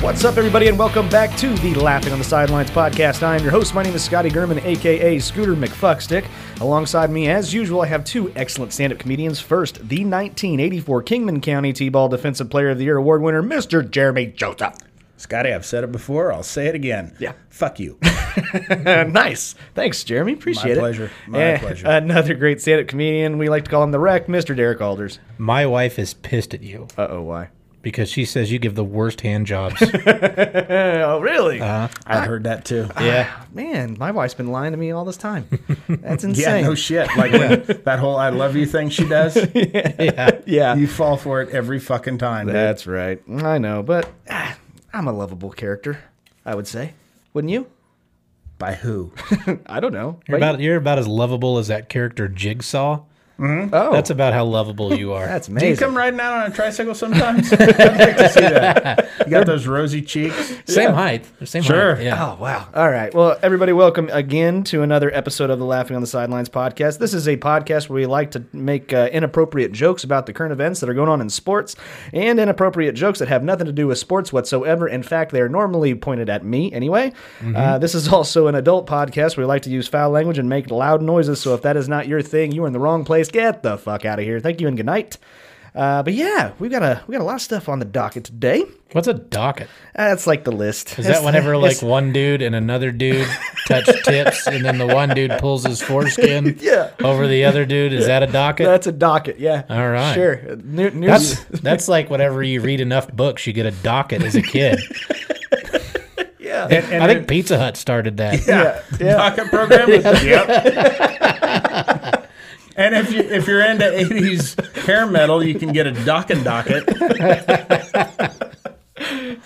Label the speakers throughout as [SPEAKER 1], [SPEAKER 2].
[SPEAKER 1] What's up, everybody, and welcome back to the Laughing on the Sidelines podcast. I am your host. My name is Scotty Gurman, aka Scooter McFuckstick. Alongside me, as usual, I have two excellent stand up comedians. First, the 1984 Kingman County T Ball Defensive Player of the Year award winner, Mr. Jeremy Joseph.
[SPEAKER 2] Scotty, I've said it before. I'll say it again.
[SPEAKER 1] Yeah.
[SPEAKER 2] Fuck you.
[SPEAKER 1] Uh, nice. Thanks, Jeremy. Appreciate it.
[SPEAKER 2] pleasure. My
[SPEAKER 1] And
[SPEAKER 2] pleasure.
[SPEAKER 1] Another great stand up comedian. We like to call him the wreck, Mr. Derek Alders.
[SPEAKER 3] My wife is pissed at you
[SPEAKER 1] Uh oh, why?
[SPEAKER 3] because she says you give the worst hand jobs.
[SPEAKER 1] Oh, really?
[SPEAKER 2] I heard that too.
[SPEAKER 3] yeah.
[SPEAKER 1] Man, my wife's been lying to me all this time. That's
[SPEAKER 2] Yeah,
[SPEAKER 1] insane.
[SPEAKER 2] no shit. Like when that whole "I love you" thing she does.
[SPEAKER 1] yeah.
[SPEAKER 2] You fall for it every fucking time. dude.
[SPEAKER 1] That's right. I know, but ah, I'm a lovable character, I would say. Wouldn't you?
[SPEAKER 2] By who?
[SPEAKER 1] I don't know.
[SPEAKER 3] You're about, you're about as lovable as that character Jigsaw.
[SPEAKER 1] oh,
[SPEAKER 3] That's about how lovable you are.
[SPEAKER 1] that's
[SPEAKER 2] Do you
[SPEAKER 1] amazing.
[SPEAKER 2] come riding out on a tricycle sometimes? I'd like to see that. You got those rosy cheeks.
[SPEAKER 3] same height. They're Same
[SPEAKER 2] Sure.
[SPEAKER 3] height. Yeah.
[SPEAKER 1] Oh, wow. All right. Well, everybody, welcome again to another episode of the Laughing on the Sidelines podcast. This is a podcast where we like to make uh, inappropriate jokes about the current events that are going on in sports and inappropriate jokes that have nothing to do with sports whatsoever. In fact, they are normally pointed at me anyway.
[SPEAKER 3] Mm-hmm.
[SPEAKER 1] Uh, this is also an adult podcast where we like to use foul language and make loud noises. So if that is not your thing, you are in the wrong place. Get the fuck out of here. Thank you and good night. Uh, but yeah, we've got a we got a lot of stuff on the docket today.
[SPEAKER 3] What's a docket?
[SPEAKER 1] That's like the list.
[SPEAKER 3] Is
[SPEAKER 1] It's-
[SPEAKER 3] that whenever like
[SPEAKER 1] it's-
[SPEAKER 3] one dude and another dude touch tips and then the one dude pulls his foreskin
[SPEAKER 1] Yeah.
[SPEAKER 3] over the other dude? Is that a docket?
[SPEAKER 1] That's a docket, yeah.
[SPEAKER 3] All right.
[SPEAKER 1] Sure. New, new,
[SPEAKER 3] that's, that's like whenever you read enough books, you get a docket as a kid.
[SPEAKER 2] And, and
[SPEAKER 3] I think Pizza Hut started that.
[SPEAKER 1] yeah, yeah.
[SPEAKER 2] pocket program. Is yep. And if you if you're into '80s hair metal, you can get a dock and docket.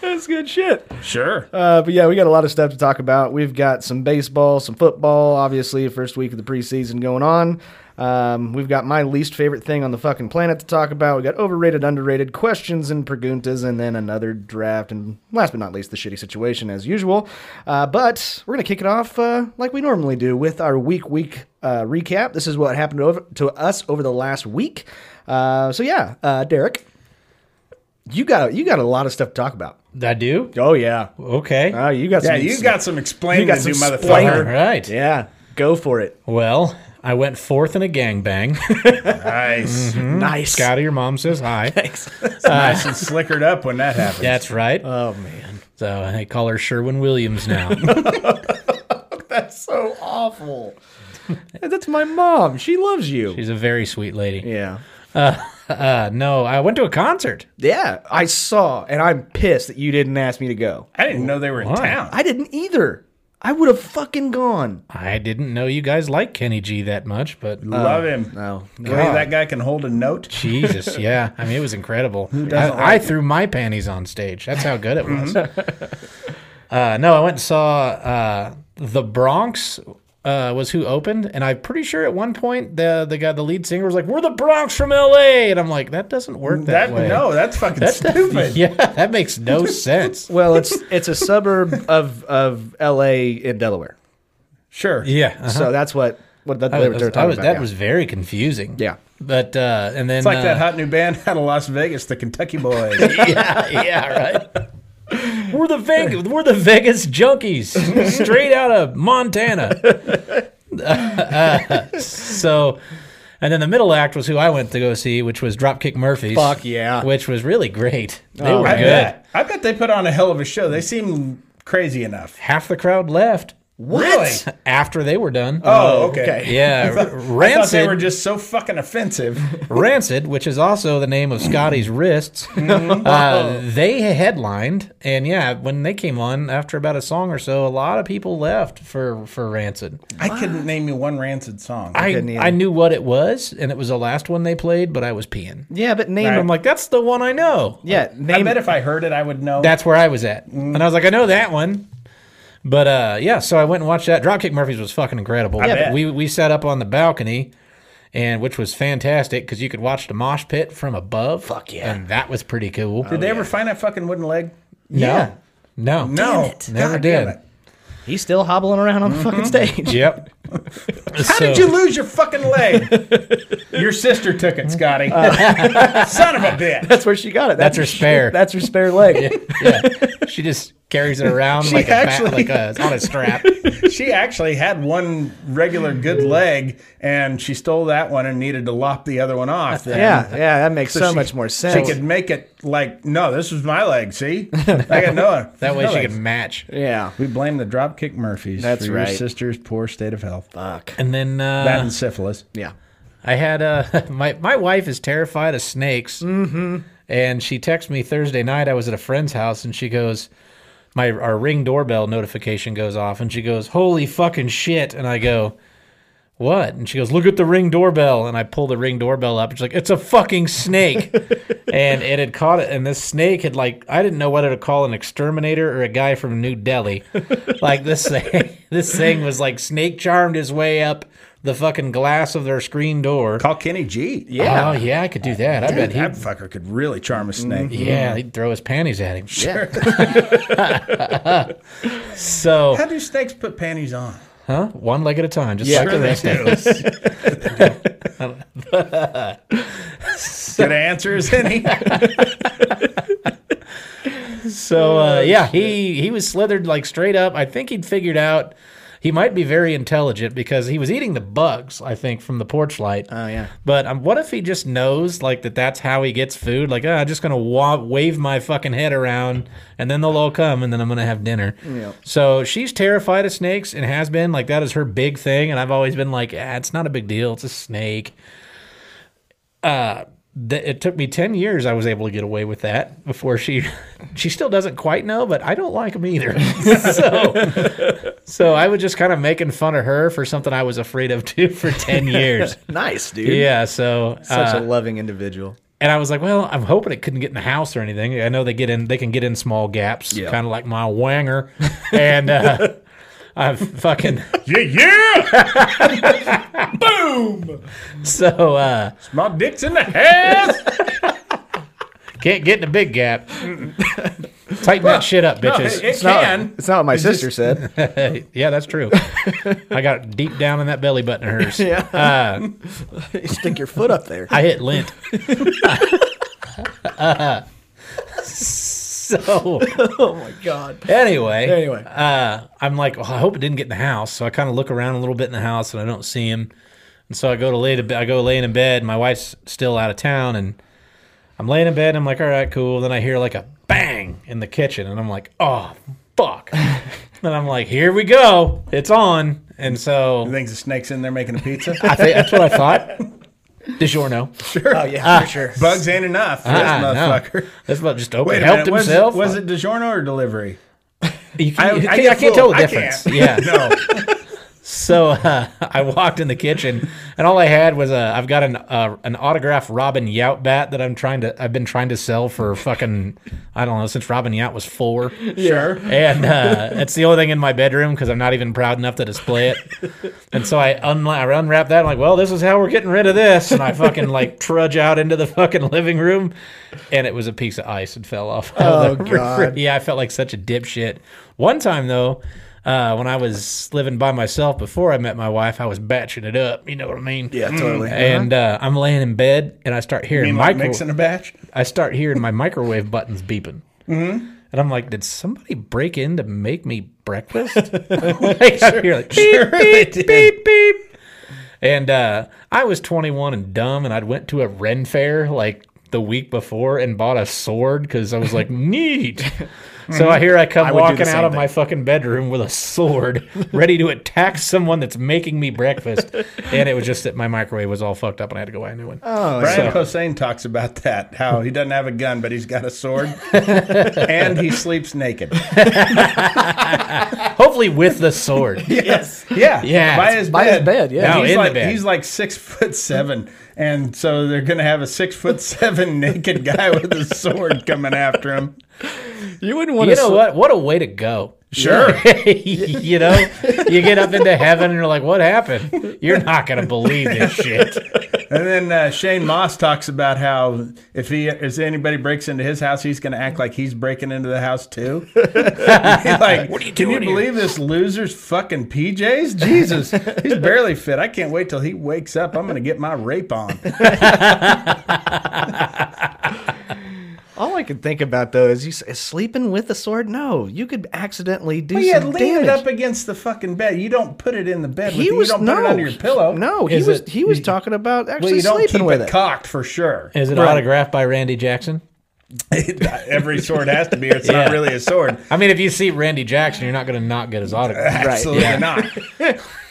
[SPEAKER 1] That's good shit.
[SPEAKER 2] Sure.
[SPEAKER 1] Uh, but yeah, we got a lot of stuff to talk about. We've got some baseball, some football, obviously, first week of the preseason going on. Um, we've got my least favorite thing on the fucking planet to talk about. We got overrated, underrated questions and preguntas, and then another draft, and last but not least, the shitty situation as usual. Uh, but we're gonna kick it off uh, like we normally do with our week week uh, recap. This is what happened over to us over the last week. Uh, so yeah, uh, Derek, you got you got a lot of stuff to talk about.
[SPEAKER 3] I do?
[SPEAKER 1] Oh yeah.
[SPEAKER 3] Okay.
[SPEAKER 1] Oh, you got
[SPEAKER 2] yeah,
[SPEAKER 1] some.
[SPEAKER 2] you got some explaining
[SPEAKER 1] got
[SPEAKER 2] to do,
[SPEAKER 1] some
[SPEAKER 3] All
[SPEAKER 1] splaining.
[SPEAKER 2] motherfucker.
[SPEAKER 3] right.
[SPEAKER 1] Yeah, go for it.
[SPEAKER 3] Well, I went fourth in a gangbang.
[SPEAKER 2] Nice.
[SPEAKER 1] Nice.
[SPEAKER 3] Scotty, your mom says hi.
[SPEAKER 2] nice and slickered up when that happens.
[SPEAKER 3] That's right.
[SPEAKER 1] Oh man,
[SPEAKER 3] So they call her Sherwin Williams now.
[SPEAKER 1] that's so awful. that's my mom. She loves you.
[SPEAKER 3] She's a very sweet lady.
[SPEAKER 1] yeah.
[SPEAKER 3] Uh, no, I went to a concert.
[SPEAKER 1] Yeah, I saw, and I'm pissed that you didn't ask me to go.
[SPEAKER 2] I didn't know they were in town.
[SPEAKER 1] I didn't either. I would have fucking gone.
[SPEAKER 3] I didn't know you guys like Kenny G that much, but
[SPEAKER 2] Love him.
[SPEAKER 1] No.
[SPEAKER 2] Uh, The way that guy can hold a note.
[SPEAKER 3] Jesus, yeah. I mean, it was incredible. I,
[SPEAKER 2] doesn't
[SPEAKER 3] I threw my panties on stage. That's how good it was. uh, no, I went and saw uh, the Bronx. Uh, was who opened, and I'm pretty sure at one point the the guy, the lead singer, was like, "We're the Bronx from L.A.," and I'm like, "That doesn't work that,
[SPEAKER 2] That,
[SPEAKER 3] way."
[SPEAKER 2] no, that's fucking stupid.
[SPEAKER 3] yeah, that makes no sense.
[SPEAKER 1] Well, it's it's a suburb of of L.A. in Delaware,
[SPEAKER 2] Sure.
[SPEAKER 3] Yeah, uh-huh.
[SPEAKER 1] so that's what what that, they
[SPEAKER 3] I
[SPEAKER 1] were
[SPEAKER 3] was-
[SPEAKER 1] talking
[SPEAKER 3] I was-
[SPEAKER 1] about.
[SPEAKER 3] that
[SPEAKER 1] yeah.
[SPEAKER 3] was very confusing.
[SPEAKER 1] Yeah.
[SPEAKER 3] but uh, and then
[SPEAKER 2] It's like that
[SPEAKER 3] uh,
[SPEAKER 2] hot new band out of Las Vegas, the Kentucky Boys.
[SPEAKER 3] uh, yeah, yeah, right. We're the Vegas, we're the Vegas junkies, straight out of Montana. Uh, so, and then the middle act was who I went to go see, which was Dropkick Murphys.
[SPEAKER 1] Fuck yeah.
[SPEAKER 3] which was really great. They were
[SPEAKER 2] Oh, I
[SPEAKER 3] good.
[SPEAKER 2] bet. I bet they put on a hell of a show. They seem crazy enough.
[SPEAKER 3] Half the crowd left.
[SPEAKER 2] What? Really?
[SPEAKER 3] after they were done.
[SPEAKER 2] Oh, okay.
[SPEAKER 3] Yeah,
[SPEAKER 2] I thought- I thought
[SPEAKER 3] Rancid.
[SPEAKER 2] they were just so fucking offensive.
[SPEAKER 3] Rancid, which is also the name of Scotty's wrists, uh, they headlined, and yeah, when they came on after about a song or so, a lot of people left for for Rancid.
[SPEAKER 2] I couldn't name you one Rancid song.
[SPEAKER 3] I
[SPEAKER 1] couldn't either.
[SPEAKER 3] I knew what it was, and it was the last one they played, but I was peeing.
[SPEAKER 1] Yeah, but name
[SPEAKER 3] I'm like, that's the one I know.
[SPEAKER 1] Yeah,
[SPEAKER 2] I
[SPEAKER 1] name
[SPEAKER 2] bet if I heard it, I would know.
[SPEAKER 3] That's where I was at, and I was like, I know that one. But uh, yeah, so I went and watched that. Dropkick Murphys was fucking incredible.
[SPEAKER 2] bet.
[SPEAKER 3] We we sat up on the balcony, and which was fantastic because you could watch the mosh pit from above. Fuck yeah, and that was pretty cool.
[SPEAKER 2] Did they ever find that fucking wooden leg?
[SPEAKER 3] No. No.
[SPEAKER 2] No,
[SPEAKER 3] Never
[SPEAKER 2] God damn
[SPEAKER 3] did.
[SPEAKER 1] He's still hobbling around on the fucking stage.
[SPEAKER 3] Yep.
[SPEAKER 2] How did you lose your fucking leg? your sister took it, Scotty. Son of a bitch.
[SPEAKER 1] That's where she got it.
[SPEAKER 3] That's her spare.
[SPEAKER 1] That's her spare leg.
[SPEAKER 3] yeah. She just carries it around like a
[SPEAKER 2] actually-
[SPEAKER 3] bat, like a on a strap.
[SPEAKER 2] She actually had one regular good leg, and she stole that one and needed to lop the other one off. then.
[SPEAKER 1] Yeah, yeah, that makes so,
[SPEAKER 2] she-
[SPEAKER 1] much more
[SPEAKER 2] She
[SPEAKER 1] sense.
[SPEAKER 2] could make it like, no, this was my leg. See, I got no one.
[SPEAKER 3] That way
[SPEAKER 2] no
[SPEAKER 3] she
[SPEAKER 2] legs.
[SPEAKER 3] can match.
[SPEAKER 1] yeah.
[SPEAKER 2] We blame the dropkick Murphys
[SPEAKER 1] That's
[SPEAKER 2] for
[SPEAKER 1] right.
[SPEAKER 2] your sister's poor state of health.
[SPEAKER 1] Fuck.
[SPEAKER 3] And then uh,
[SPEAKER 2] That and syphilis.
[SPEAKER 1] Yeah.
[SPEAKER 3] I had uh, my my wife is terrified of snakes, mm-hmm. and she texted me Thursday night. I was at a friend's house, and she goes, "My our ring doorbell notification goes off," and she goes, "Holy fucking shit!" And I go, "What?" And she goes, "Look at the ring doorbell." And I pull the ring doorbell up, and she's like, "It's a fucking snake," and it had caught it. And this snake had like I didn't know whether to call an exterminator or a guy from New Delhi. like this thing, this thing was like snake charmed his way up. The fucking glass of their screen door.
[SPEAKER 2] Call Kenny G.
[SPEAKER 3] Yeah. Oh, yeah, I could do that. I bet
[SPEAKER 2] Dude,
[SPEAKER 3] he. Mm-hmm.
[SPEAKER 2] that fucker could really charm a snake.
[SPEAKER 3] Yeah, he'd throw his panties at him. Sure. so,
[SPEAKER 2] How do snakes put panties on?
[SPEAKER 3] huh? One leg at a time, just
[SPEAKER 1] Yeah,
[SPEAKER 3] like the rest of us.
[SPEAKER 2] Good answer is any.
[SPEAKER 3] So, uh,
[SPEAKER 1] Oh,
[SPEAKER 3] yeah, he he was slithered like straight up. I think he'd figured out he might be very intelligent because he was eating the bugs. I think from the porch light.
[SPEAKER 1] Oh yeah.
[SPEAKER 3] But um, what if he just knows like that? That's how he gets food. Like, oh, I'm just gonna wa- wave my fucking head around, and then they'll all come, and then I'm gonna have dinner. So she's terrified of snakes and has been like that is her big thing. And I've always been like, ah, it's not a big deal. It's a snake. Uh, th- it took me ten years. I was able to get away with that before she. She still doesn't quite know, but I don't like them either. so, so I was just kind of making fun of her for something I was afraid of too for ten years.
[SPEAKER 1] Nice, dude.
[SPEAKER 3] Yeah, so
[SPEAKER 1] Such
[SPEAKER 3] uh,
[SPEAKER 1] a loving individual.
[SPEAKER 3] and I was like, well, I'm hoping it couldn't get in the house or anything. I know they get in, they can get in small gaps, kind of like my wanger, and uh, I've fucking
[SPEAKER 2] yeah, yeah.
[SPEAKER 3] so uh,
[SPEAKER 2] My dick's in the house.
[SPEAKER 3] can't get in a big gap. Tighten that shit up,
[SPEAKER 2] No,
[SPEAKER 3] bitches.
[SPEAKER 2] it, it
[SPEAKER 1] It's not,
[SPEAKER 2] can.
[SPEAKER 1] it's not what my sister said.
[SPEAKER 3] yeah, that's true. I got deep down in that belly button of hers.
[SPEAKER 1] Yeah. Stick your foot up there.
[SPEAKER 3] I hit lint. so
[SPEAKER 1] Oh my god.
[SPEAKER 3] Anyway,
[SPEAKER 1] Anyway.
[SPEAKER 3] uh, I'm like, well, I hope it didn't get in the house. So I kind of look around a little bit in the house, and I don't see him. And so I go to lay to be- I go laying in bed. My wife's still out of town, and I'm laying in bed. And I'm like, all right, cool. Then I hear like a bang in the kitchen, and I'm like, oh fuck. and I'm like, here we go, it's on. And so
[SPEAKER 2] You think the snake's in there making a pizza?
[SPEAKER 3] I think that's what I thought. DiGiorno.
[SPEAKER 1] Oh yeah, for sure.
[SPEAKER 2] Bugs ain't enough for this
[SPEAKER 3] Ah,
[SPEAKER 2] motherfucker.
[SPEAKER 3] no. This motherfucker just opened,
[SPEAKER 2] a
[SPEAKER 3] helped
[SPEAKER 2] minute, was,
[SPEAKER 3] himself.
[SPEAKER 2] Was it DiGiorno or delivery?
[SPEAKER 3] You can, I,
[SPEAKER 2] I
[SPEAKER 3] can't,
[SPEAKER 2] get
[SPEAKER 3] I can't
[SPEAKER 2] fooled.
[SPEAKER 3] tell the
[SPEAKER 2] I
[SPEAKER 3] difference.
[SPEAKER 2] can't.
[SPEAKER 3] Yeah.
[SPEAKER 2] No.
[SPEAKER 3] So uh, I walked in the kitchen, and all I had was a. I've got an uh, an autographed Robin Yount bat that I'm trying to. I've been trying to sell for fucking. I don't know since Robin Yount was four,
[SPEAKER 2] Sure.
[SPEAKER 3] and uh, it's the only thing in my bedroom because I'm not even proud enough to display it. And so I, unla- I unwrap that. I'm like, well, this is how we're getting rid of this, and I fucking like trudge out into the fucking living room, and it was a piece of ice and fell off.
[SPEAKER 1] Oh,
[SPEAKER 3] The-
[SPEAKER 1] God.
[SPEAKER 3] yeah, I felt like such a dipshit. One time though, uh, when I was living by myself before I met my wife, I was batching it up. You know what I mean?
[SPEAKER 1] Yeah, totally.
[SPEAKER 3] And uh, I'm laying in bed, and I start hearing
[SPEAKER 2] You mean like
[SPEAKER 3] micro-
[SPEAKER 2] mixing a batch?
[SPEAKER 3] I start hearing my microwave buttons beeping. Mm-hmm. And I'm like, did somebody break in to make me breakfast? like, I'm here like, beep, beep, beep, beep. And uh, I was 21 and dumb, and I'd went to a Ren fair like the week before and bought a sword because I was like, neat. So I here I come
[SPEAKER 4] Mm-hmm. I would do the
[SPEAKER 3] walking
[SPEAKER 4] same
[SPEAKER 3] out of
[SPEAKER 4] thing.
[SPEAKER 3] my fucking bedroom with a sword, ready to attack someone that's making me breakfast. and it was just that my microwave was all fucked up, and I had to go buy a new one. Oh,
[SPEAKER 2] Brian Posehn talks about that, how he doesn't have a gun, but he's got a sword, and he sleeps naked.
[SPEAKER 3] hopefully with the sword.
[SPEAKER 2] Yes. Yeah.
[SPEAKER 3] Yeah.
[SPEAKER 2] By his
[SPEAKER 4] By
[SPEAKER 2] bed.
[SPEAKER 4] his bed, yeah.
[SPEAKER 2] And
[SPEAKER 3] No,
[SPEAKER 2] he's
[SPEAKER 3] in the
[SPEAKER 2] like,
[SPEAKER 3] bed.
[SPEAKER 2] He's like six foot seven, and so they're gonna have a six foot seven naked guy with a sword coming after him.
[SPEAKER 4] You wouldn't want
[SPEAKER 3] You
[SPEAKER 4] to.
[SPEAKER 3] know what? What a way to go.
[SPEAKER 2] Sure.
[SPEAKER 3] you know, you get up into heaven and you're like, what happened? You're not going to believe this shit.
[SPEAKER 2] And then uh, Shane Moss talks about how if he if anybody breaks into his house, he's going to act like he's breaking into the house too. He's like, what are you Can you believe this loser's fucking PJs? Jesus, he's barely fit. I can't wait till he wakes up. I'm going to get my rape on.
[SPEAKER 1] All I could think about though is you s- is sleeping with a sword. No, you could accidentally do
[SPEAKER 2] But yeah,
[SPEAKER 1] some
[SPEAKER 2] lean
[SPEAKER 1] damage.
[SPEAKER 2] it up against the fucking bed. You don't put it in the bed. With
[SPEAKER 1] he
[SPEAKER 2] you.
[SPEAKER 1] was
[SPEAKER 2] you don't
[SPEAKER 1] no
[SPEAKER 2] put it under your pillow.
[SPEAKER 1] No, he
[SPEAKER 3] Is
[SPEAKER 1] was
[SPEAKER 3] it-
[SPEAKER 1] he was talking about
[SPEAKER 2] Well,
[SPEAKER 1] actually
[SPEAKER 2] you don't
[SPEAKER 1] sleeping
[SPEAKER 2] keep
[SPEAKER 1] with
[SPEAKER 2] it
[SPEAKER 1] it.
[SPEAKER 2] cocked for sure.
[SPEAKER 3] Is it autographed by Randy Jackson?
[SPEAKER 2] Every sword has to be, or it's
[SPEAKER 3] Yeah.
[SPEAKER 2] not really a sword.
[SPEAKER 3] I mean, if you see Randy Jackson, you're not going to not get his autograph.
[SPEAKER 2] Absolutely not.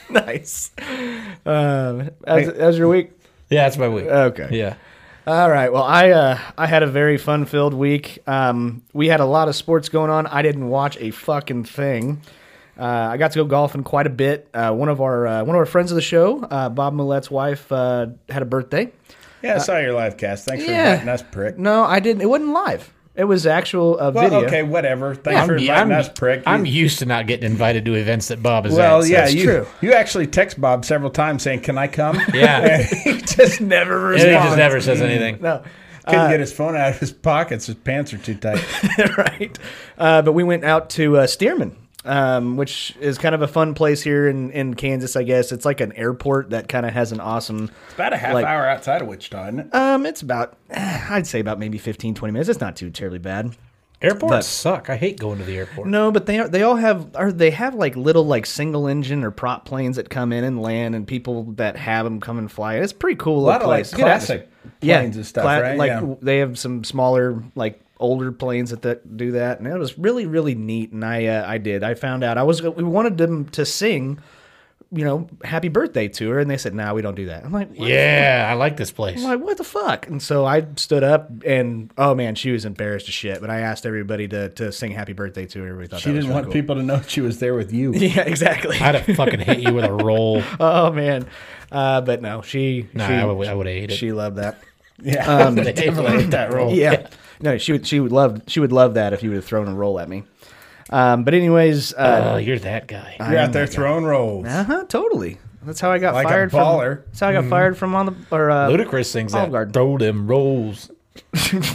[SPEAKER 1] nice. Um, as, as your week.
[SPEAKER 3] Yeah, that's my week.
[SPEAKER 1] Okay.
[SPEAKER 3] Yeah.
[SPEAKER 1] All right. Well, I uh, I had a very fun filled week. Um, we had a lot of sports going on. I didn't watch a fucking thing. Uh, I got to go golfing quite a bit. Uh, one of our uh, one of our friends of the show, uh, Bob Millette's wife, uh, had a birthday.
[SPEAKER 2] Yeah, I saw your live cast. Thanks for
[SPEAKER 1] yeah.
[SPEAKER 2] inviting us, prick.
[SPEAKER 1] No, I didn't. It wasn't live. It was actual uh,
[SPEAKER 2] Well,
[SPEAKER 1] video.
[SPEAKER 2] okay, whatever. Thanks for
[SPEAKER 3] I'm,
[SPEAKER 2] inviting
[SPEAKER 3] I'm,
[SPEAKER 2] us, prick.
[SPEAKER 3] I'm
[SPEAKER 2] You-
[SPEAKER 3] used to not getting invited to events that Bob is at.
[SPEAKER 2] well,
[SPEAKER 3] so
[SPEAKER 2] yeah,
[SPEAKER 3] it's-
[SPEAKER 2] you
[SPEAKER 1] true.
[SPEAKER 2] you actually text Bob several times saying, "Can I come?"
[SPEAKER 3] Yeah.
[SPEAKER 2] and he just never
[SPEAKER 3] And he
[SPEAKER 2] responds.
[SPEAKER 3] just never says anything.
[SPEAKER 1] No.
[SPEAKER 2] Couldn't
[SPEAKER 1] Uh,
[SPEAKER 2] get his phone out of his pockets. His pants are too tight.
[SPEAKER 1] right. Uh, but we went out to uh, Stearman, um, which is kind of a fun place here in, in Kansas, I guess. It's like an airport that kind of has an awesome.
[SPEAKER 2] About a half
[SPEAKER 1] Like-
[SPEAKER 2] hour outside of Wichita, isn't it?
[SPEAKER 1] Um, it's about, I'd say about maybe 15, 20 minutes. It's not too terribly bad.
[SPEAKER 3] Airports suck. I hate going to the airport.
[SPEAKER 1] No, but they are, they all have are they have like little like single engine or prop planes that come in and land, and people that have them come and fly. It's a pretty cool.
[SPEAKER 2] a lot of like
[SPEAKER 1] place.
[SPEAKER 2] classic planes and stuff,
[SPEAKER 1] Cla-
[SPEAKER 2] right?
[SPEAKER 1] Like
[SPEAKER 2] yeah.
[SPEAKER 1] w- they have some smaller, like older planes that, that do that, and it was really, really neat. And I, uh, I did. I found out I was. We wanted them to sing, you know, "Happy Birthday" to her, and they said, "Nah, we don't do that." I'm like, what?
[SPEAKER 3] Yeah, I like this place.
[SPEAKER 1] I'm like, what the fuck? And so I stood up, and oh man, she was embarrassed as shit. But I asked everybody to to sing "Happy Birthday" to her. Everybody thought
[SPEAKER 2] she
[SPEAKER 1] that was
[SPEAKER 2] didn't
[SPEAKER 1] really
[SPEAKER 2] want
[SPEAKER 1] cool.
[SPEAKER 2] people to know she was there with you.
[SPEAKER 1] Yeah, exactly.
[SPEAKER 3] I'd have fucking hit you with a roll.
[SPEAKER 1] Oh man, uh, but no, she.
[SPEAKER 3] Nah,
[SPEAKER 1] she,
[SPEAKER 3] I would, I would have ate it.
[SPEAKER 1] She loved that.
[SPEAKER 2] Yeah,
[SPEAKER 1] Um,
[SPEAKER 3] They definitely hit that
[SPEAKER 2] Oh,
[SPEAKER 3] roll.
[SPEAKER 1] Yeah. No, she would. She would love. She would love that if you would have thrown a roll at me. Um, but anyways, uh
[SPEAKER 3] Oh, you're that guy.
[SPEAKER 2] you're out there throwing rolls.
[SPEAKER 1] oh huh, totally. That's how I got
[SPEAKER 2] Like a
[SPEAKER 1] fired.
[SPEAKER 2] baller. Mm-hmm.
[SPEAKER 1] From, that's how I got fired from on the or uh,
[SPEAKER 3] Ludacris things that.
[SPEAKER 1] Olive Garden.
[SPEAKER 3] Throw them rolls.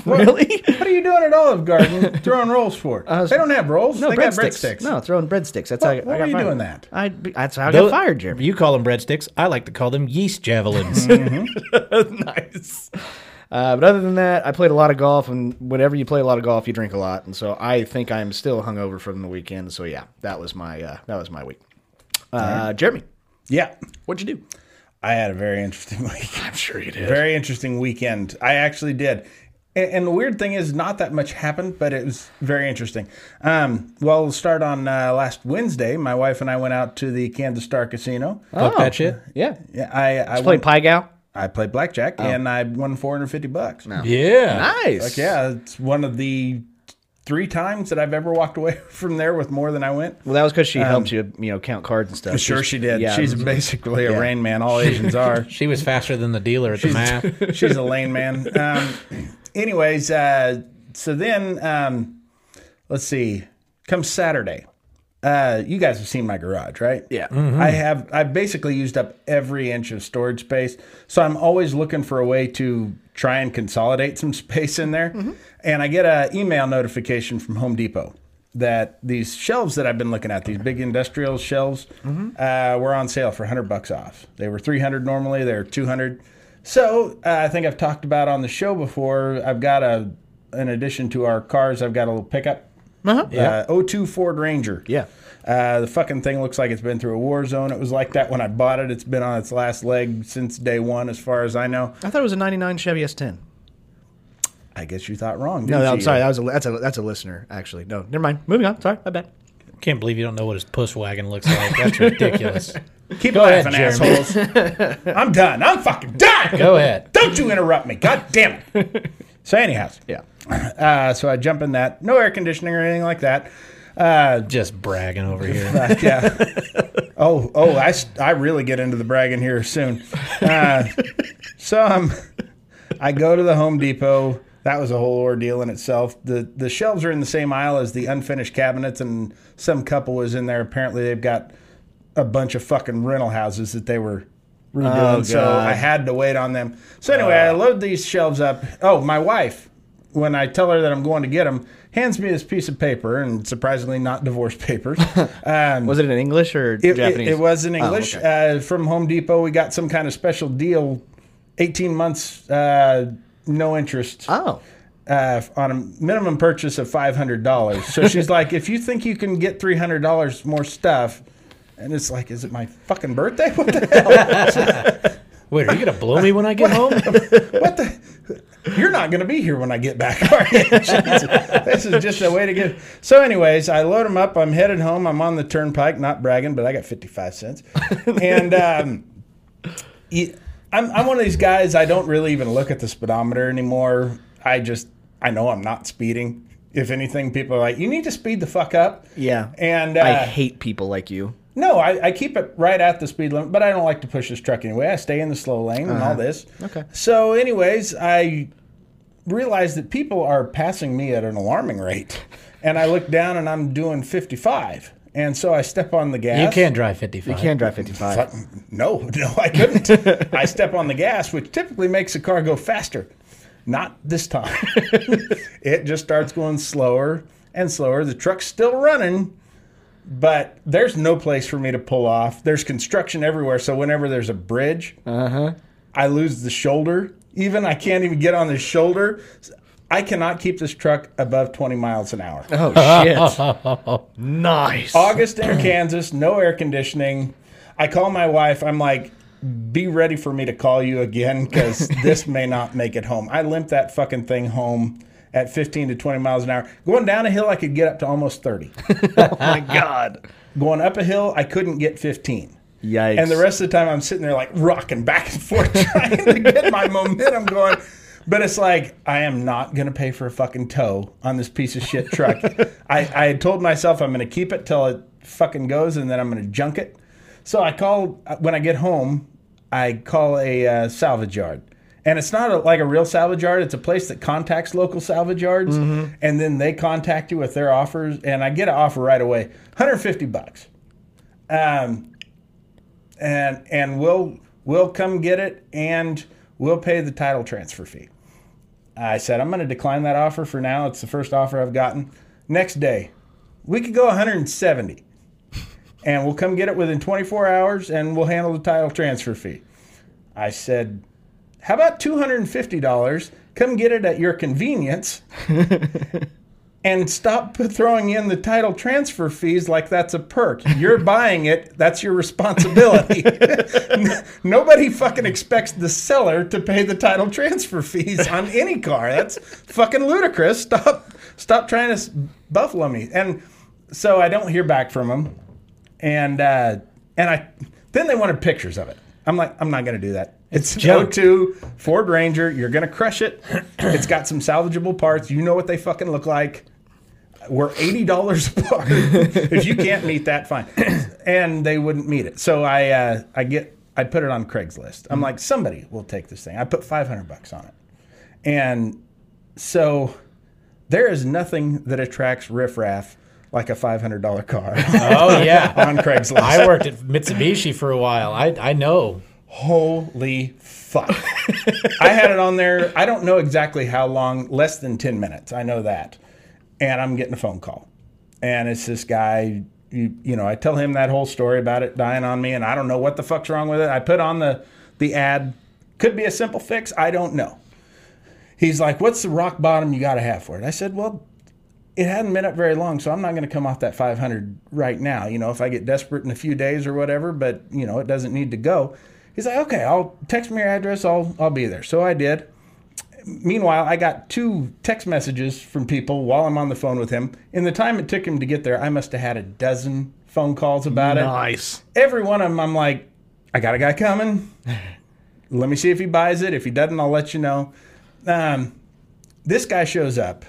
[SPEAKER 1] Really? Uh,
[SPEAKER 2] What are you doing at Olive Garden throwing rolls for? they don't have rolls.
[SPEAKER 1] No
[SPEAKER 2] they got
[SPEAKER 1] breadsticks.
[SPEAKER 2] breadsticks.
[SPEAKER 1] No, throwing breadsticks. That's how I, I
[SPEAKER 2] What- what
[SPEAKER 1] got
[SPEAKER 2] were you
[SPEAKER 1] fired.
[SPEAKER 2] doing that?
[SPEAKER 1] I. That's how I
[SPEAKER 3] Tho-
[SPEAKER 1] got fired, Jeremy.
[SPEAKER 3] You call them breadsticks. I like to call them yeast javelins.
[SPEAKER 1] nice. Uh, but other than that, I played a lot of golf, and whenever you play a lot of golf, you drink a lot, and so I think I'm still hungover from the weekend. So yeah, that was my uh, that was my week. Uh, Jeremy,
[SPEAKER 2] Yeah.
[SPEAKER 1] what'd you do?
[SPEAKER 2] I had a very interesting week.
[SPEAKER 1] I'm sure you did.
[SPEAKER 2] Very interesting weekend. I actually did. And, and the weird thing is, not that much happened, but it was very interesting. Um, well, we'll start on uh, last Wednesday. My wife and I went out to the Kansas Star Casino.
[SPEAKER 3] Fuck
[SPEAKER 1] Oh.
[SPEAKER 3] that shit.
[SPEAKER 1] Yeah,
[SPEAKER 2] Yeah, I I,
[SPEAKER 1] played
[SPEAKER 2] won-
[SPEAKER 1] Pie Gal.
[SPEAKER 2] I played blackjack and I won four hundred fifty bucks.
[SPEAKER 3] Yeah.
[SPEAKER 1] Nice.
[SPEAKER 2] Like, yeah, it's one of the three times that I've ever walked away from there with more than I went.
[SPEAKER 1] Well, that was because she helped you, you know, count cards and stuff.
[SPEAKER 2] Um, Sure,
[SPEAKER 1] She's-
[SPEAKER 2] she did.
[SPEAKER 1] Yeah,
[SPEAKER 2] She's basically a rain man. All Asians are.
[SPEAKER 3] She was faster than the dealer at the map.
[SPEAKER 2] She's a lane man. Um, anyways, uh, so then um, let's see. Come Saturday, uh, you guys have seen my garage, right?
[SPEAKER 1] Yeah.
[SPEAKER 2] I have. I basically used up every inch of storage space, so I'm always looking for a way to try and consolidate some space in there. And I get an email notification from Home Depot that these shelves that I've been looking at, these big industrial shelves, uh, were on sale for 100 bucks off. They were 300 normally. They're 200. So uh, I think I've talked about on the show before. I've got a, in addition to our cars, I've got a little pickup. Uh-huh. Uh, 02 Ford Ranger.
[SPEAKER 1] Yeah.
[SPEAKER 2] Uh, the fucking thing looks like it's been through a war zone. It was like that when I bought it. It's been on its last leg since day one, as far as I know.
[SPEAKER 1] I thought it was a '99 Chevy S10.
[SPEAKER 2] I guess you thought
[SPEAKER 1] No,
[SPEAKER 2] wrong. didn't
[SPEAKER 1] no, I'm
[SPEAKER 2] you?
[SPEAKER 1] sorry. That was a, that's a that's a listener actually. No, never mind. Moving on. Sorry, my bad.
[SPEAKER 3] Can't believe you don't know what his puss wagon looks like. That's ridiculous.
[SPEAKER 2] Keep
[SPEAKER 3] Go ahead,
[SPEAKER 2] laughing,
[SPEAKER 3] Jeremy.
[SPEAKER 2] assholes. I'm done. I'm fucking done.
[SPEAKER 3] Go ahead.
[SPEAKER 2] Don't you interrupt me. God damn it. So, anyhow,
[SPEAKER 1] Yeah.
[SPEAKER 2] uh, so I jump in that. No air conditioning or anything like that. Uh,
[SPEAKER 3] Just bragging over here.
[SPEAKER 2] Fuck yeah. Oh, oh, I, s- I really get into the bragging here soon. Uh, so I'm, I go to the Home Depot. That was a whole ordeal in itself. The the shelves are in the same aisle as the unfinished cabinets, and some couple was in there. Apparently, they've got a bunch of fucking rental houses that they were redoing. so I had to wait on them. So anyway, I load these shelves up. Oh, my wife, when I tell her that I'm going to get them, hands me this piece of paper, and surprisingly, not divorce papers.
[SPEAKER 1] Was it in English or
[SPEAKER 2] It, it,
[SPEAKER 1] Japanese? Oh,
[SPEAKER 2] it was in English
[SPEAKER 1] okay.
[SPEAKER 2] uh, from Home Depot. We got some kind of special deal, eighteen months, uh, no interest
[SPEAKER 1] Oh,
[SPEAKER 2] uh, on a minimum purchase of five hundred dollars. So she's like, if you think you can get three hundred dollars more stuff, and it's like, is it my fucking birthday? What the hell?
[SPEAKER 3] Wait, are you gonna blow me when I get home?
[SPEAKER 2] what the? You're not going to be here when I get back, are you? Jesus. this is just a way to get. So, anyways, I load them up. I'm headed home. I'm on the turnpike. Not bragging, but I got 55 cents. And um, y- I'm, I'm one of these guys. I don't really even look at the speedometer anymore. I just I know I'm not speeding. If anything, people are like, "You need to speed the fuck up."
[SPEAKER 1] yeah.
[SPEAKER 2] And
[SPEAKER 1] I
[SPEAKER 2] uh,
[SPEAKER 1] hate people like you.
[SPEAKER 2] no, I, I keep it right at the speed limit, but I don't like to push this truck anyway. I stay in the slow lane
[SPEAKER 3] Uh-huh.
[SPEAKER 2] and all this.
[SPEAKER 1] Okay.
[SPEAKER 2] So, anyways, I realized that people are passing me at an alarming rate, and I look down and I'm doing 55, and so I step on the gas.
[SPEAKER 3] You can't drive 55.
[SPEAKER 1] You can drive 55.
[SPEAKER 2] No, no, I couldn't. I step on the gas, which typically makes a car go faster. Not this time. it just starts going slower and slower. The truck's still running, but there's no place for me to pull off. There's construction everywhere, so whenever there's a bridge, I lose the shoulder. Even I can't even get on the shoulder. I cannot keep this truck above 20 miles an hour.
[SPEAKER 1] Oh shit! nice.
[SPEAKER 2] August in Kansas, no air conditioning. I call my wife. I'm like, be ready for me to call you again because this may not make it home. I limped that fucking thing home at 15 to 20 miles an hour. Going down a hill, I could get up to almost 30.
[SPEAKER 1] Oh my god.
[SPEAKER 2] Going up a hill, I couldn't get 15.
[SPEAKER 1] Yikes.
[SPEAKER 2] And the rest of the time, I'm sitting there like rocking back and forth trying to get my momentum going. But it's like, I am not going to pay for a fucking tow on this piece of shit truck. I, I had told myself I'm going to keep it till it fucking goes and then I'm going to junk it. So I call, uh, when I get home, I call a uh, salvage yard. And it's not a, like a real salvage yard. It's a place that contacts local salvage yards, and then they contact you with their offers. And I get an offer right away, 150 bucks um, and and we'll we'll come get it and we'll pay the title transfer fee. I said I'm going to decline that offer for now. It's the first offer I've gotten. Next day, we could go 170, and we'll come get it within 24 hours, and we'll handle the title transfer fee. I said, how about 250 dollars? Come get it at your convenience. and stop throwing in the title transfer fees like that's a perk. You're buying it, that's your responsibility. N- Nobody fucking expects the seller to pay the title transfer fees on any car. That's fucking ludicrous. Stop stop trying to s- buffalo me. And so I don't hear back from them. And uh, and I then they wanted pictures of it. I'm like I'm not going to do that. It's
[SPEAKER 3] junk.
[SPEAKER 2] 02 Ford Ranger. You're going to crush it. It's got some salvageable parts. You know what they fucking look like we're eighty dollars apart. if you can't meet that, fine. And they wouldn't meet it. So I uh, I get I put it on Craigslist. I'm like, somebody will take this thing. I put five hundred bucks on it, and so there is nothing that attracts riffraff like a five hundred dollar car
[SPEAKER 3] Oh yeah.
[SPEAKER 2] on Craigslist.
[SPEAKER 3] I worked at Mitsubishi for a while. I I know.
[SPEAKER 2] Holy fuck. I had it on there. I don't know exactly how long, less than 10 minutes. I know that. And I'm getting a phone call. And it's this guy, you, you know, I tell him that whole story about it dying on me, and I don't know what the fuck's wrong with it. I put on the, the ad. Could be a simple fix. I don't know. He's like, What's the rock bottom you got to have for it? I said, Well, it hadn't been up very long, so I'm not going to come off that 500 right now. You know, if I get desperate in a few days or whatever, but you know, it doesn't need to go. He's like, okay, I'll text me your address. I'll I'll be there. So I did. meanwhile, I got two text messages from people while I'm on the phone with him. In the time it took him to get there, I must have had a dozen phone calls about
[SPEAKER 1] Nice.
[SPEAKER 2] it. Every one of them, I'm like, I got a guy coming. Let me see if he buys it. If he doesn't, I'll let you know. Um, this guy shows up,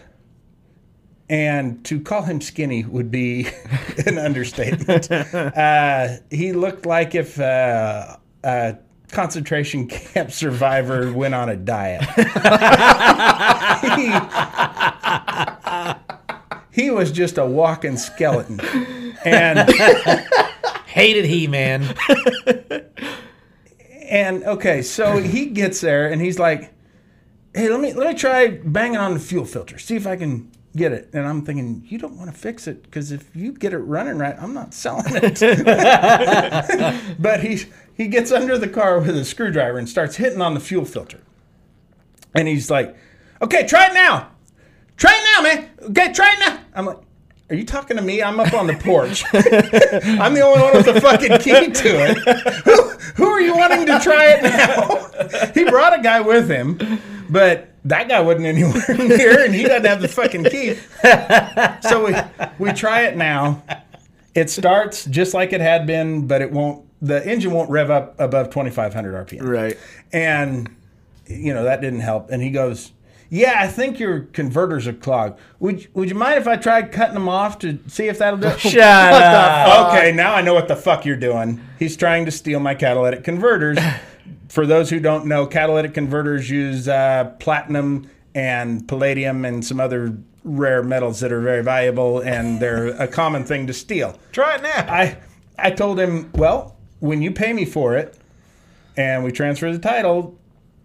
[SPEAKER 2] and to call him skinny would be an understatement. uh, he looked like if uh, a concentration camp survivor went on a diet. he, he was just a walking skeleton. And.
[SPEAKER 3] Hated He Man.
[SPEAKER 2] And okay, so he gets there and he's like, "Hey, let me let me try banging on the fuel filter, see if I can get it." And I'm thinking, "You don't want to fix it because if you get it running right, I'm not selling it." but he he gets under the car with a screwdriver and starts hitting on the fuel filter, and he's like, "Okay, try it now, try it now, man. Okay, try it now." I'm like. Are you talking to me? I'm up on the porch. I'm the only one with the fucking key to it. Who are you wanting to try it now? he brought a guy with him, but that guy wasn't anywhere near, and he doesn't have the fucking key. So we we try it now. It starts just like it had been, but it won't. The engine won't rev up above 2,500 RPM.
[SPEAKER 1] Right.
[SPEAKER 2] And you know that didn't help. And he goes, "Yeah, I think your converters are clogged. Would would you mind if I tried cutting them off to see if that'll do?" it?"
[SPEAKER 3] Shut up.
[SPEAKER 2] okay, now I know what the fuck you're doing. He's trying to steal my catalytic converters. For those who don't know, catalytic converters use uh, platinum and palladium and some other rare metals that are very valuable, and they're a common thing to steal.
[SPEAKER 3] Try it now.
[SPEAKER 2] I I told him, well, when you pay me for it, and we transfer the title,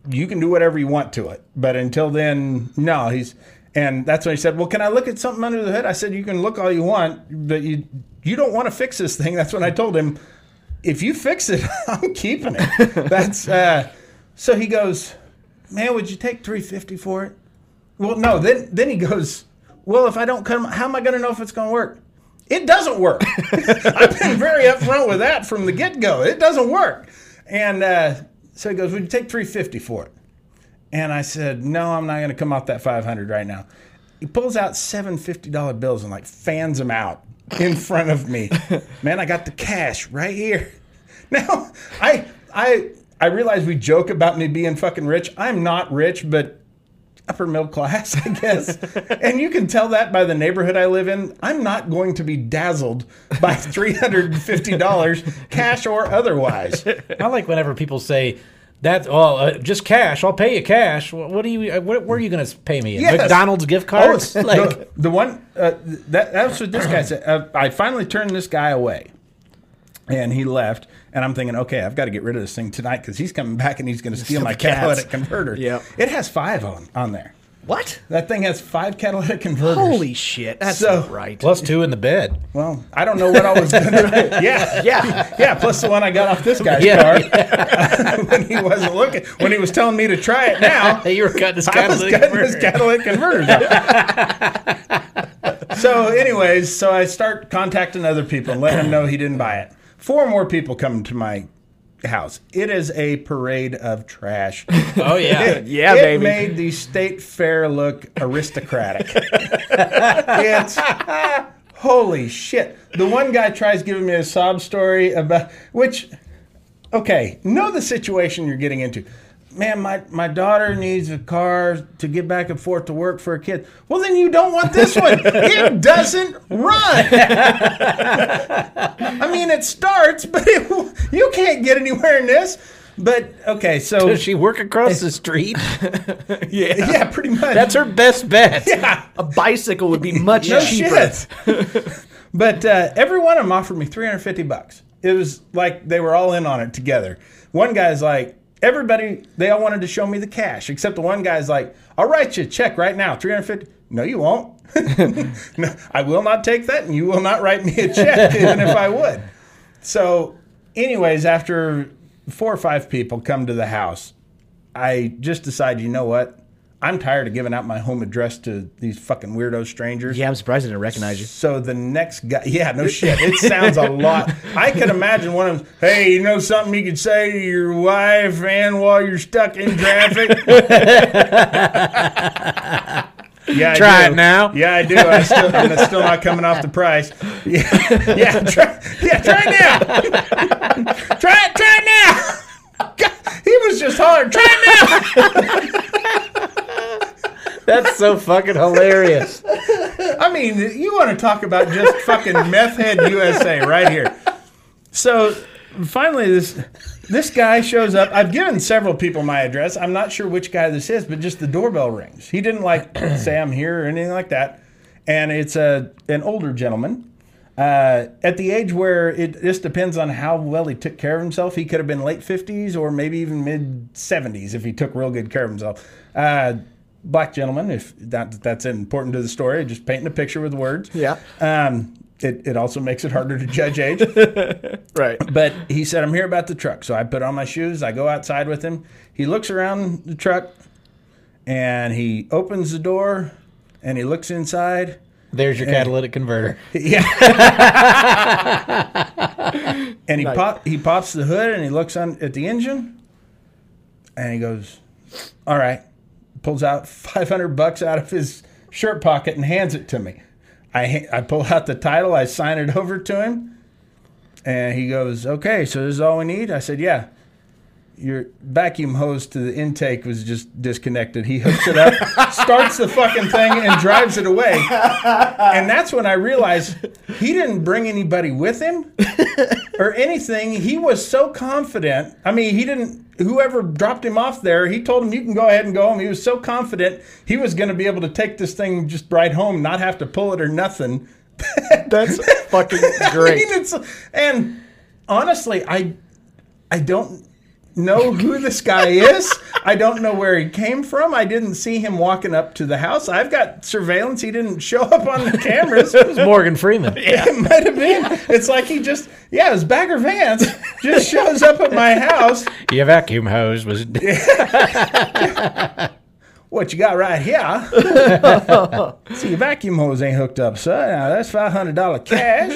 [SPEAKER 2] you can do whatever you want to it. But until then, no. He's and that's when he said, well, can I look at something under the hood? I said, you can look all you want, but you you don't want to fix this thing. That's when I told him, if you fix it, I'm keeping it. That's uh, so he goes, man, would you take three fifty for it? Well, no. Then then he goes, well, if I don't come, how am I going to know if it's going to work? It doesn't work. I've been very upfront with that from the get go. It doesn't work. And uh, so he goes, would you take three fifty for it? And I said, no, I'm not going to come off that five hundred right now. He pulls out seven fifty dollar bills and like fans them out in front of me. Man, I got the cash right here. Now, I I I realize we joke about me being fucking rich. I'm not rich, but upper middle class, I guess. and you can tell that by the neighborhood I live in. I'm not going to be dazzled by $350 cash or otherwise.
[SPEAKER 3] I like whenever people say that. Oh, uh, just cash. I'll pay you cash. What, what are you? uh, What, where are you going to pay me? in?
[SPEAKER 2] Yes.
[SPEAKER 3] McDonald's gift
[SPEAKER 2] Oh,
[SPEAKER 3] cards?
[SPEAKER 2] the-
[SPEAKER 3] like,
[SPEAKER 2] the, one uh, th- that that's what this guy said. Uh, I finally turned this guy away, and he left. And I'm thinking, okay, I've got to get rid of this thing tonight because he's coming back and he's going to steal my catalytic converter.
[SPEAKER 1] Yep.
[SPEAKER 2] it has five on on there.
[SPEAKER 1] What?
[SPEAKER 2] That thing has five catalytic converters.
[SPEAKER 1] Holy shit. That's
[SPEAKER 2] So-
[SPEAKER 1] not right.
[SPEAKER 3] plus two in the bed.
[SPEAKER 2] Well, I don't know what I was going to do. Yeah,
[SPEAKER 1] Yeah.
[SPEAKER 2] yeah. Plus the one I got off this guy's
[SPEAKER 3] Yeah,
[SPEAKER 2] car when he wasn't looking. When he was telling me to try it now,
[SPEAKER 3] you were cutting his
[SPEAKER 2] I was
[SPEAKER 3] catalytic
[SPEAKER 2] cutting his
[SPEAKER 3] converter.
[SPEAKER 2] catalytic converters. off. so, anyways, so I start contacting other people and letting them know he didn't buy it. Four more people come to my house. It is a parade of trash.
[SPEAKER 3] Oh yeah.
[SPEAKER 1] Yeah,
[SPEAKER 2] it
[SPEAKER 1] baby.
[SPEAKER 2] made the state fair look aristocratic. it's holy shit. The one guy tries giving me a sob story about which okay, know the situation you're getting into. Man, my, my daughter needs a car to get back and forth to work for her kid. Well, then you don't want this one. it doesn't run. I mean, it starts, but it, w- you can't get anywhere in this. But okay, so
[SPEAKER 3] Does she work across the street?
[SPEAKER 2] yeah, pretty much.
[SPEAKER 3] That's her best bet.
[SPEAKER 1] A bicycle would be much
[SPEAKER 2] no
[SPEAKER 1] cheaper.
[SPEAKER 2] shit. but uh, every one of them offered me 350 bucks. It was like they were all in on it together. One guy's like, everybody, they all wanted to show me the cash, except the one guy's like, I'll write you a check right now, 350. No, you won't. no, I will not take that, and you will not write me a check, even if I would. So, anyways, after four or five people come to the house, I just decided, you know what? I'm tired of giving out my home address to these fucking weirdo strangers.
[SPEAKER 4] Yeah, I'm surprised I didn't recognize you.
[SPEAKER 2] So the next guy, yeah, no shit. It sounds a lot. I could imagine one of them. Hey, you know something you could say to your wife and while you're stuck in traffic. yeah, I
[SPEAKER 3] Try
[SPEAKER 2] do.
[SPEAKER 3] it now.
[SPEAKER 2] Yeah, I do. I still, and it's still not coming off the price. Yeah, yeah, try, yeah, try it now. try it, try it now. God, he was just hollering. Try it now.
[SPEAKER 3] That's so fucking hilarious.
[SPEAKER 2] I mean, you want to talk about just fucking meth head USA right here. So finally, this this guy shows up. I've given several people my address. I'm not sure which guy this is, but just the doorbell rings. He didn't like say I'm here or anything like that. And it's a an older gentleman. Uh, at the age where it just depends on how well he took care of himself, he could have been late 50s or maybe even mid 70s if he took real good care of himself. Uh, black gentleman, if that, that's important to the story, just painting a picture with words.
[SPEAKER 1] Yeah.
[SPEAKER 2] Um, it, it also makes it harder to judge age.
[SPEAKER 1] Right.
[SPEAKER 2] But he said, I'm here about the truck. So I put on my shoes. I go outside with him. He looks around the truck and he opens the door and he looks inside.
[SPEAKER 3] There's your catalytic converter.
[SPEAKER 2] And he, pop, he pops the hood and he looks on at the engine and he goes, All right. Pulls out 500 bucks out of his shirt pocket and hands it to me. I, ha- I pull out the title, I sign it over to him, and he goes, Okay, so this is all we need? I said, Yeah. Your vacuum hose to the intake was just disconnected. He hooks it up, starts the fucking thing, and drives it away. And that's when I realized he didn't bring anybody with him or anything. He was so confident. I mean, he didn't. Whoever dropped him off there, he told him, "You can go ahead and go home." He was so confident he was going to be able to take this thing just right home, not have to pull it or nothing.
[SPEAKER 1] That's fucking
[SPEAKER 2] I
[SPEAKER 1] great.
[SPEAKER 2] mean, it's, and honestly, I I don't know who this guy is. I don't know where he came from. I didn't see him walking up to the house. I've got surveillance. He didn't show up on the cameras.
[SPEAKER 3] Morgan Freeman.
[SPEAKER 2] It might have been. It's like he just, yeah, it was Bagger Vance just shows up at my house.
[SPEAKER 3] Your vacuum hose was.
[SPEAKER 2] What you got right here? See, your vacuum hose ain't hooked up, son. Now that's five hundred dollar cash.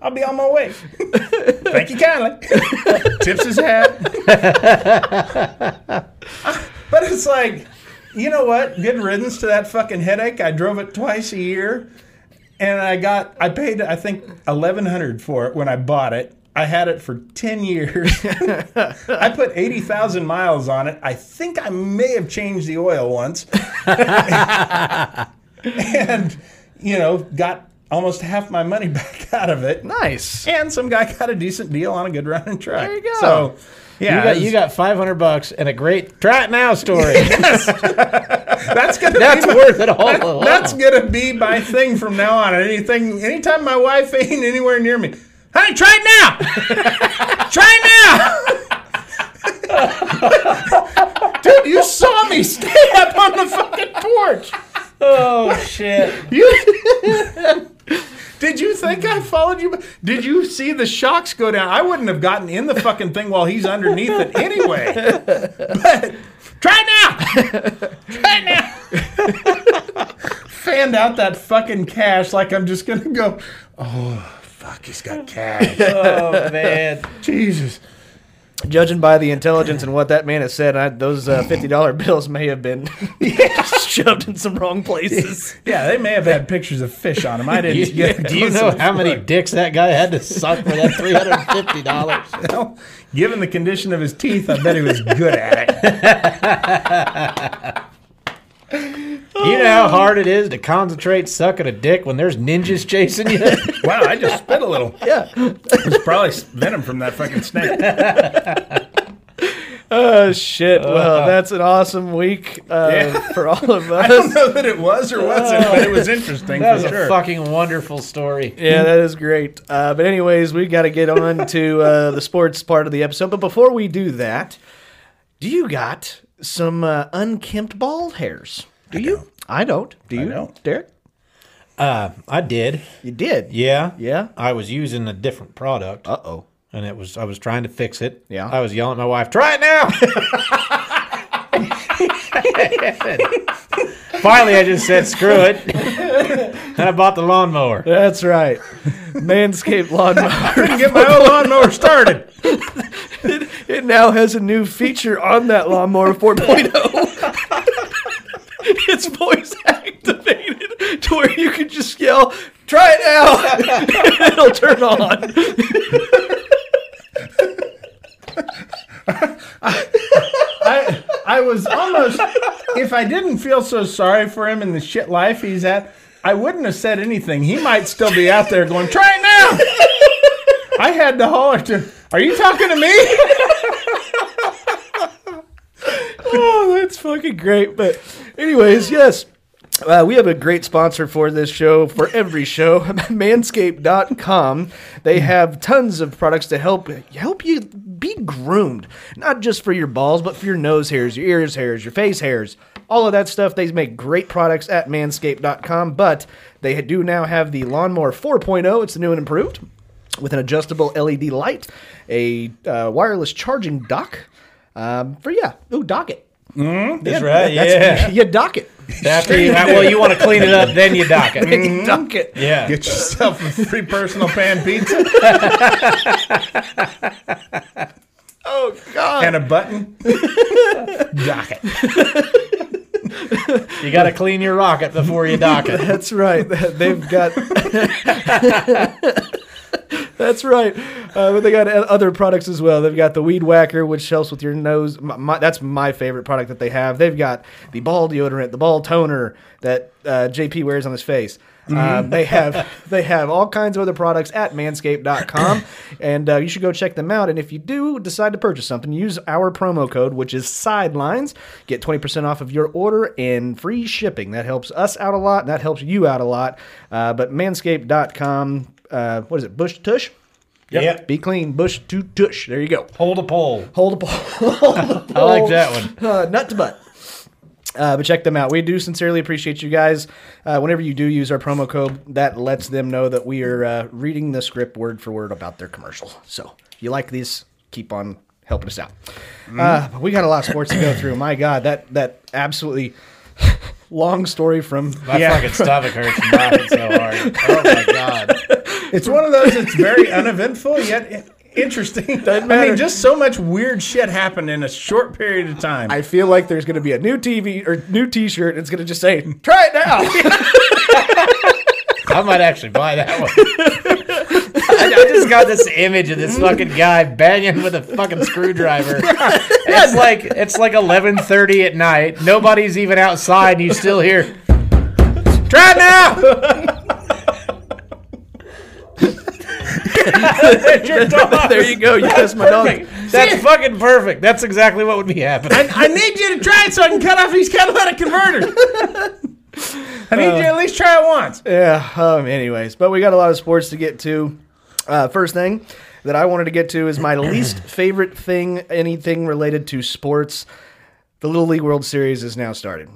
[SPEAKER 2] I'll be on my way. Thank you kindly. Tips his hat. but it's like, you know what? Good riddance to that fucking headache. I drove it twice a year, and I got I paid I think eleven hundred for it when I bought it. I had it for ten years. I put eighty thousand miles on it. I think I may have changed the oil once, and you know got almost half my money back out of it.
[SPEAKER 1] Nice.
[SPEAKER 2] And some guy got a decent deal on a good running truck. There
[SPEAKER 1] you go.
[SPEAKER 2] So, yeah,
[SPEAKER 3] You got,
[SPEAKER 2] it
[SPEAKER 3] you
[SPEAKER 2] was-
[SPEAKER 3] got 500 bucks and a great try it now story.
[SPEAKER 2] that's gonna
[SPEAKER 3] That's
[SPEAKER 2] be my-
[SPEAKER 3] worth it all.
[SPEAKER 2] That's gonna be my thing from now on. Anything, anytime my wife ain't anywhere near me, honey, try it now. try it now, dude. You saw me stand up on the fucking porch.
[SPEAKER 3] oh shit.
[SPEAKER 2] Did you think I followed you? Did you see the shocks go down? I wouldn't have gotten in the fucking thing while he's underneath it anyway. But try it now. try it now. Fanned out that fucking cash like I'm just gonna go. Oh fuck, he's got cash.
[SPEAKER 3] Oh man.
[SPEAKER 2] Jesus.
[SPEAKER 1] Judging by the intelligence and what that man has said, I, those uh, fifty dollar bills may have been shoved in some wrong places.
[SPEAKER 2] Yeah, they may have had pictures of fish on him. I didn't get. a
[SPEAKER 3] Do you
[SPEAKER 2] close
[SPEAKER 3] know
[SPEAKER 2] enough
[SPEAKER 3] how many
[SPEAKER 2] look.
[SPEAKER 3] dicks that guy had to suck for that three hundred and fifty dollars?
[SPEAKER 2] Well, given the condition of his teeth, I bet he was good at it.
[SPEAKER 3] You know how hard it is to concentrate sucking a dick when there's ninjas chasing you.
[SPEAKER 2] Wow, I just spit a little.
[SPEAKER 1] Yeah.
[SPEAKER 2] It's probably venom from that fucking snake.
[SPEAKER 1] Oh shit. Well, that's an awesome week uh,
[SPEAKER 2] Yeah.
[SPEAKER 1] for all of
[SPEAKER 2] I don't
[SPEAKER 1] us.
[SPEAKER 2] know that it was or wasn't, but it was interesting
[SPEAKER 3] That was
[SPEAKER 2] for
[SPEAKER 3] a
[SPEAKER 2] sure.
[SPEAKER 3] fucking wonderful story.
[SPEAKER 1] Yeah, that is great. Uh, but anyways, we got to get on to uh, the sports part of the episode. But before we do that, do you got some uh, unkempt bald hairs? Do you? I don't. Do you?
[SPEAKER 2] don't.
[SPEAKER 1] Derek.
[SPEAKER 3] I did.
[SPEAKER 1] You did.
[SPEAKER 3] Yeah.
[SPEAKER 1] Yeah.
[SPEAKER 3] I was using a different product.
[SPEAKER 1] Uh oh.
[SPEAKER 3] and it was I was trying to fix it.
[SPEAKER 1] Yeah.
[SPEAKER 3] I was yelling at my wife, "Try it now!" Finally, I just said screw it, and I bought the lawnmower.
[SPEAKER 1] That's right. Manscaped lawnmower.
[SPEAKER 2] Couldn't get my own lawnmower started.
[SPEAKER 1] It now has a new feature on that lawnmower 4.0. it's voice activated to where you can just yell, try it now. It'll turn on.
[SPEAKER 2] I, I was almost, if I didn't feel so sorry for him and the shit life he's at, I wouldn't have said anything. He might still be out there going, try it now. I had to holler to, are you talking to me?
[SPEAKER 1] Oh, that's fucking great. But, anyways, yes. Uh, we have a great sponsor for this show, for every show, manscaped.com. They have tons of products to help help you be groomed, not just for your balls, but for your nose hairs, your ears hairs, your face hairs, all of that stuff. They make great products at manscaped.com, but they do now have the Lawnmower 4.0. It's new and improved with an adjustable LED light, a uh, wireless charging dock. Um, for yeah, ooh, dock it.
[SPEAKER 3] That's right.
[SPEAKER 1] That's, You dock it.
[SPEAKER 3] yeah. After you, well, you want to clean it up, then you dock it.
[SPEAKER 1] You dock it.
[SPEAKER 3] Yeah.
[SPEAKER 2] Get yourself a free personal pan pizza
[SPEAKER 1] Oh, God.
[SPEAKER 2] and a button. Dock it.
[SPEAKER 3] You got to clean your rocket before you dock it.
[SPEAKER 1] That's right. They've got. That's right. Uh, but they got o- other products as well. They've got the weed whacker, which helps with your nose. My, my, that's my favorite product that they have. They've got the ball deodorant, the ball toner that uh, JP wears on his face. Um, they have they have all kinds of other products at manscaped.com and uh, you should go check them out and if you do decide to purchase something use our promo code which is sidelines get 20% off of your order and free shipping that helps us out a lot and that helps you out a lot uh, but manscaped.com uh, what is it bush to tush
[SPEAKER 3] Yep.
[SPEAKER 1] be clean bush to tush there you go
[SPEAKER 3] Hold a pole.
[SPEAKER 1] hold a pole
[SPEAKER 3] I like that one.
[SPEAKER 1] uh, nut to butt. Uh, but check them out. We do sincerely appreciate you guys. Uh, whenever you do use our promo code, that lets them know that we are uh, reading the script word for word about their commercial. So if you like these, keep on helping us out.
[SPEAKER 3] Mm-hmm.
[SPEAKER 1] Uh, but we got a lot of sports to go through. My God, that that absolutely long story from
[SPEAKER 3] My fucking stomach hurts from laughing so hard. Oh my god.
[SPEAKER 2] It's one of those that's very uneventful yet i- interesting. I
[SPEAKER 1] matter.
[SPEAKER 2] mean, just so much weird shit happened in a short period of time.
[SPEAKER 1] I feel like there's going to be a new TV or new T-shirt. And it's going to just say, "Try it now."
[SPEAKER 3] I might actually buy that one. I, I just got this image of this fucking guy banging with a fucking screwdriver. It's like it's like eleven thirty at night. Nobody's even outside, and you still hear. Try it now. There's your dog.
[SPEAKER 1] there you go. You guys, my dog.
[SPEAKER 3] That's fucking perfect. That's exactly what would be happening.
[SPEAKER 2] I, I need you to try it so I can cut off these catalytic converters. I need you to at least try it once.
[SPEAKER 1] Yeah. Um, anyways, but we got a lot of sports to get to. Uh, first thing that I wanted to get to is my least favorite thing, anything related to sports. The Little League World Series is now started.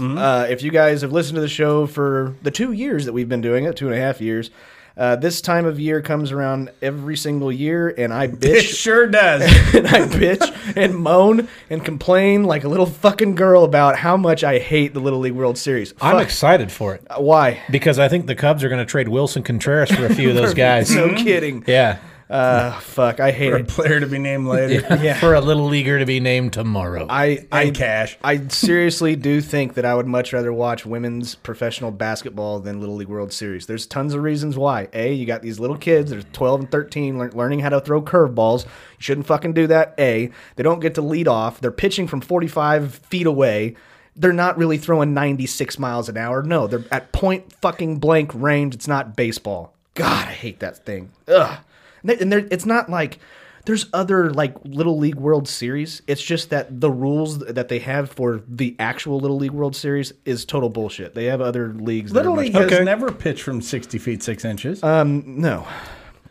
[SPEAKER 1] Uh, if you guys have listened to the show for the two years that we've been doing it, two and a half years, uh, this time of year comes around every single year, and I
[SPEAKER 2] It
[SPEAKER 1] bitch
[SPEAKER 2] sure does.
[SPEAKER 1] and I bitch and moan and complain like a little fucking girl about how much I hate the Little League World Series.
[SPEAKER 3] I'm
[SPEAKER 1] Fuck,
[SPEAKER 3] excited for it
[SPEAKER 1] why?
[SPEAKER 3] because I think the Cubs are going to trade Wilson Contreras for a few of those guys.
[SPEAKER 1] No kidding.
[SPEAKER 3] Yeah.
[SPEAKER 1] Uh, fuck, I hate
[SPEAKER 2] For a
[SPEAKER 1] it.
[SPEAKER 2] player to be named later.
[SPEAKER 3] For a little leaguer to be named tomorrow.
[SPEAKER 1] I,
[SPEAKER 2] I
[SPEAKER 1] I,
[SPEAKER 2] cash.
[SPEAKER 1] I seriously do think that I would much rather watch women's professional basketball than Little League World Series. There's tons of reasons why. A, you got these little kids, they're 12 and 13, lear- learning how to throw curveballs. You shouldn't fucking do that. A, they don't get to lead off. They're pitching from 45 feet away. They're not really throwing 96 miles an hour. No, they're at point fucking blank range. It's not baseball. God, I hate that thing. Ugh. And, they, and they're- it's not like there's other like little league world series it's just that the rules that they have for the actual little league world series is total bullshit they have other leagues that are
[SPEAKER 2] Little
[SPEAKER 1] much
[SPEAKER 2] League has
[SPEAKER 3] Okay.
[SPEAKER 2] never pitched from 60 feet 6 inches.
[SPEAKER 1] no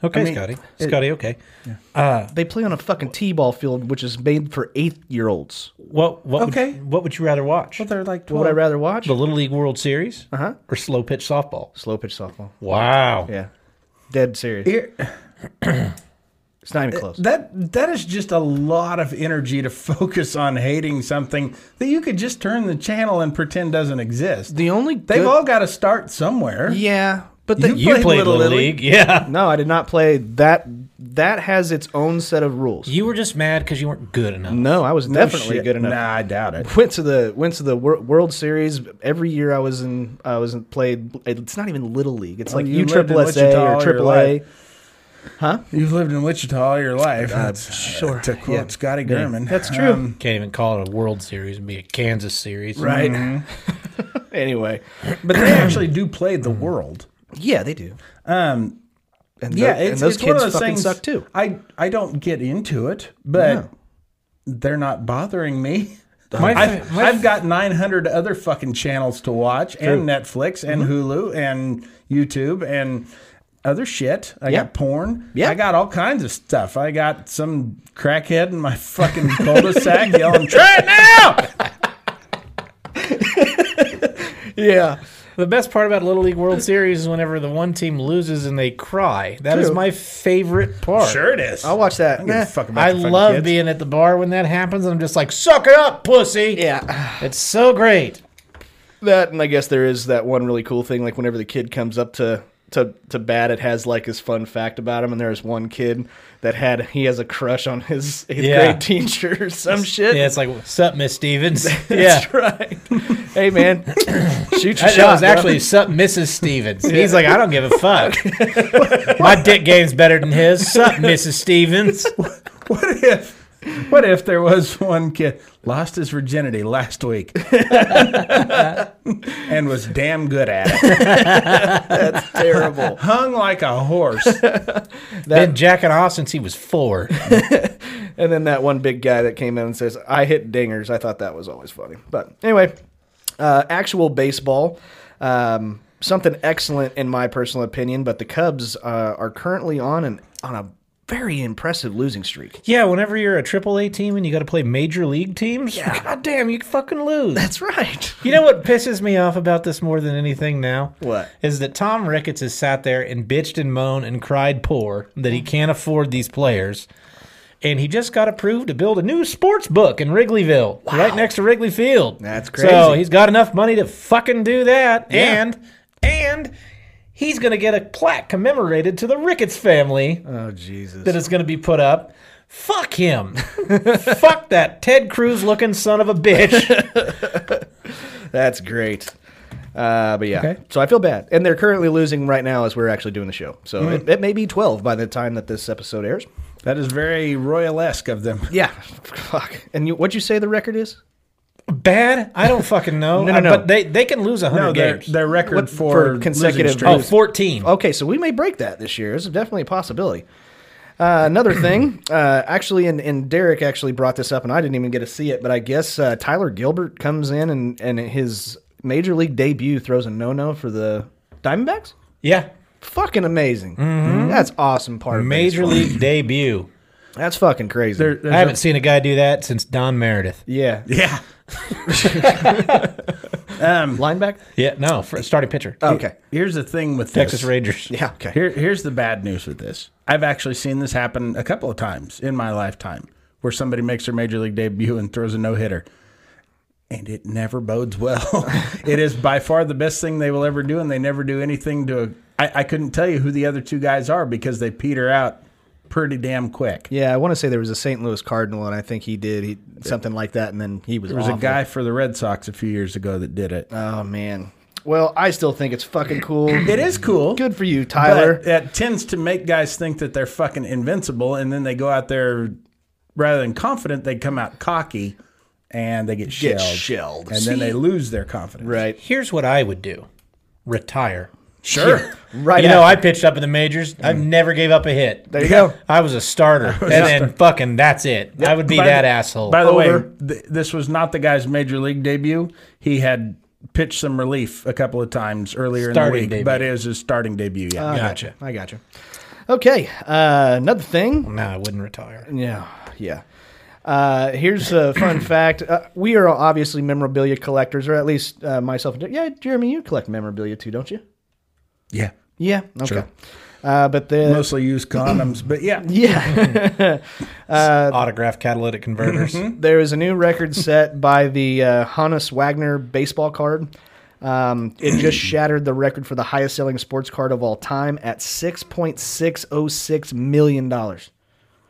[SPEAKER 3] okay,
[SPEAKER 2] mean,
[SPEAKER 3] Scotty. Scotty, okay.
[SPEAKER 1] they play on a fucking t-ball field which is made for eighth year olds
[SPEAKER 3] What what
[SPEAKER 2] Okay.
[SPEAKER 3] would, what would you rather watch?
[SPEAKER 2] they're like 12.
[SPEAKER 1] what would i rather watch
[SPEAKER 3] the Little League World Series uh-huh. or slow pitch softball?
[SPEAKER 1] slow pitch softball
[SPEAKER 3] Wow.
[SPEAKER 1] yeah dead serious
[SPEAKER 2] Here-
[SPEAKER 1] It's not even close.
[SPEAKER 2] That that is just a lot of energy to focus on hating something that you could just turn the channel and pretend doesn't exist.
[SPEAKER 4] The only
[SPEAKER 2] They've
[SPEAKER 4] good-
[SPEAKER 2] all got to start somewhere.
[SPEAKER 4] Yeah, but
[SPEAKER 3] You,
[SPEAKER 4] the,
[SPEAKER 3] played, Little, League. Yeah.
[SPEAKER 1] no, I did not play that. That has its own set of rules.
[SPEAKER 3] You were just mad because you weren't good enough.
[SPEAKER 1] No, I was
[SPEAKER 2] No
[SPEAKER 1] definitely
[SPEAKER 2] shit.
[SPEAKER 1] good enough.
[SPEAKER 2] Nah, I doubt it.
[SPEAKER 1] Went to the went to the wor- World Series every year. I was in. I was in, played. It's not even little league. It's like
[SPEAKER 2] Oh, you
[SPEAKER 1] U
[SPEAKER 2] lived in
[SPEAKER 1] Triple SA
[SPEAKER 2] Wichita all
[SPEAKER 1] or
[SPEAKER 2] your
[SPEAKER 1] Triple A.
[SPEAKER 2] You've lived in Wichita all your life. That's
[SPEAKER 4] Uh,
[SPEAKER 2] uh,
[SPEAKER 4] sure,
[SPEAKER 2] To quote
[SPEAKER 4] yeah.
[SPEAKER 2] Scotty Um, Gurman.
[SPEAKER 1] That's true.
[SPEAKER 3] Can't even call it a World Series and be a Kansas Series.
[SPEAKER 2] right? Mm-hmm.
[SPEAKER 1] anyway,
[SPEAKER 2] But they actually do play the world.
[SPEAKER 1] yeah, they do.
[SPEAKER 2] Um,
[SPEAKER 1] And
[SPEAKER 2] yeah,
[SPEAKER 1] tho-
[SPEAKER 2] it's,
[SPEAKER 1] and those
[SPEAKER 2] it's
[SPEAKER 1] kids
[SPEAKER 2] one of those
[SPEAKER 1] fucking
[SPEAKER 2] things,
[SPEAKER 1] suck too.
[SPEAKER 2] I I don't get into it, but
[SPEAKER 1] No.
[SPEAKER 2] they're not bothering me.
[SPEAKER 3] My fa-
[SPEAKER 2] I've,
[SPEAKER 3] my
[SPEAKER 2] I've got 900 other fucking channels to watch, and Netflix, and Hulu, and YouTube, and other shit. I
[SPEAKER 1] Yeah.
[SPEAKER 2] got porn.
[SPEAKER 1] Yeah.
[SPEAKER 2] I got all kinds of stuff. I got some crackhead in my fucking cul-de-sac yelling, "Try it now!"
[SPEAKER 1] Yeah,
[SPEAKER 3] The best part about Little League World Series is whenever the one team loses and they cry. That is
[SPEAKER 1] True.
[SPEAKER 3] my favorite part.
[SPEAKER 2] Sure it is.
[SPEAKER 1] I will watch that.
[SPEAKER 2] Give a
[SPEAKER 1] Nah.
[SPEAKER 2] fuck about
[SPEAKER 3] I
[SPEAKER 2] the fucking
[SPEAKER 3] love
[SPEAKER 2] kids.
[SPEAKER 3] being at the bar when that happens, and I'm just like, "Suck it up, pussy!"
[SPEAKER 1] Yeah.
[SPEAKER 3] it's so great.
[SPEAKER 1] That and I guess there is that one really cool thing, like whenever the kid comes up to to to bat, it has like his fun fact about him, and there is one kid that had he has a crush on his eighth
[SPEAKER 3] Yeah.
[SPEAKER 1] grade teacher or some shit.
[SPEAKER 3] Yeah, it's like, "Sup, Miss Stevens?" yeah,
[SPEAKER 1] That's right. hey man, shoot your
[SPEAKER 3] that,
[SPEAKER 1] shot.
[SPEAKER 3] that was
[SPEAKER 1] bro.
[SPEAKER 3] actually "Sup, Mrs. Stevens." He's like, "I don't give a fuck. My dick game's better than his." "Sup, Mrs. Stevens?"
[SPEAKER 2] What if? What if there was one kid lost his virginity last week and was damn good at it,
[SPEAKER 1] terrible.
[SPEAKER 2] hung like a horse?
[SPEAKER 3] Been jacking off since he was four.
[SPEAKER 1] And then that one big guy that came in and says, I hit dingers. I thought that was always funny. But anyway, uh, actual baseball. Um, something excellent in my personal opinion, but the Cubs uh, are currently on an on a very impressive losing streak.
[SPEAKER 3] Yeah, whenever you're a triple A team and you got to play major league teams, yeah. god damn, you fucking lose.
[SPEAKER 1] That's right.
[SPEAKER 3] You know what pisses me off about this more than anything now?
[SPEAKER 1] What?
[SPEAKER 3] Is that Tom Ricketts has sat there and bitched and moaned and cried poor that he can't afford these players. And he just got approved to build a new sports book in Wrigleyville, right next to Wrigley Field.
[SPEAKER 1] That's
[SPEAKER 3] So
[SPEAKER 1] crazy.
[SPEAKER 3] he's got enough money to fucking do that. And, and he's going to get a plaque commemorated to the Ricketts family
[SPEAKER 1] Oh Jesus.
[SPEAKER 3] that is going to be put up. Fuck him. Fuck that Ted Cruz looking son of a bitch.
[SPEAKER 1] That's great. Uh, but yeah,
[SPEAKER 3] Okay.
[SPEAKER 1] so I feel bad, and they're currently losing right now as we're actually doing the show. So it, it may be twelve by the time that this episode airs.
[SPEAKER 2] That is very royalesque of them.
[SPEAKER 1] Yeah, fuck. And you, what'd you say the record is?
[SPEAKER 3] Bad? I don't fucking know.
[SPEAKER 1] No, no,
[SPEAKER 3] Uh,
[SPEAKER 1] no.
[SPEAKER 3] But they, they can lose 100
[SPEAKER 2] No, their,
[SPEAKER 3] games.
[SPEAKER 2] their record
[SPEAKER 1] Oh, What- for
[SPEAKER 2] for,
[SPEAKER 1] consecutive-
[SPEAKER 2] consecutive.
[SPEAKER 3] oh, 14.
[SPEAKER 1] Okay, so we may break that this year. It's definitely a possibility. Uh, another thing, uh, actually, and, and Derek actually brought this up, and I didn't even get to see it, but I guess uh, Tyler Gilbert comes in and, and his major league debut throws a no no for the Diamondbacks.
[SPEAKER 3] Yeah.
[SPEAKER 1] Fucking amazing.
[SPEAKER 2] Mm-hmm.
[SPEAKER 1] That's awesome part of
[SPEAKER 3] Major
[SPEAKER 1] baseball.
[SPEAKER 3] league debut.
[SPEAKER 1] That's fucking crazy.
[SPEAKER 3] I haven't seen a guy do that since Don Meredith.
[SPEAKER 1] yeah.
[SPEAKER 2] yeah.
[SPEAKER 1] Linebacker?
[SPEAKER 3] Yeah, no, for starting pitcher.
[SPEAKER 1] Okay.
[SPEAKER 2] Here's the thing with
[SPEAKER 3] Texas
[SPEAKER 2] this.
[SPEAKER 3] Rangers.
[SPEAKER 1] Yeah, okay.
[SPEAKER 2] Here, here's the bad news with this. I've actually seen this happen a couple of times in my lifetime where somebody makes their major league debut and throws a no hitter. And it never bodes well. it is by far the best thing they will ever do, and they never do anything to. I, I couldn't tell you who the other two guys are because they peter out pretty damn quick.
[SPEAKER 1] Yeah, I want to say there was a St. Louis Cardinal, and I think he did he, something like that, and then he was
[SPEAKER 2] There was a guy for the Red Sox a few years ago that did it.
[SPEAKER 1] Oh, man. Well, I still think it's fucking cool.
[SPEAKER 2] it is cool.
[SPEAKER 1] Good for you, Tyler.
[SPEAKER 2] But that tends to make guys think that they're fucking invincible, and then they go out there rather than confident, they come out cocky, and they get shelled.
[SPEAKER 1] Get shelled.
[SPEAKER 2] and then they lose their confidence.
[SPEAKER 1] Right.
[SPEAKER 3] Here's what I would do retire.
[SPEAKER 2] Sure.
[SPEAKER 1] Right.
[SPEAKER 3] you know,
[SPEAKER 1] after.
[SPEAKER 3] I pitched up in the majors. I never gave up a hit.
[SPEAKER 1] There you go.
[SPEAKER 3] I was a starter. and then fucking that's it. I would be
[SPEAKER 2] By
[SPEAKER 3] that
[SPEAKER 2] the-
[SPEAKER 3] asshole.
[SPEAKER 2] By the
[SPEAKER 1] Over.
[SPEAKER 2] way, th- this was not the guy's major league debut. He had pitched some relief a couple of times earlier
[SPEAKER 3] Starting
[SPEAKER 2] in the week,
[SPEAKER 3] debut. Uh,
[SPEAKER 2] but it was his starting debut. Yeah.
[SPEAKER 3] gotcha.
[SPEAKER 1] I got you. Okay. Uh, another thing.
[SPEAKER 3] No, I wouldn't retire.
[SPEAKER 1] Yeah. Yeah. Uh, here's a fun fact. Uh, we are obviously memorabilia collectors, or at least uh, myself. and Jer- Yeah, Jeremy, you collect memorabilia too, don't you?
[SPEAKER 2] yeah.
[SPEAKER 1] Yeah. Okay. Uh, but the
[SPEAKER 2] Mostly use condoms, but yeah.
[SPEAKER 1] yeah,
[SPEAKER 3] Autograph catalytic converters.
[SPEAKER 1] there is a new record set by the uh, Hannes Wagner baseball card. Um, it just shattered the record for the highest selling sports card of all time at six point six oh six million dollars.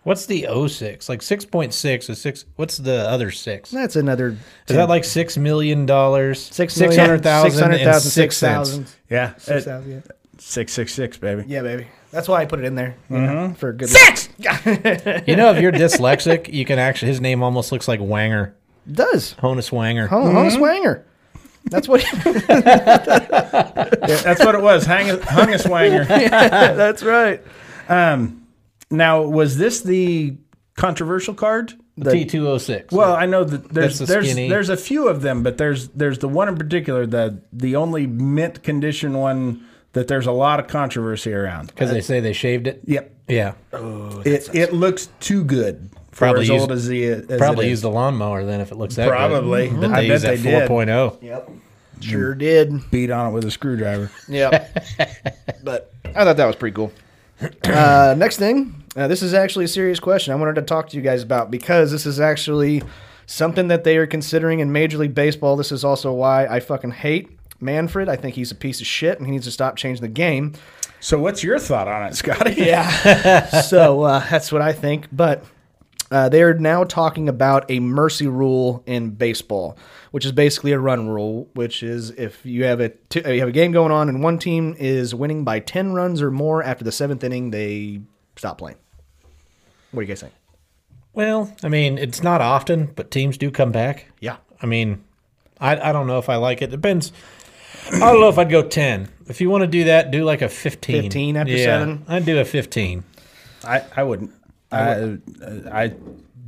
[SPEAKER 3] What's the 06? Like 6.6 is 6. What's the other 6? Is
[SPEAKER 1] That's another
[SPEAKER 3] that like $6 million?
[SPEAKER 1] six million, six
[SPEAKER 3] 600,000
[SPEAKER 1] hundred thousand, six
[SPEAKER 3] 6,000.
[SPEAKER 1] thousand,
[SPEAKER 2] Yeah.
[SPEAKER 1] six thousand, yeah.
[SPEAKER 2] Six six six, baby.
[SPEAKER 1] Yeah, baby. That's why I put it in there you know, for a good six.
[SPEAKER 3] You know, if you're dyslexic, you can actually, his name almost looks like Wanger.
[SPEAKER 1] Does
[SPEAKER 3] Honus Wanger.
[SPEAKER 1] oh, oh, swanger? That's what.
[SPEAKER 2] Yeah, that's what it was. Hang a, hung a swanger. Um,
[SPEAKER 1] that's right.
[SPEAKER 2] Now, was this the controversial card?
[SPEAKER 3] T206.
[SPEAKER 2] Well, I know that there's
[SPEAKER 3] That's the
[SPEAKER 2] there's
[SPEAKER 3] skinny.
[SPEAKER 2] there's a few of them, but there's there's the one in particular the the only mint condition one that there's a lot of controversy around.
[SPEAKER 3] Because
[SPEAKER 1] uh,
[SPEAKER 3] they say they shaved it?
[SPEAKER 2] Yep,
[SPEAKER 3] Yeah.
[SPEAKER 2] it it looks too good for
[SPEAKER 3] Probably
[SPEAKER 2] as
[SPEAKER 3] used-
[SPEAKER 2] old as the as
[SPEAKER 3] Probably
[SPEAKER 2] it
[SPEAKER 3] used
[SPEAKER 2] is.
[SPEAKER 3] a lawnmower then if it looks that
[SPEAKER 2] Probably.
[SPEAKER 3] good. Mm-hmm. But
[SPEAKER 2] I
[SPEAKER 3] they
[SPEAKER 2] bet
[SPEAKER 3] use that
[SPEAKER 2] they did.
[SPEAKER 3] 4.0.
[SPEAKER 1] Yep. Sure did.
[SPEAKER 2] beat on it with a screwdriver.
[SPEAKER 1] Yep. but I thought that was pretty cool. Uh, next thing, uh, this is actually a serious question I wanted to talk to you guys about because this is actually something that they are considering in Major League Baseball. This is also why I fucking hate Manfred. I think he's a piece of shit and he needs to stop changing the game.
[SPEAKER 2] So, what's your thought on it, Scotty?
[SPEAKER 1] so uh, that's what I think. But uh, they are now talking about a mercy rule in baseball, which is basically a run rule, which is if you have a t- you have a game going on and one team is winning by ten runs or more after the seventh inning, they stop playing. What do you guys think?
[SPEAKER 3] Well, I mean, it's not often, but teams do come back.
[SPEAKER 1] Yeah.
[SPEAKER 3] I mean, I, I don't know if I like it. Depends. I don't know if I'd go 10. If you want to do that, do like a 15.
[SPEAKER 1] 15 after
[SPEAKER 3] Yeah,
[SPEAKER 1] seven?
[SPEAKER 3] I'd do a 15.
[SPEAKER 2] I, I wouldn't. I, I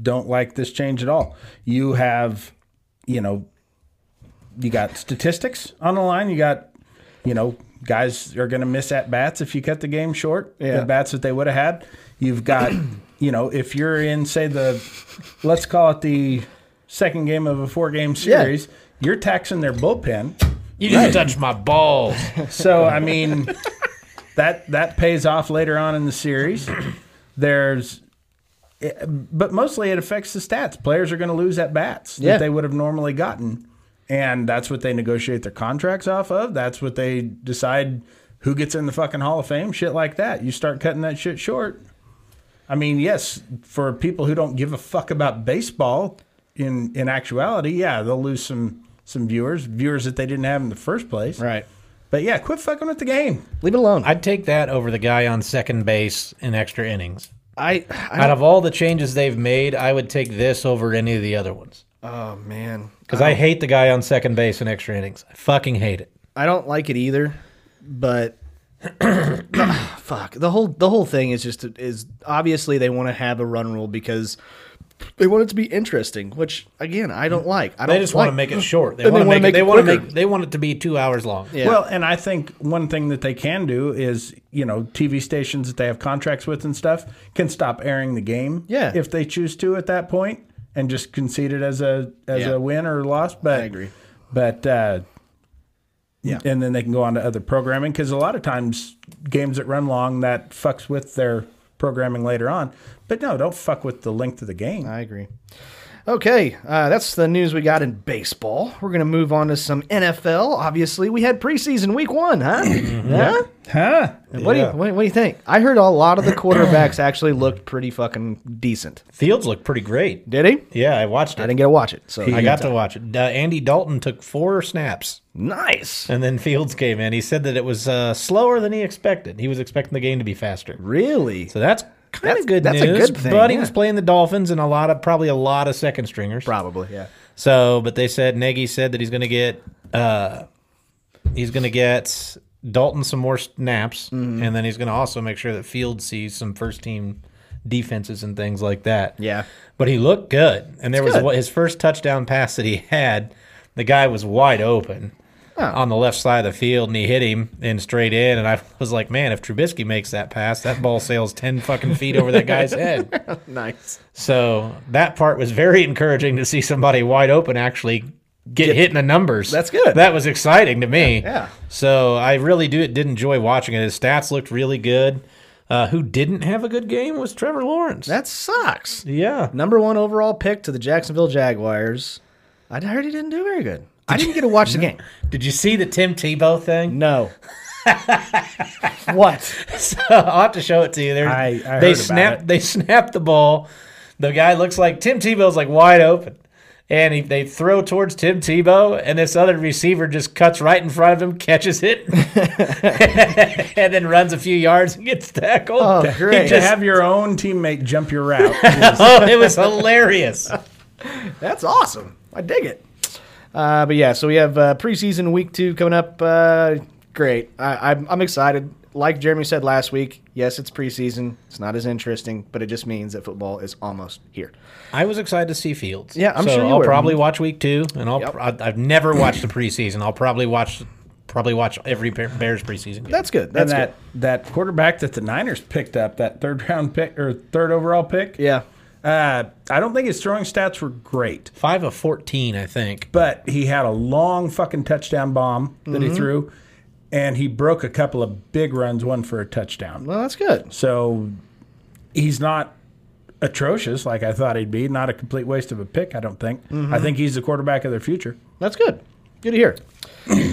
[SPEAKER 2] don't like this change at all. You have, you know, you got statistics on the line. You got, you know, guys are going to miss at bats if you cut the game short.
[SPEAKER 1] Yeah.
[SPEAKER 2] The bats that they would have had. You've got, you know, if you're in, say, the, let's call it the second game of a four game
[SPEAKER 1] Yeah.
[SPEAKER 2] series, you're taxing their bullpen.
[SPEAKER 3] You didn't touch my balls.
[SPEAKER 2] So I mean, that that pays off later on in the series. There's, eh, but mostly it affects the stats. Players are going to lose at bats
[SPEAKER 1] Yeah.
[SPEAKER 2] that they would have normally gotten, and that's what they negotiate their contracts off of. That's what they decide who gets in the fucking Hall of Fame. Shit like that. You start cutting that shit short. I mean, yes, for people who don't give a fuck about baseball, in in actuality, yeah, they'll lose some some viewers, viewers that they didn't have in the first place.
[SPEAKER 1] Right.
[SPEAKER 2] But yeah, quit fucking with the game.
[SPEAKER 1] Leave it alone. I
[SPEAKER 3] I'd take that over the guy on second base in extra innings.
[SPEAKER 1] I,
[SPEAKER 3] Out of all the changes they've made, I would take this over any of the other ones.
[SPEAKER 1] oh man,
[SPEAKER 3] Because I hate the guy on second base in extra innings. I fucking hate it.
[SPEAKER 1] I don't like it either, but fuck the whole the whole thing is just is obviously they want to have a run rule because they want it to be interesting, which again I don't like. I don't.
[SPEAKER 3] They just want to
[SPEAKER 1] like-
[SPEAKER 3] make it short. They
[SPEAKER 1] And
[SPEAKER 3] want to make, it. They want to
[SPEAKER 1] quicker.
[SPEAKER 3] make. They want it to be two hours long.
[SPEAKER 1] Yeah.
[SPEAKER 2] Well, and I think one thing that they can do is, you know, TV stations that they have contracts with and stuff can stop airing the game
[SPEAKER 1] Yeah.
[SPEAKER 2] if they choose to at that point and just concede it as a as
[SPEAKER 1] Yeah.
[SPEAKER 2] a win or loss, but
[SPEAKER 1] I agree.
[SPEAKER 2] But uh yeah. And then they can go on to other programming because a lot of times games that run long that fucks with their programming later on. But no, don't fuck with the length of the game.
[SPEAKER 1] I agree. Okay, uh, that's the news we got in baseball. We're gonna move on to some NFL. Obviously, we had preseason week one, huh? huh?
[SPEAKER 2] Huh?
[SPEAKER 1] What do you what, what do you think? I heard a lot of the quarterbacks actually looked pretty fucking decent.
[SPEAKER 3] Fields looked pretty great.
[SPEAKER 1] Did he?
[SPEAKER 3] Yeah, I watched
[SPEAKER 1] I
[SPEAKER 3] it.
[SPEAKER 1] didn't get to watch it, so
[SPEAKER 3] I got to watch it. Uh, Andy Dalton took four snaps,
[SPEAKER 1] nice.
[SPEAKER 3] and then Fields came in. He said that it was uh, slower than he expected. He was expecting the game to be faster.
[SPEAKER 1] Really?
[SPEAKER 3] So that's kind
[SPEAKER 1] That's-
[SPEAKER 3] of good
[SPEAKER 1] that's a
[SPEAKER 3] news.
[SPEAKER 1] good thing,
[SPEAKER 3] but he
[SPEAKER 1] yeah.
[SPEAKER 3] was playing the Dolphins and a lot of probably a lot of second stringers.
[SPEAKER 1] Probably, yeah.
[SPEAKER 3] So, but they said Nagy said that he's going to get uh, he's going to get Dalton some more snaps,
[SPEAKER 1] Mm-hmm.
[SPEAKER 3] and then he's going to also make sure that Field sees some first team defenses and things like that.
[SPEAKER 1] Yeah.
[SPEAKER 3] but he looked good, and there was
[SPEAKER 1] good.
[SPEAKER 3] what his first touchdown pass that he had. The guy was wide open. On the left side of the field, and he hit him and straight in. And I was like, "Man, if Trubisky makes that pass, that ball sails ten fucking feet over that guy's head."
[SPEAKER 1] Nice.
[SPEAKER 3] So that part was very encouraging to see somebody wide open actually get, hit in the numbers.
[SPEAKER 1] That's good.
[SPEAKER 3] That was exciting to me.
[SPEAKER 1] yeah.
[SPEAKER 3] So I really do did enjoy watching it. His stats looked really good. Uh, who didn't have a good game was Trevor Lawrence.
[SPEAKER 1] That sucks.
[SPEAKER 3] yeah.
[SPEAKER 1] Number one overall pick to the Jacksonville Jaguars. I heard he didn't do very good. I didn't get to watch the game.
[SPEAKER 3] Did you see the Tim Tebow thing?
[SPEAKER 1] No. what?
[SPEAKER 3] So I'll have to show it to you. There,
[SPEAKER 2] I- I heard
[SPEAKER 3] they
[SPEAKER 2] about
[SPEAKER 3] snapped.
[SPEAKER 2] it.
[SPEAKER 3] They snapped the ball. The guy looks like Tim Tebow's like wide open, and he, they throw towards Tim Tebow, and this other receiver just cuts right in front of him, catches it, and then runs a few yards and gets tackled.
[SPEAKER 1] Oh, great.
[SPEAKER 2] to have your own teammate jump your route. is-
[SPEAKER 3] oh, it was hilarious.
[SPEAKER 1] That's awesome. I dig it. Uh, but yeah, so we have uh, preseason week two coming up. Uh, great. I, I'm, I'm excited. Like Jeremy said last week, yes, it's preseason. It's not as interesting, but it just means that football is almost here.
[SPEAKER 3] I was excited to see Fields.
[SPEAKER 1] Yeah, I'm
[SPEAKER 3] so
[SPEAKER 1] sure you
[SPEAKER 3] I'll
[SPEAKER 1] were.
[SPEAKER 3] probably watch week two, and I'll.
[SPEAKER 1] Yep.
[SPEAKER 3] I, I've never watched the preseason. I'll probably watch. Probably watch every Bear- Bears preseason. Game.
[SPEAKER 1] That's good.
[SPEAKER 2] and
[SPEAKER 1] That's
[SPEAKER 2] that that quarterback that the Niners picked up, that third round pick or third overall pick.
[SPEAKER 1] good. Yeah.
[SPEAKER 2] Uh, I don't think his throwing stats were great,
[SPEAKER 3] five of fourteen, I think.
[SPEAKER 2] but he had a long fucking touchdown bomb that
[SPEAKER 1] Mm-hmm.
[SPEAKER 2] he threw, and he broke a couple of big runs, one for a touchdown.
[SPEAKER 1] Well, that's good.
[SPEAKER 2] So he's not atrocious like I thought he'd be. Not a complete waste of a pick, I don't think.
[SPEAKER 1] Mm-hmm.
[SPEAKER 2] I think he's the quarterback of their future.
[SPEAKER 1] That's good. Good to hear.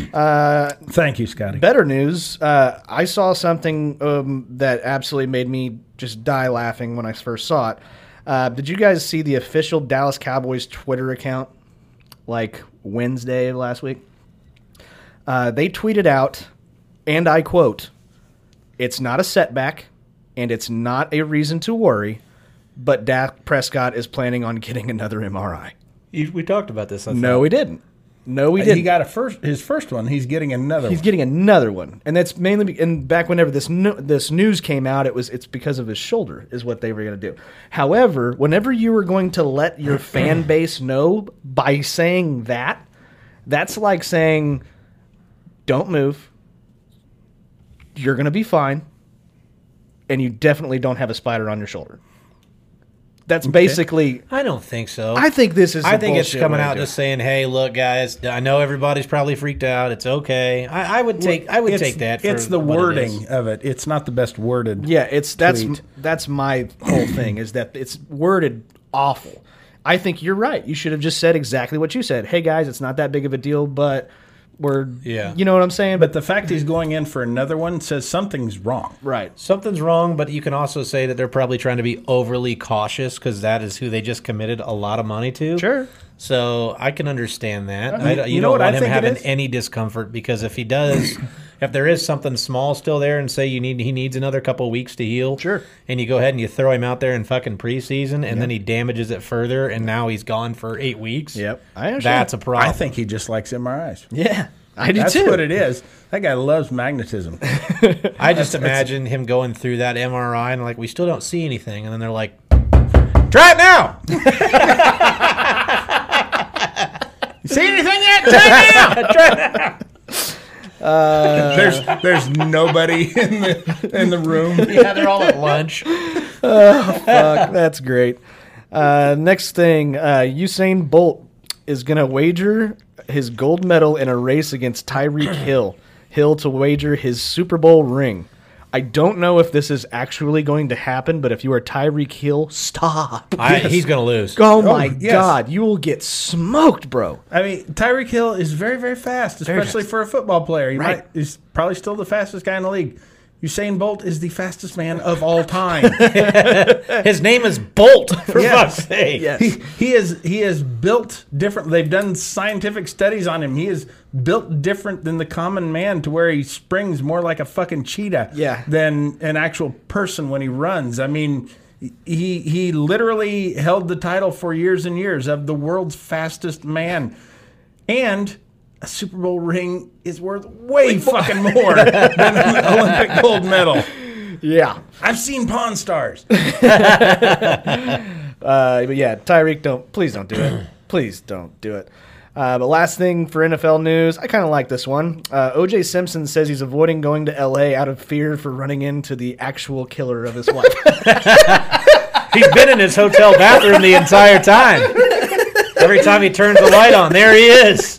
[SPEAKER 2] Thank you, Scotty.
[SPEAKER 1] Better news. Uh, I saw something um, that absolutely made me just die laughing when I first saw it. Uh, did you guys see the official Dallas Cowboys Twitter account like Wednesday of last week? Uh, they tweeted out, and I quote, It's not a setback and it's not a reason to worry, but Dak Prescott is planning on getting another MRI.
[SPEAKER 3] We talked about this.
[SPEAKER 1] No, he didn't. No, he didn't.
[SPEAKER 2] He got a first his first one. He's getting another
[SPEAKER 1] He's
[SPEAKER 2] one.
[SPEAKER 1] getting another one, and that's mainly be- and back whenever this no, this news came out, it was it's because of his shoulder is what they were going to do. However, whenever you were going to let your fan base know by saying that, that's like saying, "Don't move. You're going to be fine, and you definitely don't have a spider on your shoulder." That's basically.
[SPEAKER 3] I don't think so.
[SPEAKER 1] I think this is.
[SPEAKER 3] I
[SPEAKER 1] some
[SPEAKER 3] think it's
[SPEAKER 1] bullshit
[SPEAKER 3] coming
[SPEAKER 1] way to
[SPEAKER 3] out
[SPEAKER 1] do it.
[SPEAKER 3] just saying, "Hey, look, guys. I know everybody's probably freaked out. It's okay. I, I would take. I would
[SPEAKER 2] It's-
[SPEAKER 3] take that. For
[SPEAKER 2] It's the
[SPEAKER 3] what it
[SPEAKER 2] wording
[SPEAKER 3] is.
[SPEAKER 2] of it. It's not the best worded.
[SPEAKER 1] Yeah, it's that's
[SPEAKER 2] tweet.
[SPEAKER 1] that's my whole thing is that it's worded awful. I think you're right. You should have just said exactly what you said. Hey guys, it's not that big of a deal, but we're
[SPEAKER 3] Yeah.
[SPEAKER 1] you know what I'm saying.
[SPEAKER 2] But the fact he's going in for another one says something's wrong.
[SPEAKER 1] right,
[SPEAKER 3] Something's wrong, but you can also say that they're probably trying to be overly cautious because that is who they just committed a lot of money to.
[SPEAKER 1] Sure.
[SPEAKER 3] So I can understand that. I,
[SPEAKER 2] mean,
[SPEAKER 3] don't- you,
[SPEAKER 2] you know
[SPEAKER 3] don't
[SPEAKER 2] what I
[SPEAKER 3] want him
[SPEAKER 2] think it
[SPEAKER 3] having
[SPEAKER 2] is?
[SPEAKER 3] any discomfort because if he does, if there is something small still there, and say you need he needs another couple weeks to heal,
[SPEAKER 1] Sure.
[SPEAKER 3] and you go ahead and you throw him out there in fucking preseason, and then he damages it further, and now he's gone for eight weeks.
[SPEAKER 1] Yep. I understand.
[SPEAKER 3] That's a problem.
[SPEAKER 2] I think he just likes MRIs.
[SPEAKER 1] yeah, I do
[SPEAKER 2] That's
[SPEAKER 1] too.
[SPEAKER 2] what it is. That guy loves magnetism.
[SPEAKER 3] I just imagine him going through that MRI and like we still don't see anything, and then they're like, "Try it now."
[SPEAKER 2] See anything yet? Try now. there's there's nobody in the in the room.
[SPEAKER 3] yeah, they're all at lunch.
[SPEAKER 1] Fuck, that's great. Uh, next thing, uh, Usain Bolt is going to wager his gold medal in a race against Tyreek Hill. Hill to wager his Super Bowl ring. I don't know if this is actually going to happen, but if you are Tyreek Hill, stop.
[SPEAKER 3] I, He's gonna lose.
[SPEAKER 1] Oh my
[SPEAKER 2] yes.
[SPEAKER 1] God, you will get smoked, bro.
[SPEAKER 2] I mean, Tyreek Hill is very very fast, especially for a football player. He
[SPEAKER 1] Right.
[SPEAKER 2] might, he's probably still the fastest guy in the league. Usain Bolt is the fastest man of all time.
[SPEAKER 3] His name is Bolt. For
[SPEAKER 2] Yes.
[SPEAKER 3] fuck's sake.
[SPEAKER 1] Yes.
[SPEAKER 2] he, he is he is built different. They've done scientific studies on him. He is built different than the common man to where he springs more like a fucking cheetah
[SPEAKER 1] Yeah.
[SPEAKER 2] than an actual person when he runs. I mean, he he literally held the title for years and years of the world's fastest man, and. A Super Bowl ring is worth way fucking more than an Olympic gold medal.
[SPEAKER 1] Yeah.
[SPEAKER 2] I've seen Pawn Stars.
[SPEAKER 1] Uh, but yeah, Tyreek, don't please don't do it. please don't do it. Uh, but last thing for NFL news, I kind of like this one. Uh, OJ Simpson says he's avoiding going to LA out of fear for running into the actual killer of his wife.
[SPEAKER 3] He's been in his hotel bathroom the entire time. Every time he turns the light on, there he is.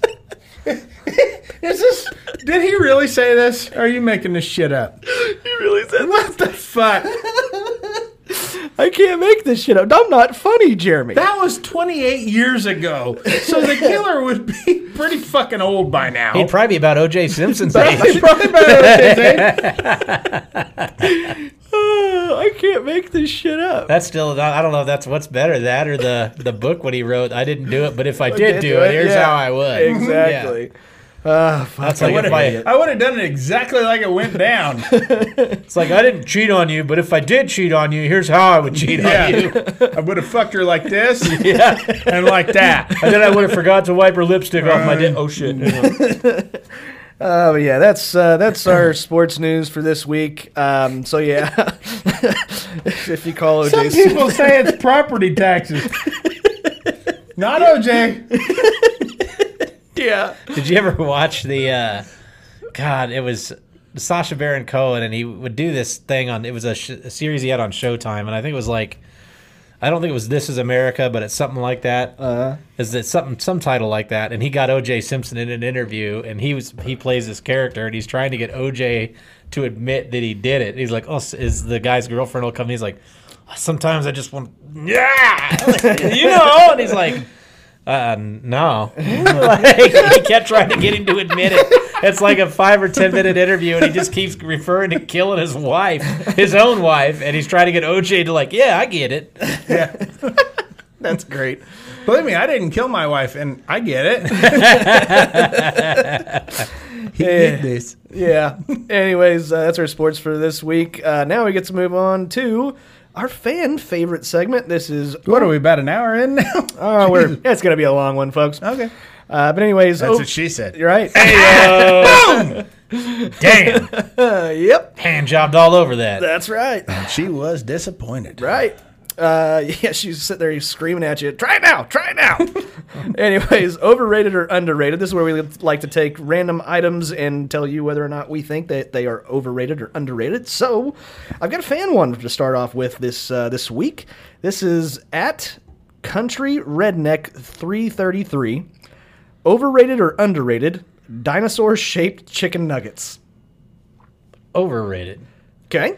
[SPEAKER 2] Is this? Did he really say this? Or are you making this shit up?
[SPEAKER 1] He really said
[SPEAKER 2] What the fuck?
[SPEAKER 1] I can't make this shit up. I'm not funny, Jeremy.
[SPEAKER 2] That was 28 years ago. So the killer would be pretty fucking old by now.
[SPEAKER 3] He'd probably be about OJ Simpson's age.
[SPEAKER 2] He's probably about OJ.
[SPEAKER 1] Uh, I can't make this shit up.
[SPEAKER 3] That's still. I don't know. If that's what's better, that or the the book what he wrote. I didn't do it, but if I did
[SPEAKER 1] Can't
[SPEAKER 3] do it, here's
[SPEAKER 1] yeah.
[SPEAKER 3] how I would.
[SPEAKER 1] Exactly.
[SPEAKER 3] Yeah. That's like if I,
[SPEAKER 2] I would have done it exactly like it went down.
[SPEAKER 3] it's like I didn't cheat on you, but if I did cheat on you, here's how I would cheat on you.
[SPEAKER 2] Yeah. I would have fucked her like this and like that.
[SPEAKER 3] And then I would have forgot to wipe her lipstick off my dick. Oh shit!
[SPEAKER 1] Oh yeah, that's uh, that's our sports news for this week. Um, so yeah, if you call
[SPEAKER 2] Some
[SPEAKER 1] OJ, Simpson-
[SPEAKER 2] people say it's property taxes. Not OJ.
[SPEAKER 1] yeah,
[SPEAKER 3] Did you ever watch the? Uh, God, it was Sasha Baron Cohen, and he would do this thing on. It was a, sh- a series he had on Showtime, and I think it was like, I don't think it was This Is America, but it's something like that. Uh-huh. Is that something? Some title like that? And he got O.J. Simpson in an interview, and he was he plays this character, and he's trying to get O.J. to admit that he did it. He's like, oh, s- is the guy's girlfriend will come? He's like, sometimes I just want, yeah, you know, and he's like. Uh, no. like, he kept trying to get him to admit it. It's like a five or ten minute interview, and he just keeps referring to killing his wife, his own wife, and he's trying to get OJ to like, yeah, I get it.
[SPEAKER 1] that's great.
[SPEAKER 2] Believe me, I didn't kill my wife, and I get it. he did this.
[SPEAKER 1] Yeah. Anyways, uh, that's our sports for this week. Uh, now we get to move on to our fan favorite segment. This is
[SPEAKER 2] What are we about an hour in now?
[SPEAKER 1] oh, we're, it's gonna be a long one, folks.
[SPEAKER 2] okay.
[SPEAKER 1] Uh, but anyways,
[SPEAKER 2] That's
[SPEAKER 1] oh,
[SPEAKER 2] what she said.
[SPEAKER 1] you're right.
[SPEAKER 3] Damn,
[SPEAKER 1] yep,
[SPEAKER 3] hand jobbed all over that.
[SPEAKER 1] that's right.
[SPEAKER 2] She was disappointed.
[SPEAKER 1] Right. Uh, yeah, she's sitting there he's screaming at you, try it now, try it now. Anyways, overrated or underrated. This is where we like to take random items and tell you whether or not we think that they are overrated or underrated. So I've got a fan one to start off with this uh, this week. This is at Country Redneck 333. Overrated or underrated dinosaur shaped chicken nuggets.
[SPEAKER 3] Overrated.
[SPEAKER 1] Okay.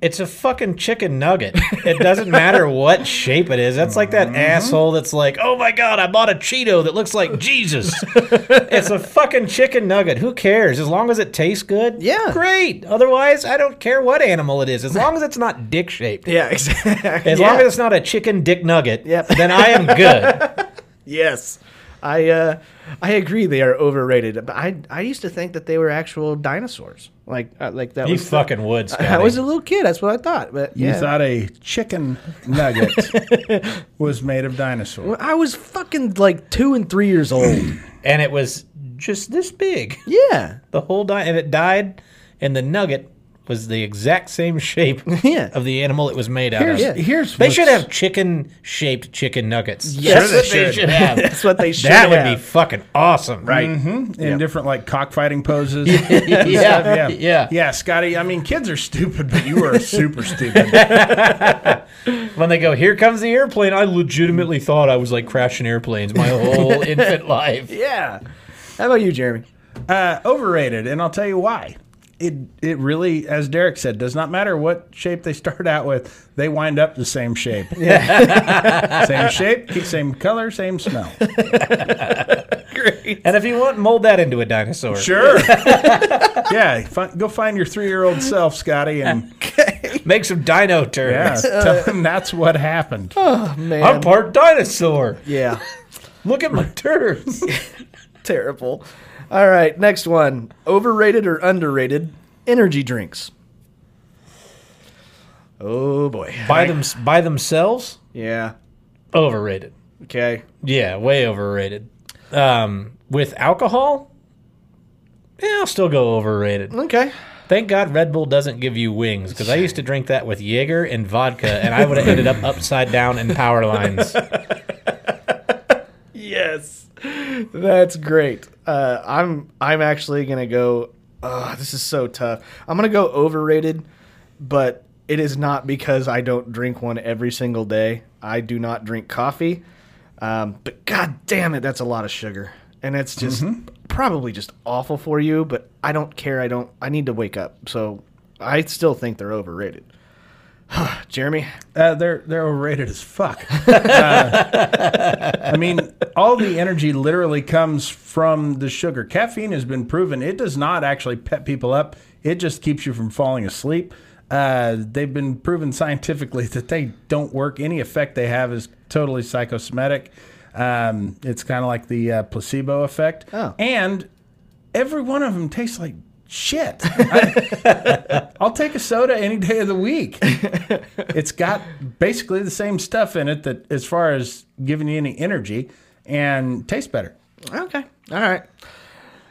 [SPEAKER 3] It's a fucking chicken nugget. It doesn't matter what shape it is. That's like that
[SPEAKER 1] Mm-hmm.
[SPEAKER 3] asshole that's like, oh my God, I bought a Cheeto that looks like Jesus. it's a fucking chicken nugget. Who cares? As long as it tastes good,
[SPEAKER 1] Yeah.
[SPEAKER 3] great. Otherwise, I don't care what animal it is. As long as it's not dick shaped.
[SPEAKER 1] Yeah, exactly.
[SPEAKER 3] As long as it's not a chicken dick nugget,
[SPEAKER 1] Yep.
[SPEAKER 3] then I am good.
[SPEAKER 1] Yes. I uh, I agree they are overrated, but I I used to think that they were actual dinosaurs. Like uh, like that
[SPEAKER 3] you
[SPEAKER 1] was
[SPEAKER 3] fucking would, Scotty.
[SPEAKER 1] I was a little kid, that's what I thought. But
[SPEAKER 2] You
[SPEAKER 1] yeah.
[SPEAKER 2] thought a chicken nugget was made of dinosaur.
[SPEAKER 1] I was fucking like 2 and 3 years old.
[SPEAKER 3] and it was just this big.
[SPEAKER 1] yeah.
[SPEAKER 3] The whole di- and it died, and the nugget was the exact same shape
[SPEAKER 1] Yeah.
[SPEAKER 3] of the animal it was made out
[SPEAKER 2] Here's,
[SPEAKER 3] of.
[SPEAKER 2] here's
[SPEAKER 3] They should
[SPEAKER 2] what's-
[SPEAKER 3] have chicken shaped chicken nuggets.
[SPEAKER 1] Yes,
[SPEAKER 3] That's
[SPEAKER 1] they
[SPEAKER 3] what
[SPEAKER 1] should.
[SPEAKER 3] have.
[SPEAKER 1] That's what they should
[SPEAKER 3] that would
[SPEAKER 1] have.
[SPEAKER 3] be fucking awesome.
[SPEAKER 1] right.
[SPEAKER 2] Mm-hmm. in different like cockfighting poses.
[SPEAKER 3] Yeah.
[SPEAKER 2] yeah.
[SPEAKER 3] yeah.
[SPEAKER 2] Yeah, Scotty. I mean, kids are stupid, but you are super stupid.
[SPEAKER 3] When they go, here comes the airplane, I legitimately thought I was like crashing airplanes my whole infant life.
[SPEAKER 1] Yeah. How about you, Jeremy?
[SPEAKER 2] Uh, overrated, and I'll tell you why. It it really, as Derek said, does not matter what shape they start out with. They wind up the same shape. same shape, same color, same smell.
[SPEAKER 3] And if you want, mold that into a dinosaur.
[SPEAKER 2] Sure. yeah. Fi- go find your three year old self, Scotty, and
[SPEAKER 3] Make some dino
[SPEAKER 2] yeah,
[SPEAKER 3] turds.
[SPEAKER 2] tell him that's what happened.
[SPEAKER 1] Man.
[SPEAKER 3] I'm part dinosaur.
[SPEAKER 1] yeah.
[SPEAKER 3] Look at my turds.
[SPEAKER 1] Terrible. All right, next one. Overrated or underrated energy drinks? Oh boy.
[SPEAKER 3] by them by themselves,
[SPEAKER 1] Yeah.
[SPEAKER 3] overrated.
[SPEAKER 1] Okay.
[SPEAKER 3] Yeah, way overrated. Um, with alcohol, yeah, I'll still go overrated.
[SPEAKER 1] Okay.
[SPEAKER 3] Thank God Red Bull doesn't give you wings because I used to drink that with Jaeger and vodka, and I would have ended up upside down in power lines.
[SPEAKER 1] Yes, that's great. Uh, I'm I'm actually gonna go. Uh, this is so tough. I'm gonna go overrated, but it is not because I don't drink one every single day. I do not drink coffee. Um, but god damn it, that's a lot of sugar, and it's just probably just awful for you. But I don't care. I don't. I need to wake up. So I still think they're overrated. Jeremy,
[SPEAKER 2] Uh, they're they're overrated as fuck. Uh, I mean, all the energy literally comes from the sugar. Caffeine has been proven it does not actually pep people up. It just keeps you from falling asleep. Uh, they've been proven scientifically that they don't work. Any effect they have is totally psychosomatic. Um, it's kind of like the uh, placebo effect.
[SPEAKER 1] Oh.
[SPEAKER 2] And every one of them tastes like shit. I- I'll take a soda any day of the week. It's got basically the same stuff in it that, as far as giving you any energy, and tastes better.
[SPEAKER 1] okay, all right.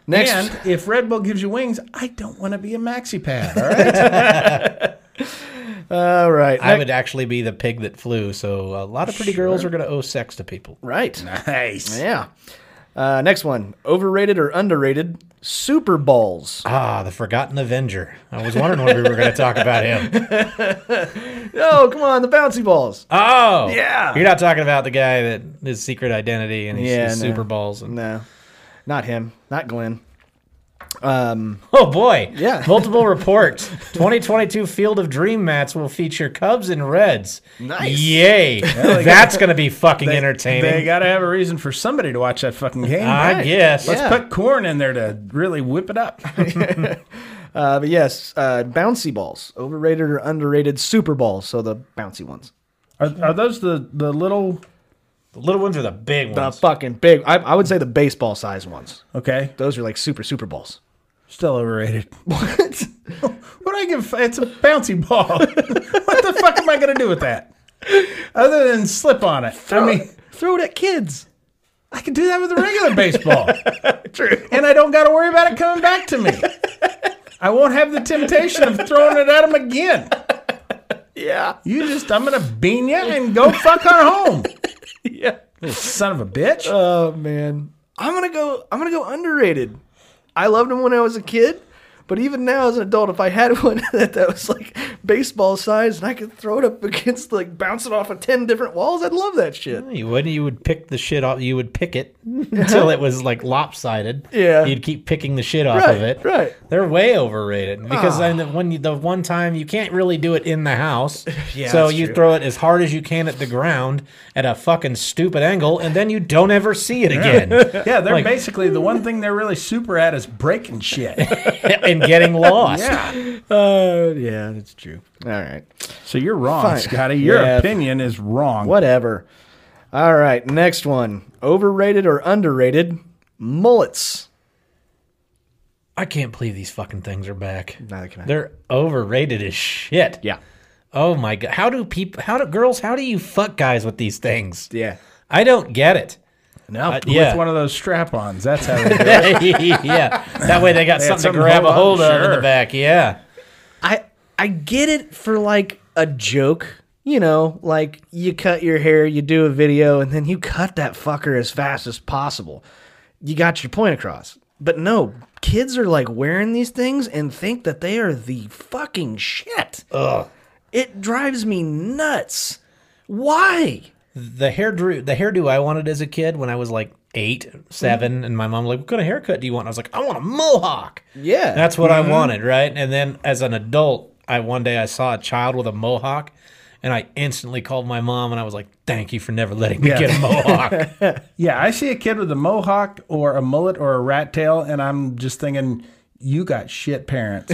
[SPEAKER 1] Next,
[SPEAKER 2] And if Red Bull gives you wings, I don't want to be a maxi pad. All right,
[SPEAKER 1] all right,
[SPEAKER 3] I would actually be the pig that flew. So a lot of pretty girls are going to owe sex to people.
[SPEAKER 1] right.
[SPEAKER 2] nice.
[SPEAKER 1] Yeah. Uh, next one. Overrated or underrated? Super Bowls.
[SPEAKER 3] Ah, the Forgotten Avenger. I was wondering when we were going to talk about him.
[SPEAKER 1] Oh, come on, the bouncy balls.
[SPEAKER 3] Oh,
[SPEAKER 1] Yeah.
[SPEAKER 3] You're not talking about the guy that his secret identity and he's,
[SPEAKER 1] Yeah,
[SPEAKER 3] he's
[SPEAKER 1] no.
[SPEAKER 3] Super Bowls. And,
[SPEAKER 1] No, not him. Not Glenn.
[SPEAKER 3] Oh boy!
[SPEAKER 1] Yeah.
[SPEAKER 3] Multiple reports. 2022 Field of Dream mats will feature Cubs and Reds.
[SPEAKER 1] Nice.
[SPEAKER 3] Yay! That's going to be fucking entertaining.
[SPEAKER 2] They got to have a reason for somebody to watch that fucking game.
[SPEAKER 3] I
[SPEAKER 2] right?
[SPEAKER 3] guess.
[SPEAKER 2] Let's
[SPEAKER 1] Yeah.
[SPEAKER 2] put corn in there to really whip it up.
[SPEAKER 1] Uh, but yes, uh, bouncy balls. Overrated or underrated? Super Bowls. So the bouncy ones.
[SPEAKER 2] are, are those the the little?
[SPEAKER 3] The little ones are the big
[SPEAKER 1] The
[SPEAKER 3] ones.
[SPEAKER 1] fucking big. I, I would say the baseball size ones.
[SPEAKER 2] Okay,
[SPEAKER 1] Those are like super Super Bowls.
[SPEAKER 2] Still overrated. What? what do I give? a f- It's a bouncy ball. what the fuck am I gonna do with that? Other than slip on it. I mean,
[SPEAKER 1] Throw it at kids.
[SPEAKER 2] I can do that with a regular baseball. True. And I don't got to worry about it coming back to me. I won't have the temptation of throwing it at them again.
[SPEAKER 1] Yeah.
[SPEAKER 2] You just, I'm gonna bean you and go fuck on home.
[SPEAKER 1] Yeah.
[SPEAKER 2] Little son of a bitch.
[SPEAKER 1] Oh man, I'm gonna go. I'm gonna go underrated. I loved them when I was a kid, but even now as an adult, if I had one that, that was like baseball size and I could throw it up against like bounce it off of ten different walls, I'd love that shit.
[SPEAKER 3] You would you would pick the shit off. You would pick it until it was like lopsided.
[SPEAKER 1] Yeah.
[SPEAKER 3] you'd keep picking the shit off
[SPEAKER 1] Right,
[SPEAKER 3] of it.
[SPEAKER 1] right. Ah.
[SPEAKER 3] They're way overrated because then the one the one time you can't really do it in the house. yeah, so
[SPEAKER 1] that's
[SPEAKER 3] you
[SPEAKER 1] true.
[SPEAKER 3] throw it as hard as you can at the ground at a fucking stupid angle, and then you don't ever see it again
[SPEAKER 2] yeah, they're
[SPEAKER 3] like-
[SPEAKER 2] basically the one thing they're really super at is breaking shit.
[SPEAKER 3] and getting lost.
[SPEAKER 2] Yeah.
[SPEAKER 1] Uh, yeah, that's true. All right,
[SPEAKER 2] So you're wrong,
[SPEAKER 1] Fine.
[SPEAKER 2] Scotty. Your
[SPEAKER 1] Yeah.
[SPEAKER 2] opinion is wrong.
[SPEAKER 1] whatever. All right, next one. Overrated or underrated? Mullets.
[SPEAKER 3] I can't believe these fucking things are back.
[SPEAKER 1] Neither can I.
[SPEAKER 3] They're overrated as shit.
[SPEAKER 1] Yeah.
[SPEAKER 3] Oh my god. How do people? How do girls? How do you fuck guys with these things?
[SPEAKER 1] Yeah.
[SPEAKER 3] I don't get it.
[SPEAKER 2] No, with
[SPEAKER 3] yeah.
[SPEAKER 2] one of those strap-ons. That's how. They do it.
[SPEAKER 3] yeah, that way they got something,
[SPEAKER 2] something
[SPEAKER 3] to grab
[SPEAKER 2] to
[SPEAKER 3] a
[SPEAKER 2] hold
[SPEAKER 3] hold
[SPEAKER 2] on,
[SPEAKER 3] of in
[SPEAKER 2] sure.
[SPEAKER 3] the back. Yeah,
[SPEAKER 1] I I get it for like a joke, you know, like you cut your hair, you do a video, and then you cut that fucker as fast as possible. You got your point across. But no, kids are like wearing these things and think that they are the fucking shit. Ugh. It drives me nuts. Why?
[SPEAKER 3] the hairdo the hairdo I wanted as a kid when I was like eight, 7
[SPEAKER 2] Mm-hmm.
[SPEAKER 3] and my mom like, what kind of haircut do you want? I was like, I want a mohawk.
[SPEAKER 1] Yeah.
[SPEAKER 3] that's what
[SPEAKER 2] Mm-hmm.
[SPEAKER 3] I wanted, right? And then as an adult, I one day I saw a child with a mohawk, and I instantly called my mom and I was like, thank you for never letting me
[SPEAKER 2] Yeah.
[SPEAKER 3] get a mohawk.
[SPEAKER 2] Yeah, I see a kid with a mohawk or a mullet or a rat tail, and I'm just thinking, you got shit parents.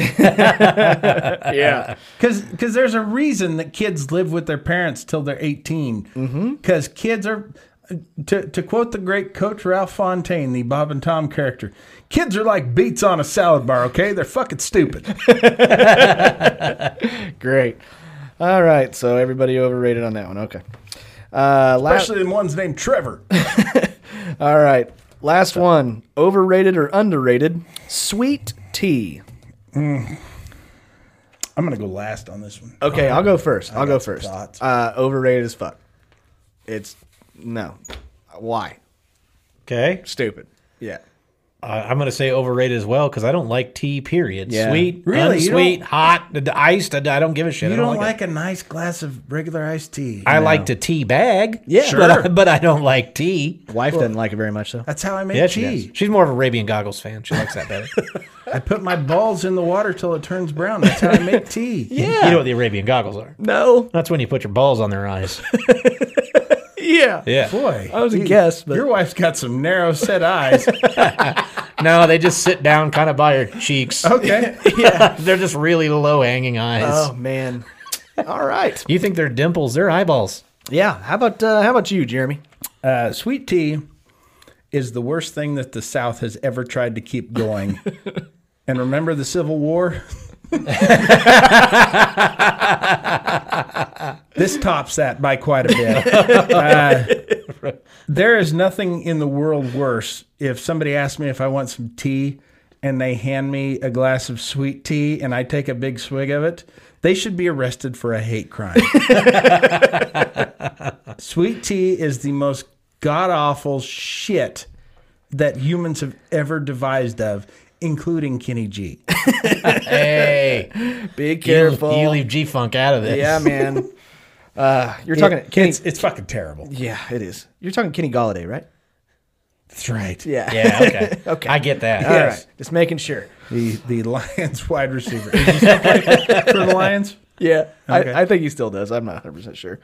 [SPEAKER 1] Yeah.
[SPEAKER 2] Because there's a reason that kids live with their parents till they're 18. Because kids are, to, to quote the great coach Ralph Fontaine, the Bob and Tom character, kids are like beets on a salad bar, okay? They're fucking stupid.
[SPEAKER 1] Great. All right. So everybody overrated on that one. Okay. Uh, last,
[SPEAKER 2] Especially the ones named Trevor.
[SPEAKER 1] all right. Last one. Overrated or underrated? Sweet tea.
[SPEAKER 2] I'm going to go last on this one.
[SPEAKER 1] Okay, I'll go first. I'll go
[SPEAKER 2] got some
[SPEAKER 1] first.
[SPEAKER 2] thoughts.
[SPEAKER 1] Uh, overrated as fuck. It's no. Why?
[SPEAKER 3] okay,
[SPEAKER 1] Stupid. Yeah.
[SPEAKER 3] uh, I'm going to say overrated as well because I don't like tea. Period.
[SPEAKER 1] Yeah.
[SPEAKER 3] Sweet,
[SPEAKER 2] Really? You
[SPEAKER 3] unsweet, hot, d- iced. I I don't give a shit.
[SPEAKER 2] You
[SPEAKER 3] I don't,
[SPEAKER 2] don't
[SPEAKER 3] like. it.
[SPEAKER 2] like a nice glass of regular iced tea.
[SPEAKER 3] I like to tea bag.
[SPEAKER 1] Yeah.
[SPEAKER 3] but I,
[SPEAKER 2] Sure.
[SPEAKER 3] but I don't like tea.
[SPEAKER 1] Wife doesn't like it very much, though.
[SPEAKER 2] That's how I make
[SPEAKER 3] Yeah, she
[SPEAKER 2] tea.
[SPEAKER 3] does. She's more of Arabian Goggles fan. She likes that better.
[SPEAKER 2] I put my balls in the water till it turns brown. That's how I make tea.
[SPEAKER 3] You know what the Arabian Goggles are?
[SPEAKER 1] No.
[SPEAKER 3] That's when you put your balls on their eyes.
[SPEAKER 1] Yeah.
[SPEAKER 3] Yeah.
[SPEAKER 2] Boy,
[SPEAKER 1] I was a guess, but
[SPEAKER 2] your wife's got some narrow set eyes.
[SPEAKER 3] No, they just sit down kind of by your cheeks.
[SPEAKER 2] Okay.
[SPEAKER 3] They're just really low hanging eyes.
[SPEAKER 1] oh man. All right.
[SPEAKER 3] You think they're dimples? They're eyeballs.
[SPEAKER 1] Yeah. How about uh, how about you, Jeremy?
[SPEAKER 2] Uh, sweet tea is the worst thing that the South has ever tried to keep going. and remember the Civil War? this tops that by quite a bit. Uh, there is nothing in the world worse if somebody asks me if I want some tea and they hand me a glass of sweet tea and I take a big swig of it. They should be arrested for a hate crime. Sweet tea is the most god awful shit that humans have ever devised of, including Kenny G.
[SPEAKER 3] Hey,
[SPEAKER 1] Be
[SPEAKER 3] you, you leave G Funk out of this.
[SPEAKER 1] yeah, man. Uh, you're talking Kenny.
[SPEAKER 2] it's, it's fucking terrible.
[SPEAKER 1] yeah, it is. You're talking Kenny Galladay, right?
[SPEAKER 2] That's right.
[SPEAKER 1] Yeah.
[SPEAKER 3] Yeah, okay.
[SPEAKER 1] Okay.
[SPEAKER 3] I get that.
[SPEAKER 1] All right.
[SPEAKER 2] Yes.
[SPEAKER 1] Just making sure.
[SPEAKER 2] The the Lions wide receiver. Is he still playing for the Lions?
[SPEAKER 1] Yeah,
[SPEAKER 2] Okay.
[SPEAKER 1] I, I think he still does. I'm not 100 percent sure.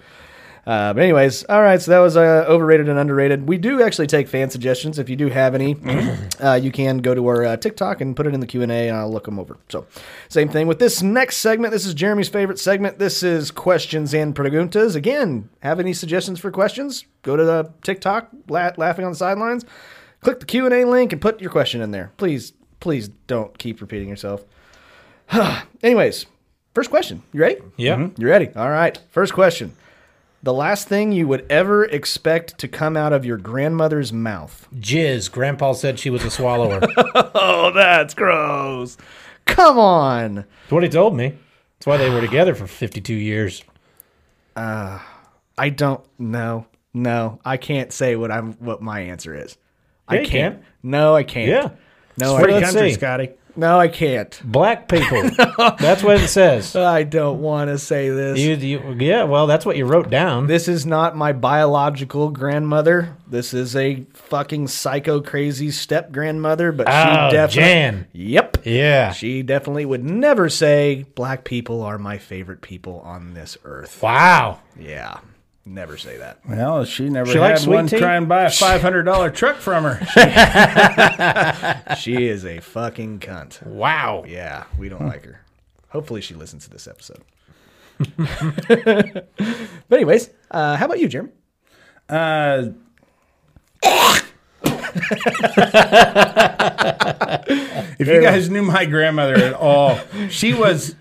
[SPEAKER 1] Uh, but anyways, all right. So that was uh, overrated and underrated. We do actually take fan suggestions. If you do have any, uh, you can go to our uh, TikTok and put it in the Q and A, and I'll look them over. So same thing with this next segment. This is Jeremy's favorite segment. This is questions and preguntas. Again, have any suggestions for questions? Go to the TikTok, la- laughing on the sidelines. Click the Q and A link and put your question in there. Please, please don't keep repeating yourself. Anyways, first question. You ready? Mm-hmm.
[SPEAKER 3] Yep.
[SPEAKER 1] You ready? All right. First question. The last thing you would ever expect to come out of your grandmother's mouth.
[SPEAKER 3] Jizz. Grandpa said she was a swallower.
[SPEAKER 1] Oh, that's gross. Come on.
[SPEAKER 3] That's what he told me. That's why they were together for 52 years.
[SPEAKER 1] I don't know. No, I can't say what I'm what my answer is. I
[SPEAKER 3] Yeah, you
[SPEAKER 1] can't.
[SPEAKER 3] can.
[SPEAKER 1] No, I can't.
[SPEAKER 3] Yeah.
[SPEAKER 1] No,
[SPEAKER 3] Well,
[SPEAKER 1] I,
[SPEAKER 3] let's
[SPEAKER 2] Country,
[SPEAKER 3] see.
[SPEAKER 2] Scotty.
[SPEAKER 1] no, I can't.
[SPEAKER 3] Black people. That's what it says.
[SPEAKER 1] I don't want to say this.
[SPEAKER 3] You, you, yeah, well, that's what you wrote down.
[SPEAKER 1] this is not my biological grandmother. This is a fucking psycho crazy step grandmother, but
[SPEAKER 3] Oh,
[SPEAKER 1] she definitely
[SPEAKER 3] Jan.
[SPEAKER 1] Yep.
[SPEAKER 3] Yeah.
[SPEAKER 1] She definitely would never say black people are my favorite people on this earth.
[SPEAKER 3] Wow.
[SPEAKER 1] Yeah. Never say that.
[SPEAKER 2] Well, she never
[SPEAKER 3] She likes
[SPEAKER 2] had
[SPEAKER 3] sweet
[SPEAKER 2] one
[SPEAKER 3] tea?
[SPEAKER 2] try and buy a five hundred dollar truck from her.
[SPEAKER 1] She is a fucking cunt.
[SPEAKER 3] Wow.
[SPEAKER 1] Yeah, we don't like her. Hopefully she listens to this episode. but anyways, uh, how about you, Jeremy?
[SPEAKER 2] Uh, if you guys knew my grandmother at all, she was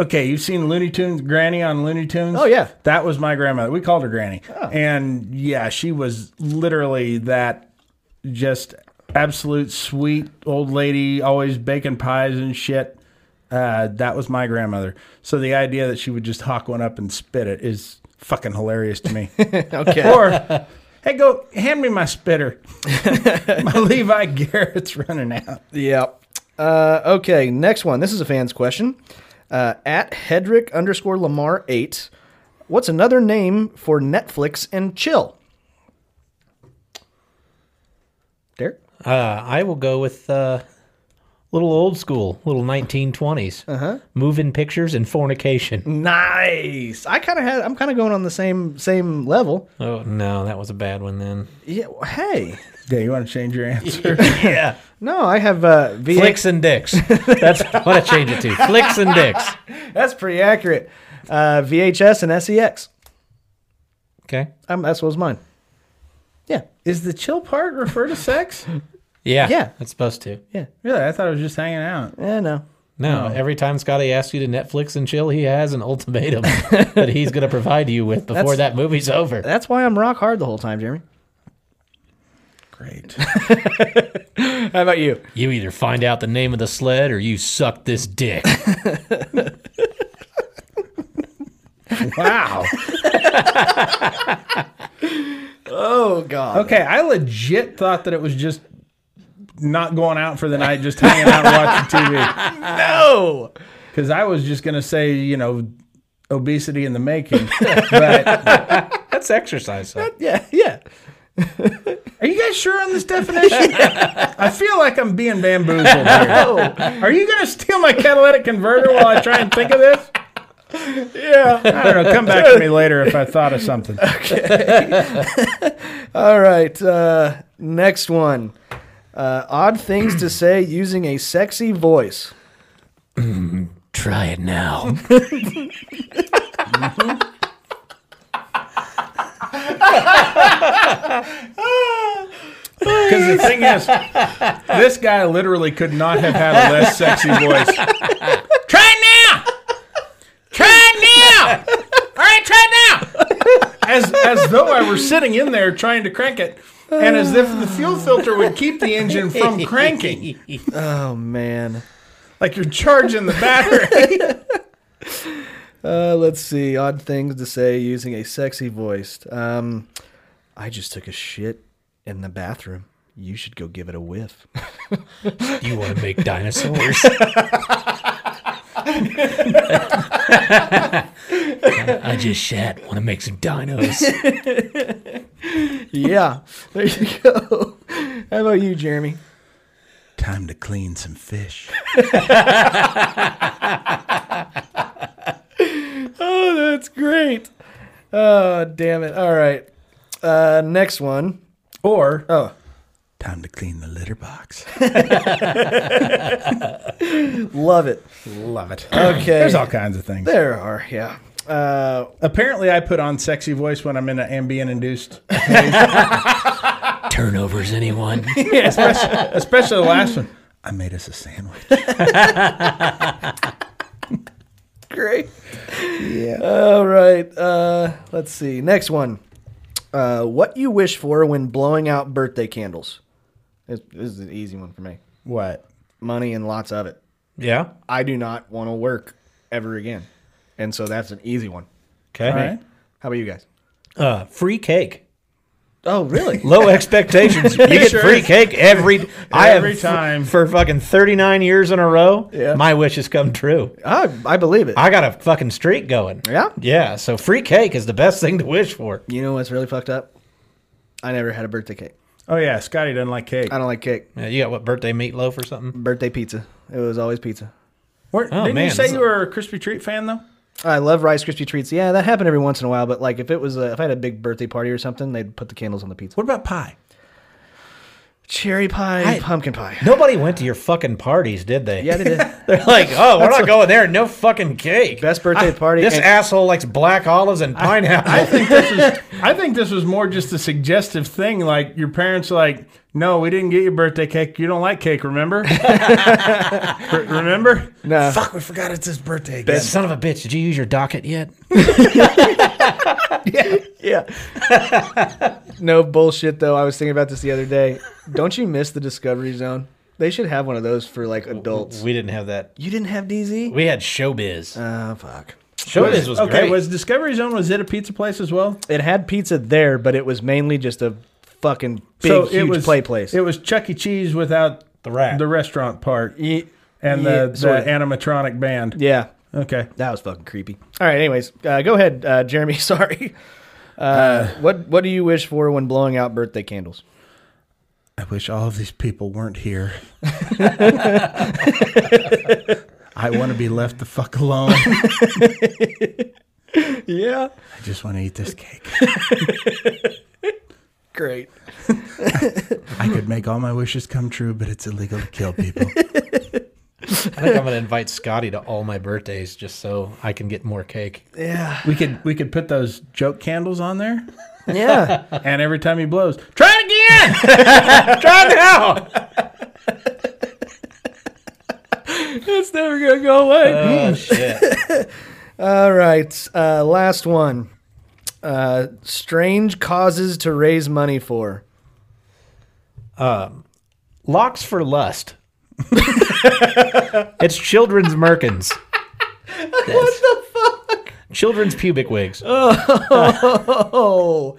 [SPEAKER 2] okay. You've seen Looney Tunes, Granny on Looney Tunes.
[SPEAKER 1] Oh, yeah. Oh.
[SPEAKER 2] that was my grandmother. We called her Granny, and yeah, she was literally that just absolute sweet old lady, always baking pies and shit. Uh, that was my grandmother. So the idea that she would just hawk one up and spit it is fucking hilarious to me.
[SPEAKER 1] Okay.
[SPEAKER 2] Or, hey, go hand me my spitter. my Levi Garrett's running out.
[SPEAKER 1] yeah. Uh, okay, next one. This is a fan's question. Uh, at Hedrick underscore Lamar 8. What's another name for Netflix and chill? Derek?
[SPEAKER 3] Uh, I will go with uh, little old school, little 1920s. Uh-huh. Moving pictures and fornication.
[SPEAKER 1] Mm. Nice. I kind of had. I'm kind of going on the same same level.
[SPEAKER 3] Oh, no, that was a bad one then.
[SPEAKER 1] Yeah. well, Hey.
[SPEAKER 2] Yeah, you want to change your answer?
[SPEAKER 3] Yeah.
[SPEAKER 1] No, I have uh, VA.
[SPEAKER 3] Flicks and dicks. That's what I change it to. Flicks and dicks.
[SPEAKER 1] That's pretty accurate. Uh, VHS and SEX.
[SPEAKER 3] Okay.
[SPEAKER 1] Um, that's what was mine. Yeah.
[SPEAKER 2] Is the chill part refer to sex?
[SPEAKER 3] Yeah.
[SPEAKER 1] Yeah.
[SPEAKER 3] It's supposed to.
[SPEAKER 2] Really? I thought it was just hanging out.
[SPEAKER 1] Yeah. Eh, No.
[SPEAKER 3] No, every time Scotty asks you to Netflix and chill, he has an ultimatum that he's going to provide you with before
[SPEAKER 1] That's-
[SPEAKER 3] that movie's over.
[SPEAKER 1] That's why I'm rock hard the whole time, Jeremy.
[SPEAKER 2] Great.
[SPEAKER 1] How about you?
[SPEAKER 3] You either find out the name of the sled or you suck this dick.
[SPEAKER 2] Wow.
[SPEAKER 1] Oh God.
[SPEAKER 2] Okay, I legit thought that it was just not going out for the night, just hanging out and watching TV.
[SPEAKER 1] No.
[SPEAKER 2] Because I was just gonna say, you know, obesity in the making. But
[SPEAKER 3] That's exercise. though.
[SPEAKER 1] Yeah, yeah.
[SPEAKER 2] are you guys sure on this definition? I feel like I'm being bamboozled here. Are you gonna steal my catalytic converter while I try and think of this?
[SPEAKER 1] Yeah.
[SPEAKER 2] I don't know. Come back to me later if I thought of something.
[SPEAKER 1] All right. Uh, next one. Uh, odd things to say using a sexy voice.
[SPEAKER 3] Try it now.
[SPEAKER 2] Because the thing is, this guy literally could not have had a less sexy voice. Try it now. Try it now. All right, try it now. As as though I were sitting in there trying to crank it, and as if the fuel filter would keep the engine from cranking,
[SPEAKER 1] Oh man.
[SPEAKER 2] like you're charging the battery.
[SPEAKER 1] Uh, let's see. Odd things to say using a sexy voice. Um, I just took a shit in the bathroom. You should go give it a whiff.
[SPEAKER 3] You want to make dinosaurs? I just shat. Want to make some dinos?
[SPEAKER 1] yeah. There you go. How about you, Jeremy?
[SPEAKER 2] Time to clean some fish.
[SPEAKER 1] Oh, that's great. Oh, damn it. All right. Uh, next one.
[SPEAKER 2] Or
[SPEAKER 1] Oh.
[SPEAKER 2] time to clean the litter box.
[SPEAKER 1] Love it.
[SPEAKER 2] Love it.
[SPEAKER 1] Okay.
[SPEAKER 2] There's all kinds of things.
[SPEAKER 1] There are, yeah. Uh,
[SPEAKER 2] Apparently, I put on sexy voice when I'm in an ambient induced
[SPEAKER 3] Turnovers, anyone?
[SPEAKER 2] Especially the last one. I made us a sandwich.
[SPEAKER 1] great. Yeah. All right. Uh, let's see. Next one. Uh, what you wish for when blowing out birthday candles? This, this is an easy one for me.
[SPEAKER 2] What?
[SPEAKER 1] Money and lots of it.
[SPEAKER 3] Yeah.
[SPEAKER 1] I do not want to work ever again, and so that's an easy one.
[SPEAKER 3] Okay.
[SPEAKER 2] All right.
[SPEAKER 1] How about you guys?
[SPEAKER 3] Uh, free cake.
[SPEAKER 1] Oh, really?
[SPEAKER 3] Low expectations. You get
[SPEAKER 2] Sure.
[SPEAKER 3] free cake every. I have
[SPEAKER 2] Every time.
[SPEAKER 3] f- for fucking thirty nine years in a row.
[SPEAKER 1] Yeah.
[SPEAKER 3] My wishes come true.
[SPEAKER 1] I, I believe it.
[SPEAKER 3] I got a fucking streak going.
[SPEAKER 1] Yeah?
[SPEAKER 3] Yeah. So free cake is the best thing to wish for.
[SPEAKER 1] you know what's really fucked up? I never had a birthday cake.
[SPEAKER 2] Oh yeah, Scotty doesn't like cake.
[SPEAKER 1] I don't like cake.
[SPEAKER 3] Yeah, you got what birthday meatloaf or something?
[SPEAKER 1] Birthday pizza. It was always pizza.
[SPEAKER 2] Where-
[SPEAKER 3] Oh,
[SPEAKER 2] didn't
[SPEAKER 3] man,
[SPEAKER 2] you say
[SPEAKER 3] this
[SPEAKER 2] you
[SPEAKER 3] is-
[SPEAKER 2] were a crispy treat fan though?
[SPEAKER 1] I love Rice Krispie treats. Yeah, that happened every once in a while. But like, if it was a, if I had a big birthday party or something, they'd put the candles on the pizza.
[SPEAKER 2] What about pie?
[SPEAKER 1] Cherry pie,
[SPEAKER 3] I-
[SPEAKER 1] pumpkin pie.
[SPEAKER 3] Nobody went to your fucking parties, did they?
[SPEAKER 1] Yeah, they did.
[SPEAKER 3] They're like, oh, we're not going there. No fucking cake.
[SPEAKER 1] Best birthday party.
[SPEAKER 3] This
[SPEAKER 1] and-
[SPEAKER 3] asshole likes black olives and pineapple.
[SPEAKER 2] I think this is. I think this was more just a suggestive thing. Like your parents, are like, no, we didn't get your birthday cake. You don't like cake, remember? Re- remember?
[SPEAKER 1] no,
[SPEAKER 2] Fuck, we forgot it's his birthday. Again.
[SPEAKER 3] Son of a bitch, did you use your docket yet?
[SPEAKER 1] yeah. no bullshit though. I was thinking about this the other day. Don't you miss the Discovery Zone? They should have one of those for like adults.
[SPEAKER 3] We didn't have that.
[SPEAKER 1] You didn't have DZ?
[SPEAKER 3] We had Showbiz.
[SPEAKER 1] Oh fuck.
[SPEAKER 3] Showbiz was
[SPEAKER 2] okay,
[SPEAKER 3] great.
[SPEAKER 2] was Discovery Zone was it a pizza place as well?
[SPEAKER 1] It had pizza there, but it was mainly just a fucking big huge play place.
[SPEAKER 2] It was Chuck E. Cheese without
[SPEAKER 3] The rat.
[SPEAKER 2] the restaurant part,
[SPEAKER 1] Ye-
[SPEAKER 2] and
[SPEAKER 1] yeah,
[SPEAKER 2] the, the
[SPEAKER 1] sorta.
[SPEAKER 2] animatronic band.
[SPEAKER 1] yeah.
[SPEAKER 2] Okay.
[SPEAKER 1] That was fucking creepy. All right. Anyways, uh, go ahead, uh, Jeremy. Sorry. Uh, what What do you wish for when blowing out birthday candles?
[SPEAKER 2] I wish all of these people weren't here. I want to be left the fuck alone. I
[SPEAKER 1] Yeah.
[SPEAKER 2] just want to eat this cake.
[SPEAKER 1] Great.
[SPEAKER 2] I could make all my wishes come true, but it's illegal to kill people.
[SPEAKER 3] I think I'm going to invite Scotty to all my birthdays just so I can get more cake.
[SPEAKER 1] Yeah.
[SPEAKER 2] We could we could put those joke candles on there,
[SPEAKER 1] Yeah.
[SPEAKER 2] and every time he blows, try it again.
[SPEAKER 3] Try now!
[SPEAKER 1] it's never gonna go away. Mm.
[SPEAKER 3] oh, shit.
[SPEAKER 1] All right. Uh, last one. Uh, strange causes to raise money for.
[SPEAKER 3] Locks for Lust. it's children's merkins. what the fuck? Children's pubic wigs.
[SPEAKER 1] Oh,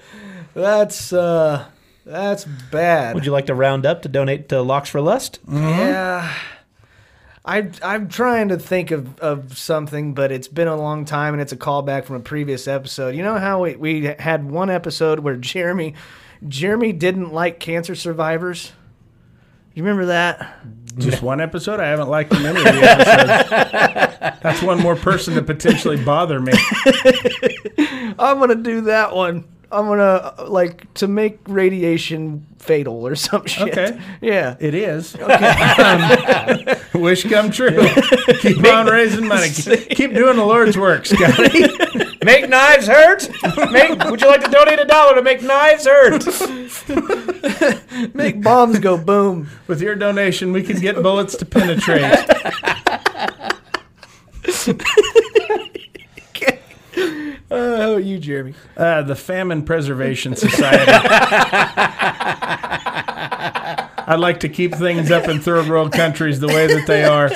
[SPEAKER 1] that's uh, That's bad.
[SPEAKER 3] Would you like to round up to donate to Locks for Lust?
[SPEAKER 1] Yeah. I, I'm trying to think of, of something, but it's been a long time and it's a callback from a previous episode. You know how we, we had one episode where Jeremy Jeremy didn't like cancer survivors? You remember that?
[SPEAKER 2] Just one episode. I haven't liked many of the episodes. That's one more person to potentially bother me.
[SPEAKER 1] I'm going to do that one. I'm going to, like, to make radiation fatal or some shit.
[SPEAKER 2] Okay.
[SPEAKER 1] Yeah.
[SPEAKER 2] It is. Um, wish come true. Keep on raising money. Keep keep doing the Lord's work, Scotty.
[SPEAKER 3] Make knives hurt. Make. Would you like to donate a dollar to make knives hurt?
[SPEAKER 1] Make bombs go boom.
[SPEAKER 2] With your donation, we can get bullets to penetrate.
[SPEAKER 1] Oh, you, Jeremy.
[SPEAKER 2] Uh, the Famine Preservation Society. I'd like to keep things up in third world countries the way that they are.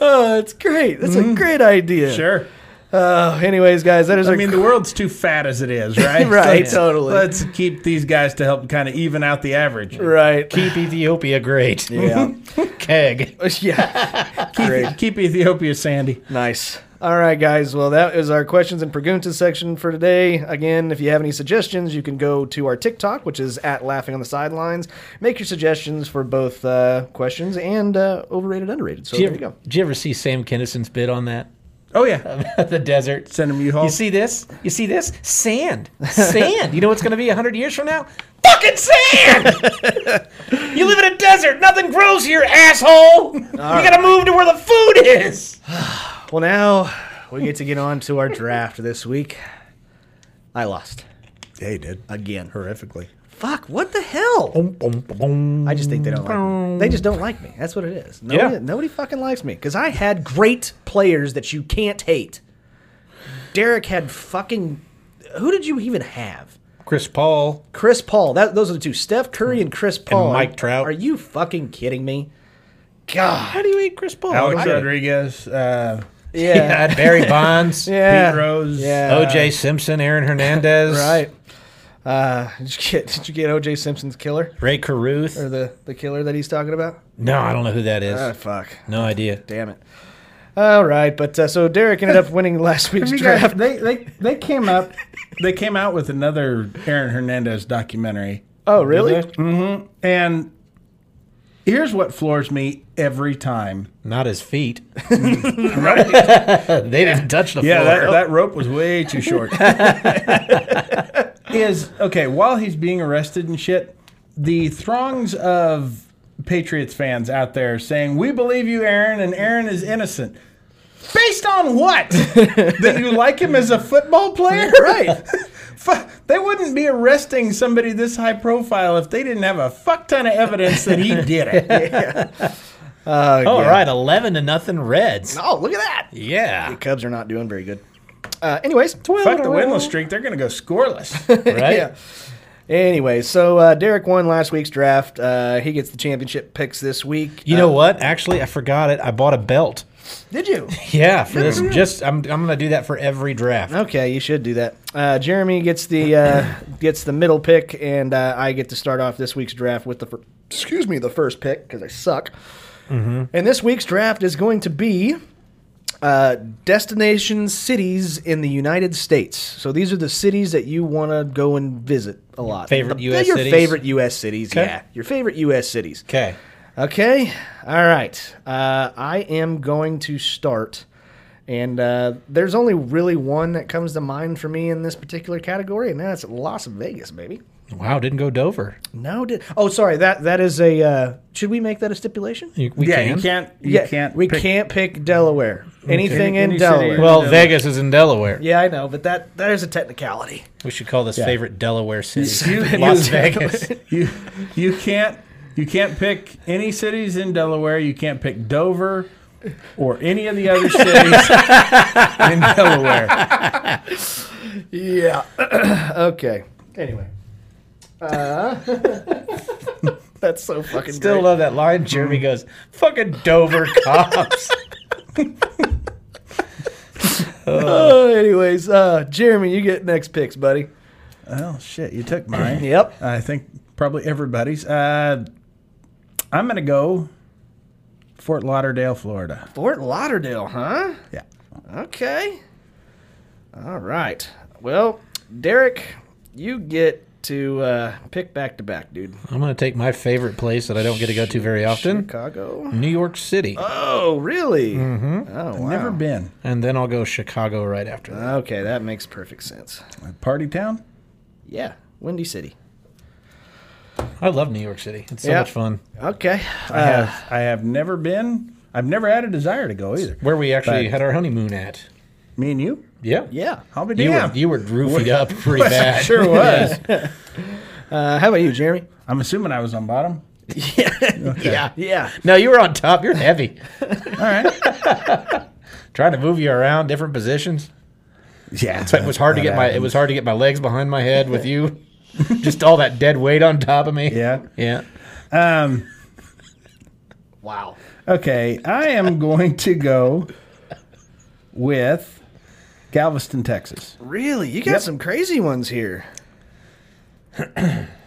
[SPEAKER 1] Oh, that's great. That's a great idea.
[SPEAKER 2] Sure.
[SPEAKER 1] Oh, anyways, guys, that is
[SPEAKER 2] I
[SPEAKER 1] our
[SPEAKER 2] mean, the world's too fat as it is, right?
[SPEAKER 1] Right,
[SPEAKER 2] let's-
[SPEAKER 1] totally.
[SPEAKER 2] Let's keep these guys to help kind of even out the average.
[SPEAKER 1] right.
[SPEAKER 3] Keep Ethiopia great.
[SPEAKER 1] Yeah. Oh,
[SPEAKER 3] Keg.
[SPEAKER 1] yeah. Great.
[SPEAKER 2] Keep Ethiopia sandy.
[SPEAKER 1] Nice. All right, guys. Well, that is our questions and preguntas section for today. Again, if you have any suggestions, you can go to our TikTok, which is at Laughing on the Sidelines. Make your suggestions for both uh, questions and uh, overrated, underrated. So
[SPEAKER 3] Did you,
[SPEAKER 1] there you
[SPEAKER 3] ever,
[SPEAKER 1] go.
[SPEAKER 3] did you ever see Sam Kinnison's bid on that?
[SPEAKER 2] Oh, yeah.
[SPEAKER 3] the desert.
[SPEAKER 2] Send him U-Haul.
[SPEAKER 3] You see this? You see this? Sand. Sand. you know what's going to be 100 years from now? Fucking sand! you live in a desert. Nothing grows here, asshole. you got to move to where the food is.
[SPEAKER 1] Well, now we get to get on to our draft this week. I lost
[SPEAKER 2] Yeah, he did.
[SPEAKER 1] again.
[SPEAKER 2] Horrifically.
[SPEAKER 1] Fuck! What the hell? I just think they don't like me. They just don't like me. That's what it is. Nobody,
[SPEAKER 3] Yeah.
[SPEAKER 1] nobody fucking likes me because I had great players that you can't hate. Derek had fucking. Who did you even have?
[SPEAKER 3] Chris Paul.
[SPEAKER 1] Chris Paul. That those are the two. Steph Curry and Chris Paul.
[SPEAKER 3] Mike Trout.
[SPEAKER 1] Are you fucking kidding me? God.
[SPEAKER 3] How do you hate Chris Paul?
[SPEAKER 2] Alex
[SPEAKER 3] I-
[SPEAKER 2] Rodriguez, uh,
[SPEAKER 1] Yeah.
[SPEAKER 3] Yeah, Barry Bonds.
[SPEAKER 1] Yeah.
[SPEAKER 2] Pete Rose.
[SPEAKER 1] Yeah.
[SPEAKER 3] OJ Simpson, Aaron Hernandez,
[SPEAKER 1] Right. Uh, did you get Did you get O.J. Simpson's killer
[SPEAKER 3] Ray Caruth.
[SPEAKER 1] or the the killer that he's talking about?
[SPEAKER 3] no, I don't know who that is.
[SPEAKER 1] Ah, fuck.
[SPEAKER 3] no idea.
[SPEAKER 1] Damn it. All right, but uh, so Derek ended up winning last week's
[SPEAKER 2] You
[SPEAKER 1] draft.
[SPEAKER 2] guys- they, they, they came up. They came out with another Aaron Hernandez documentary.
[SPEAKER 1] Oh, really?
[SPEAKER 2] And here's what floors me every time.
[SPEAKER 3] Not his feet. they didn't touch the
[SPEAKER 2] Yeah,
[SPEAKER 3] floor.
[SPEAKER 2] that, that rope was way too short. is okay, while he's being arrested and shit, the throngs of Patriots fans out there saying, We believe you, Aaron, and Aaron is innocent. Based on what? that you like him as a football player?
[SPEAKER 1] right.
[SPEAKER 2] Fu- They wouldn't be arresting somebody this high profile if they didn't have a fuck ton of evidence that he did it.
[SPEAKER 3] oh, all right, eleven to nothing Reds.
[SPEAKER 1] Oh, look at that.
[SPEAKER 3] Yeah,
[SPEAKER 1] Cubs are not doing very good. Uh, anyways,
[SPEAKER 2] fuck the winless streak. They're going to go scoreless.
[SPEAKER 3] right.
[SPEAKER 1] Yeah. Anyway, so uh, Derek won last week's draft. Uh, he gets the championship picks this week.
[SPEAKER 3] You know what? Actually, I forgot it. I bought a belt.
[SPEAKER 1] Did you?
[SPEAKER 3] Yeah, for this. Just I'm I'm gonna do that for every draft.
[SPEAKER 1] okay, you should do that. Uh, Jeremy gets the uh, gets the middle pick, and uh, I get to start off this week's draft with the fir- excuse me the first pick because I suck.
[SPEAKER 3] Mm-hmm.
[SPEAKER 1] And this week's draft is going to be uh, destination cities in the United States. So these are the cities that you want to go and visit a lot.
[SPEAKER 3] favorite
[SPEAKER 1] The-
[SPEAKER 3] US
[SPEAKER 1] your
[SPEAKER 3] cities?
[SPEAKER 1] favorite U.S. cities.
[SPEAKER 3] Okay.
[SPEAKER 1] Yeah, your favorite U.S. cities.
[SPEAKER 3] Okay.
[SPEAKER 1] Okay. All right. Uh, I am going to start. And uh, there's only really one that comes to mind for me in this particular category, and that's Las Vegas, baby.
[SPEAKER 3] Wow, didn't go Dover.
[SPEAKER 1] No, did oh sorry that that is a uh, should we make that a stipulation?
[SPEAKER 3] You- we
[SPEAKER 2] yeah,
[SPEAKER 3] can.
[SPEAKER 2] you can't. You can't.
[SPEAKER 1] we
[SPEAKER 2] pick-
[SPEAKER 1] can't pick Delaware. Anything in
[SPEAKER 2] Any city
[SPEAKER 1] Delaware.
[SPEAKER 2] in-
[SPEAKER 3] Well, Vegas is in Delaware.
[SPEAKER 1] yeah, I know, but that that is a technicality.
[SPEAKER 3] We should call this favorite Delaware city.
[SPEAKER 2] You-
[SPEAKER 3] Las
[SPEAKER 2] you-
[SPEAKER 3] Vegas.
[SPEAKER 2] you you can't you can't pick any cities in Delaware. You can't pick Dover or any of the other cities in Delaware.
[SPEAKER 1] Yeah. okay. Anyway. Uh, that's so fucking
[SPEAKER 3] Still
[SPEAKER 1] great.
[SPEAKER 3] love that line.
[SPEAKER 1] Mm.
[SPEAKER 3] Jeremy goes, "Fucking Dover cops."
[SPEAKER 1] Oh, anyways, uh, Jeremy, you get next picks, buddy.
[SPEAKER 2] Oh shit! You took mine.
[SPEAKER 1] Yep.
[SPEAKER 2] I think probably everybody's. Uh, I'm going to go Fort Lauderdale, Florida.
[SPEAKER 1] Fort Lauderdale, huh?
[SPEAKER 2] Yeah.
[SPEAKER 1] Okay. All right. Well, Derek, you get to uh, pick back to back, dude.
[SPEAKER 3] I'm going to take my favorite place that I don't get to go to very often
[SPEAKER 1] Chicago.
[SPEAKER 3] New York City.
[SPEAKER 1] Oh, really? Mm-hmm. Oh, wow.
[SPEAKER 2] Never been.
[SPEAKER 3] and then I'll go Chicago right after that.
[SPEAKER 1] Okay, that makes perfect sense.
[SPEAKER 2] A party town?
[SPEAKER 1] Yeah, Windy City.
[SPEAKER 3] I love New York City. It's so
[SPEAKER 1] Yeah.
[SPEAKER 3] much fun.
[SPEAKER 1] Okay.
[SPEAKER 2] I
[SPEAKER 1] Uh,
[SPEAKER 2] have I have never been. I've never had a desire to go either.
[SPEAKER 3] Where we actually
[SPEAKER 2] But-
[SPEAKER 3] had our honeymoon at.
[SPEAKER 2] Me and you?
[SPEAKER 3] Yeah.
[SPEAKER 1] yeah.
[SPEAKER 2] I'll be
[SPEAKER 3] You
[SPEAKER 2] damned.
[SPEAKER 3] were you were roofied up pretty bad.
[SPEAKER 2] sure was.
[SPEAKER 1] Uh, how about you, Jeremy?
[SPEAKER 2] I'm assuming I was on bottom.
[SPEAKER 3] Yeah.
[SPEAKER 1] Yeah.
[SPEAKER 3] No, you were on top. You're heavy.
[SPEAKER 2] All right.
[SPEAKER 3] Trying to move you around different positions.
[SPEAKER 2] yeah.
[SPEAKER 3] It was hard to get my it was hard to get my legs behind my head with you. Just all that dead weight on top of me.
[SPEAKER 2] Yeah.
[SPEAKER 3] Yeah.
[SPEAKER 2] Um,
[SPEAKER 1] Wow.
[SPEAKER 2] okay. I am going to go with Galveston, Texas.
[SPEAKER 1] Really? You got
[SPEAKER 2] Yep.
[SPEAKER 1] some crazy ones here.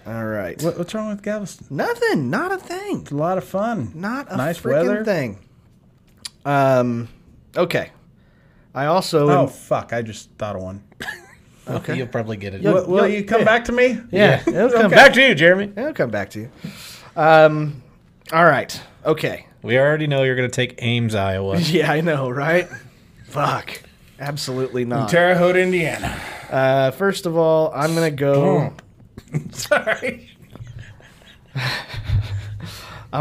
[SPEAKER 1] All right.
[SPEAKER 2] What, what's wrong with Galveston?
[SPEAKER 1] Nothing. Not a thing.
[SPEAKER 2] It's a lot of fun.
[SPEAKER 1] Not a
[SPEAKER 2] nice
[SPEAKER 1] freaking
[SPEAKER 2] weather.
[SPEAKER 1] thing. Um. Okay. I also.
[SPEAKER 2] Oh
[SPEAKER 1] am-
[SPEAKER 2] fuck! I just thought of one.
[SPEAKER 3] Okay. You'll probably get it.
[SPEAKER 2] Will, will you come back to me?
[SPEAKER 3] yeah.
[SPEAKER 1] It'll come back.
[SPEAKER 3] Back to you, Jeremy.
[SPEAKER 1] It'll come back to you. Um. All right. Okay.
[SPEAKER 3] We already know you're gonna take Ames, Iowa.
[SPEAKER 1] Yeah, I know, right? Fuck. Absolutely not.
[SPEAKER 2] Terre Haute, Indiana.
[SPEAKER 1] Uh, first of all, I'm gonna
[SPEAKER 2] Oh.
[SPEAKER 1] go.
[SPEAKER 2] Sorry.
[SPEAKER 1] I'm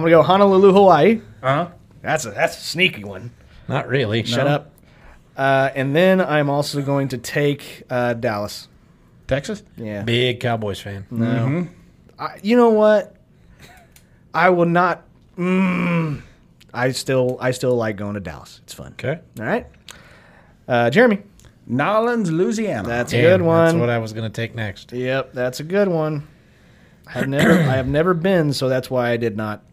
[SPEAKER 1] gonna go Honolulu, Hawaii.
[SPEAKER 2] Uh huh.
[SPEAKER 1] That's a that's a sneaky one.
[SPEAKER 3] Not really.
[SPEAKER 1] Shut
[SPEAKER 2] Uh-huh.
[SPEAKER 1] up. Uh, and then I'm also going to take uh, Dallas.
[SPEAKER 2] Texas.
[SPEAKER 1] Yeah.
[SPEAKER 3] Big Cowboys fan.
[SPEAKER 1] I, you know what? I will not. Mm, I still I still like going to Dallas. It's fun.
[SPEAKER 3] Okay.
[SPEAKER 1] All right. Uh, Jeremy.
[SPEAKER 2] Nolens, Louisiana.
[SPEAKER 1] That's a
[SPEAKER 3] Damn,
[SPEAKER 1] good one.
[SPEAKER 3] That's what I was gonna take next.
[SPEAKER 1] yep, that's a good one. I've never I have never been, so that's why I did not.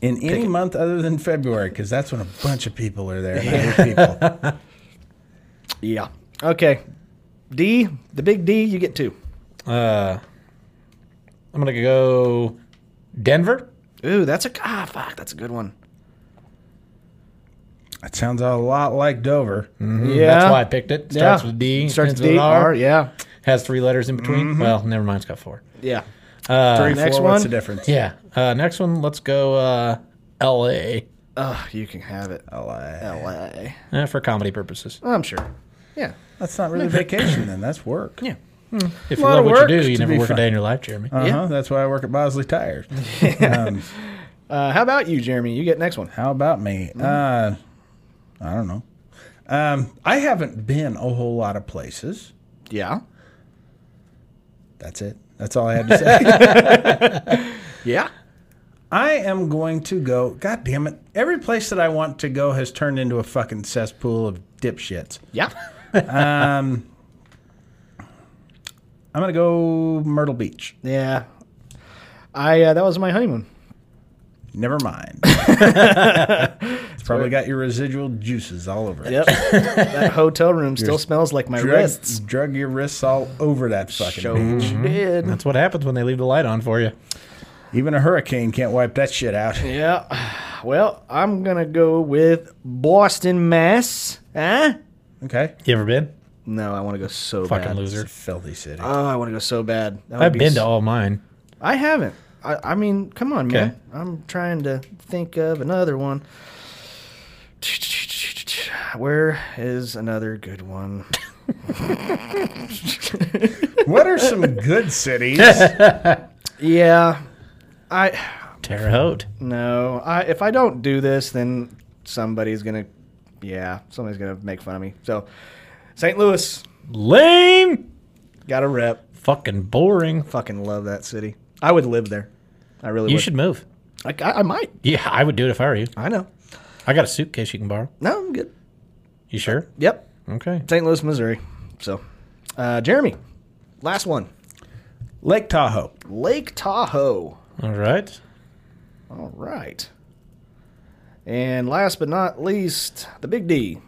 [SPEAKER 2] in any month other than February, because that's when a bunch of people are there. not eight people.
[SPEAKER 1] Yeah. Okay. D, the big D, you get two.
[SPEAKER 3] Uh I'm gonna go Denver.
[SPEAKER 1] Ooh, that's a ah fuck, that's a good one.
[SPEAKER 2] That sounds a lot like Dover.
[SPEAKER 1] Yeah.
[SPEAKER 3] Mm, That's why I picked it. Starts with D.
[SPEAKER 1] Starts with
[SPEAKER 3] ends
[SPEAKER 1] D. R. Yeah.
[SPEAKER 3] Has three letters in between.
[SPEAKER 2] Mm-hmm.
[SPEAKER 3] Well, never mind. It's got four.
[SPEAKER 1] Yeah.
[SPEAKER 3] Uh,
[SPEAKER 2] Three,
[SPEAKER 1] next
[SPEAKER 2] four,
[SPEAKER 1] one?
[SPEAKER 2] What's the difference?
[SPEAKER 3] Yeah. Uh, next one. Let's go uh, L.A.
[SPEAKER 1] Ugh, you can have it.
[SPEAKER 2] LA.
[SPEAKER 1] L.A.
[SPEAKER 3] Uh, for comedy purposes.
[SPEAKER 1] I'm sure. Yeah.
[SPEAKER 2] That's not really vacation then. That's work. Yeah.
[SPEAKER 3] If you
[SPEAKER 2] Lot
[SPEAKER 3] love
[SPEAKER 2] of
[SPEAKER 3] what you
[SPEAKER 2] work
[SPEAKER 3] do, you
[SPEAKER 2] to
[SPEAKER 3] never
[SPEAKER 2] be
[SPEAKER 3] work
[SPEAKER 2] fun.
[SPEAKER 3] a day in your life, Jeremy.
[SPEAKER 2] Uh-huh.
[SPEAKER 1] Yeah.
[SPEAKER 2] That's why I work at Bosley Tires. um,
[SPEAKER 1] Uh, how about you, Jeremy? You get next one.
[SPEAKER 2] how about me?
[SPEAKER 1] Mm-hmm.
[SPEAKER 2] Uh, I don't know. Um, I haven't been a whole lot of places.
[SPEAKER 1] Yeah.
[SPEAKER 2] That's it. That's all I had to say.
[SPEAKER 1] Yeah.
[SPEAKER 2] I am going to go. God damn it! Every place that I want to go has turned into a fucking cesspool of dipshits.
[SPEAKER 1] Yeah.
[SPEAKER 2] I'm gonna go Myrtle Beach.
[SPEAKER 1] Yeah. I uh, that was my honeymoon.
[SPEAKER 2] Never mind. it's probably got your residual juices all over it.
[SPEAKER 1] Yep. that hotel room still smells like my
[SPEAKER 2] Drug,
[SPEAKER 1] wrists.
[SPEAKER 2] drug your wrists all over that fucking
[SPEAKER 1] Sure
[SPEAKER 2] beach.
[SPEAKER 1] you did.
[SPEAKER 3] That's what happens when they leave the light on for you.
[SPEAKER 2] Even a hurricane can't wipe that shit out.
[SPEAKER 1] Yeah. Well, I'm gonna go with Boston, Mass. Huh?
[SPEAKER 2] Okay.
[SPEAKER 3] You ever been?
[SPEAKER 1] No, I want to go so
[SPEAKER 3] Fucking
[SPEAKER 1] bad.
[SPEAKER 3] loser.
[SPEAKER 2] Filthy city.
[SPEAKER 1] Oh, I want to go so bad. That would
[SPEAKER 3] I've
[SPEAKER 1] be
[SPEAKER 3] been
[SPEAKER 1] s-
[SPEAKER 3] to all mine.
[SPEAKER 1] I haven't. I, I mean, come on, man.
[SPEAKER 3] Okay.
[SPEAKER 1] I'm trying to think of another one. Where is another good one?
[SPEAKER 2] what are some good cities?
[SPEAKER 1] Yeah, I
[SPEAKER 3] Terre Haute.
[SPEAKER 1] no. I if I don't do this, then somebody's gonna, yeah, somebody's gonna make fun of me. So, St. Louis
[SPEAKER 3] Lame.
[SPEAKER 1] got a rep.
[SPEAKER 3] Fucking boring.
[SPEAKER 1] Fucking love that city. I would live there. I really
[SPEAKER 3] You
[SPEAKER 1] would.
[SPEAKER 3] should move.
[SPEAKER 1] I, I, I might.
[SPEAKER 3] Yeah, I would do it if I were you.
[SPEAKER 1] I know.
[SPEAKER 3] I got a suitcase you can borrow.
[SPEAKER 1] No, I'm good.
[SPEAKER 3] You sure?
[SPEAKER 1] Yep.
[SPEAKER 3] Okay.
[SPEAKER 1] St. Louis, Missouri. So, uh, Jeremy, last one.
[SPEAKER 2] Lake Tahoe.
[SPEAKER 1] Lake Tahoe.
[SPEAKER 3] All right.
[SPEAKER 1] All right. And last but not least, the big D.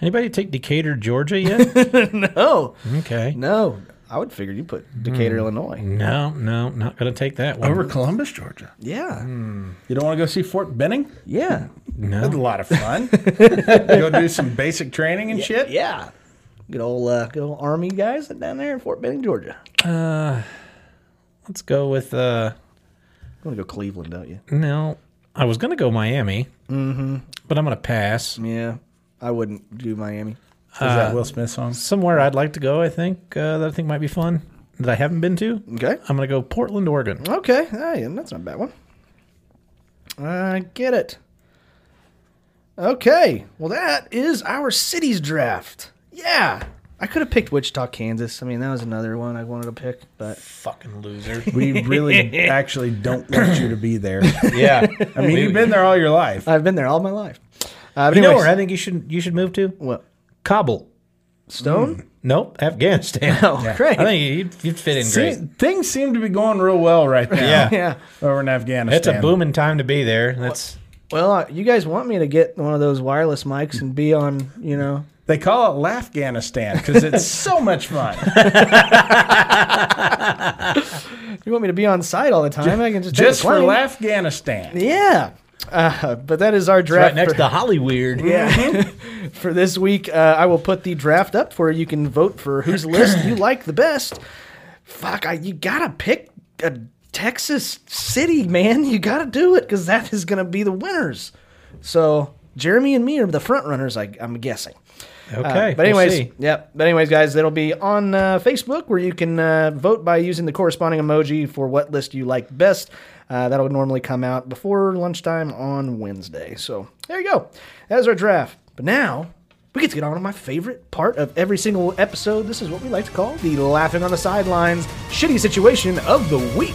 [SPEAKER 3] Anybody take Decatur, Georgia yet?
[SPEAKER 1] Oh,
[SPEAKER 3] okay.
[SPEAKER 1] no. I would figure you put
[SPEAKER 3] Hmm.
[SPEAKER 1] Decatur, Illinois.
[SPEAKER 3] No, no, not gonna take that one.
[SPEAKER 2] Over Columbus, Georgia.
[SPEAKER 1] Yeah.
[SPEAKER 2] You don't want to go see Fort Benning?
[SPEAKER 1] Yeah.
[SPEAKER 2] That's a
[SPEAKER 3] no.
[SPEAKER 2] lot of fun. go do some basic training and shit.
[SPEAKER 1] Yeah. Good old, uh, good old Army guys down there in Fort Benning, Georgia.
[SPEAKER 3] Let's go with uh
[SPEAKER 1] You want to go Cleveland, don't you?
[SPEAKER 3] no. I was gonna go Miami. Mm-hmm. But I'm gonna pass.
[SPEAKER 1] Yeah. I wouldn't do Miami.
[SPEAKER 2] Is that Will Smith song?
[SPEAKER 3] Somewhere I'd like to go, I think, uh, that I think might be fun. That I haven't been to.
[SPEAKER 1] Okay.
[SPEAKER 3] I'm gonna go Portland, Oregon.
[SPEAKER 1] Okay. Hey, and that's not a bad one. I get it. Okay. Well, that is our cities draft. Yeah. I could have picked Wichita, Kansas. I mean, that was another one I wanted to pick, but
[SPEAKER 3] Fucking loser.
[SPEAKER 2] We really actually don't want you to be there.
[SPEAKER 3] yeah.
[SPEAKER 2] I mean, you've been there all your life.
[SPEAKER 1] I've been there all my life. Uh, but
[SPEAKER 3] You know
[SPEAKER 1] anyways-
[SPEAKER 3] where I think you should you should move to?
[SPEAKER 1] What?
[SPEAKER 3] Kabul.
[SPEAKER 1] Stone?
[SPEAKER 3] Nope, Afghanistan.
[SPEAKER 1] Oh, great.
[SPEAKER 3] I think you'd, you'd fit in
[SPEAKER 2] See,
[SPEAKER 3] great.
[SPEAKER 2] things seem to be going real well right now
[SPEAKER 3] Yeah.
[SPEAKER 1] yeah.
[SPEAKER 2] over in Afghanistan.
[SPEAKER 3] It's a booming time to be there. That's
[SPEAKER 1] Well, uh, you guys want me to get one of those wireless mics and be on, you know?
[SPEAKER 2] They call it Afghanistan because it's so much fun.
[SPEAKER 1] You want me to be on site all the time? I can just take
[SPEAKER 2] Just
[SPEAKER 1] a
[SPEAKER 2] for
[SPEAKER 1] plane.
[SPEAKER 2] Afghanistan.
[SPEAKER 1] Yeah. Uh, but that is our draft.
[SPEAKER 3] right next
[SPEAKER 1] for-
[SPEAKER 3] to Hollyweird. Yeah.
[SPEAKER 1] for this week, uh, I will put the draft up for you can vote for whose list you like the best. Fuck, I, you gotta pick a Texas city, man. You gotta do it because that is gonna be the winners. So Jeremy and me are the front runners, I, I'm guessing. Uh,
[SPEAKER 3] Okay.
[SPEAKER 1] but
[SPEAKER 3] we'll
[SPEAKER 1] anyways,
[SPEAKER 3] see.
[SPEAKER 1] yep. But anyways, guys, that'll be on uh, Facebook where you can uh, vote by using the corresponding emoji for what list you like best. Uh, that'll normally come out before lunchtime on Wednesday. So there you go. That is our draft. But now we get to get on to my favorite part of every single episode. This is what we like to call the laughing on the sidelines shitty situation of the week.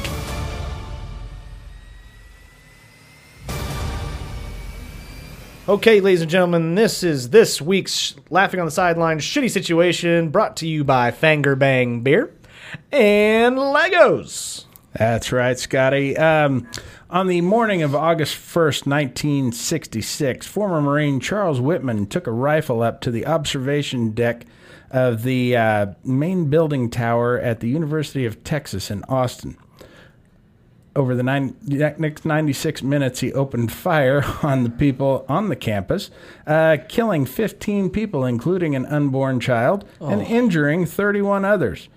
[SPEAKER 1] Okay, ladies and gentlemen, this is this week's Laughing on the Sidelines shitty situation brought to you by Fanger Bang Beer and Legos.
[SPEAKER 2] That's right, Scotty. Um, on the morning of August 1st, 1966, former Marine Charles Whitman took a rifle up to the observation deck of the uh, main building tower at the University of Texas in Austin. Over the nine, ne- next 96 minutes, he opened fire on the people on the campus, uh, killing 15 people, including an unborn child, and injuring 31 others.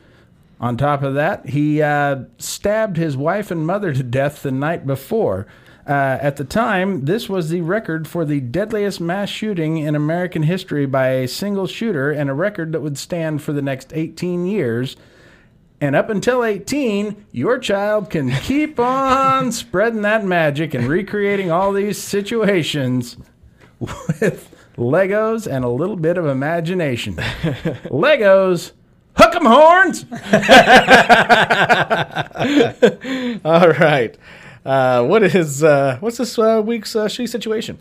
[SPEAKER 2] On top of that, he uh, stabbed his wife and mother to death the night before. Uh, at the time, this was the record for the deadliest mass shooting in American history by a single shooter, and a record that would stand for the next 18 years. And up until 18, your child can keep on spreading that magic and recreating all these situations with Legos and a little bit of imagination. Legos, hook 'em horns!
[SPEAKER 1] All right. Uh, what is uh, what's this uh, week's uh, shitty situation?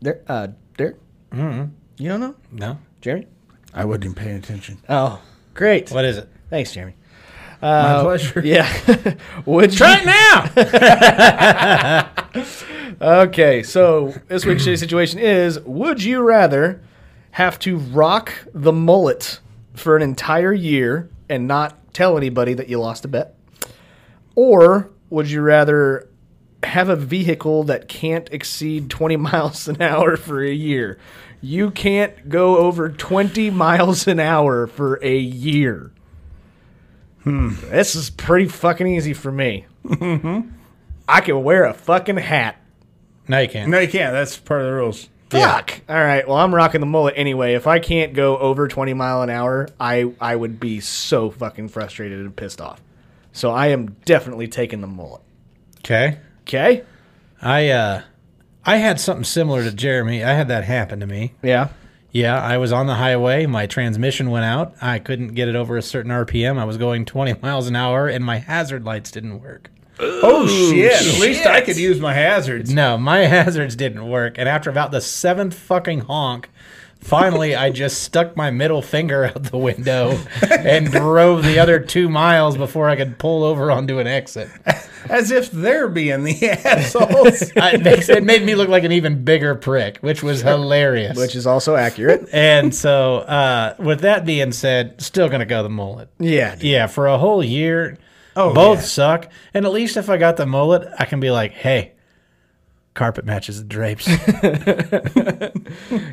[SPEAKER 1] There, uh, Derek. Mm-hmm. You don't know,
[SPEAKER 3] No.
[SPEAKER 1] Jeremy?
[SPEAKER 2] I wasn't paying attention.
[SPEAKER 1] Oh, great.
[SPEAKER 3] What is it?
[SPEAKER 1] Thanks, Jeremy.
[SPEAKER 2] My pleasure.
[SPEAKER 1] Yeah. Would you?
[SPEAKER 3] Right now.
[SPEAKER 1] Okay, so this week's shitty situation is: Would you rather have to rock the mullet for an entire year and not tell anybody that you lost a bet, or would you rather have a vehicle that can't exceed 20 miles an hour for a year? You can't go over 20 miles an hour for a year. Hmm. This is pretty fucking easy for me. I can wear a fucking hat.
[SPEAKER 3] no, you can't.
[SPEAKER 2] No, you can't. That's part of the rules.
[SPEAKER 1] Fuck. All right. Well, I'm rocking the mullet anyway. If I can't go over 20 mile an hour, I I would be so fucking frustrated and pissed off. So I am definitely taking the mullet.
[SPEAKER 3] Okay.
[SPEAKER 1] Okay.
[SPEAKER 3] I uh, I had something similar to Jeremy. I had that happen to me.
[SPEAKER 1] Yeah.
[SPEAKER 3] Yeah, I was on the highway. My transmission went out. I couldn't get it over a certain RPM. I was going 20 miles an hour, and my hazard lights didn't work.
[SPEAKER 2] Oh, shit. At least I could use my hazards.
[SPEAKER 3] No, my hazards didn't work. And after about the seventh fucking honk, finally I just stuck my middle finger out the window and drove the other two miles before I could pull over onto an exit.
[SPEAKER 2] as if they're being the assholes.
[SPEAKER 3] I- it, makes, it made me look like an even bigger prick, which was hilarious.
[SPEAKER 1] which is also accurate.
[SPEAKER 3] and so, uh, with that being said, still gonna go the mullet.
[SPEAKER 1] Yeah.
[SPEAKER 3] Yeah, for a whole year.
[SPEAKER 2] Oh,
[SPEAKER 3] both
[SPEAKER 2] yeah.
[SPEAKER 3] suck. And at least if I got the mullet, I can be like, hey, carpet matches the drapes.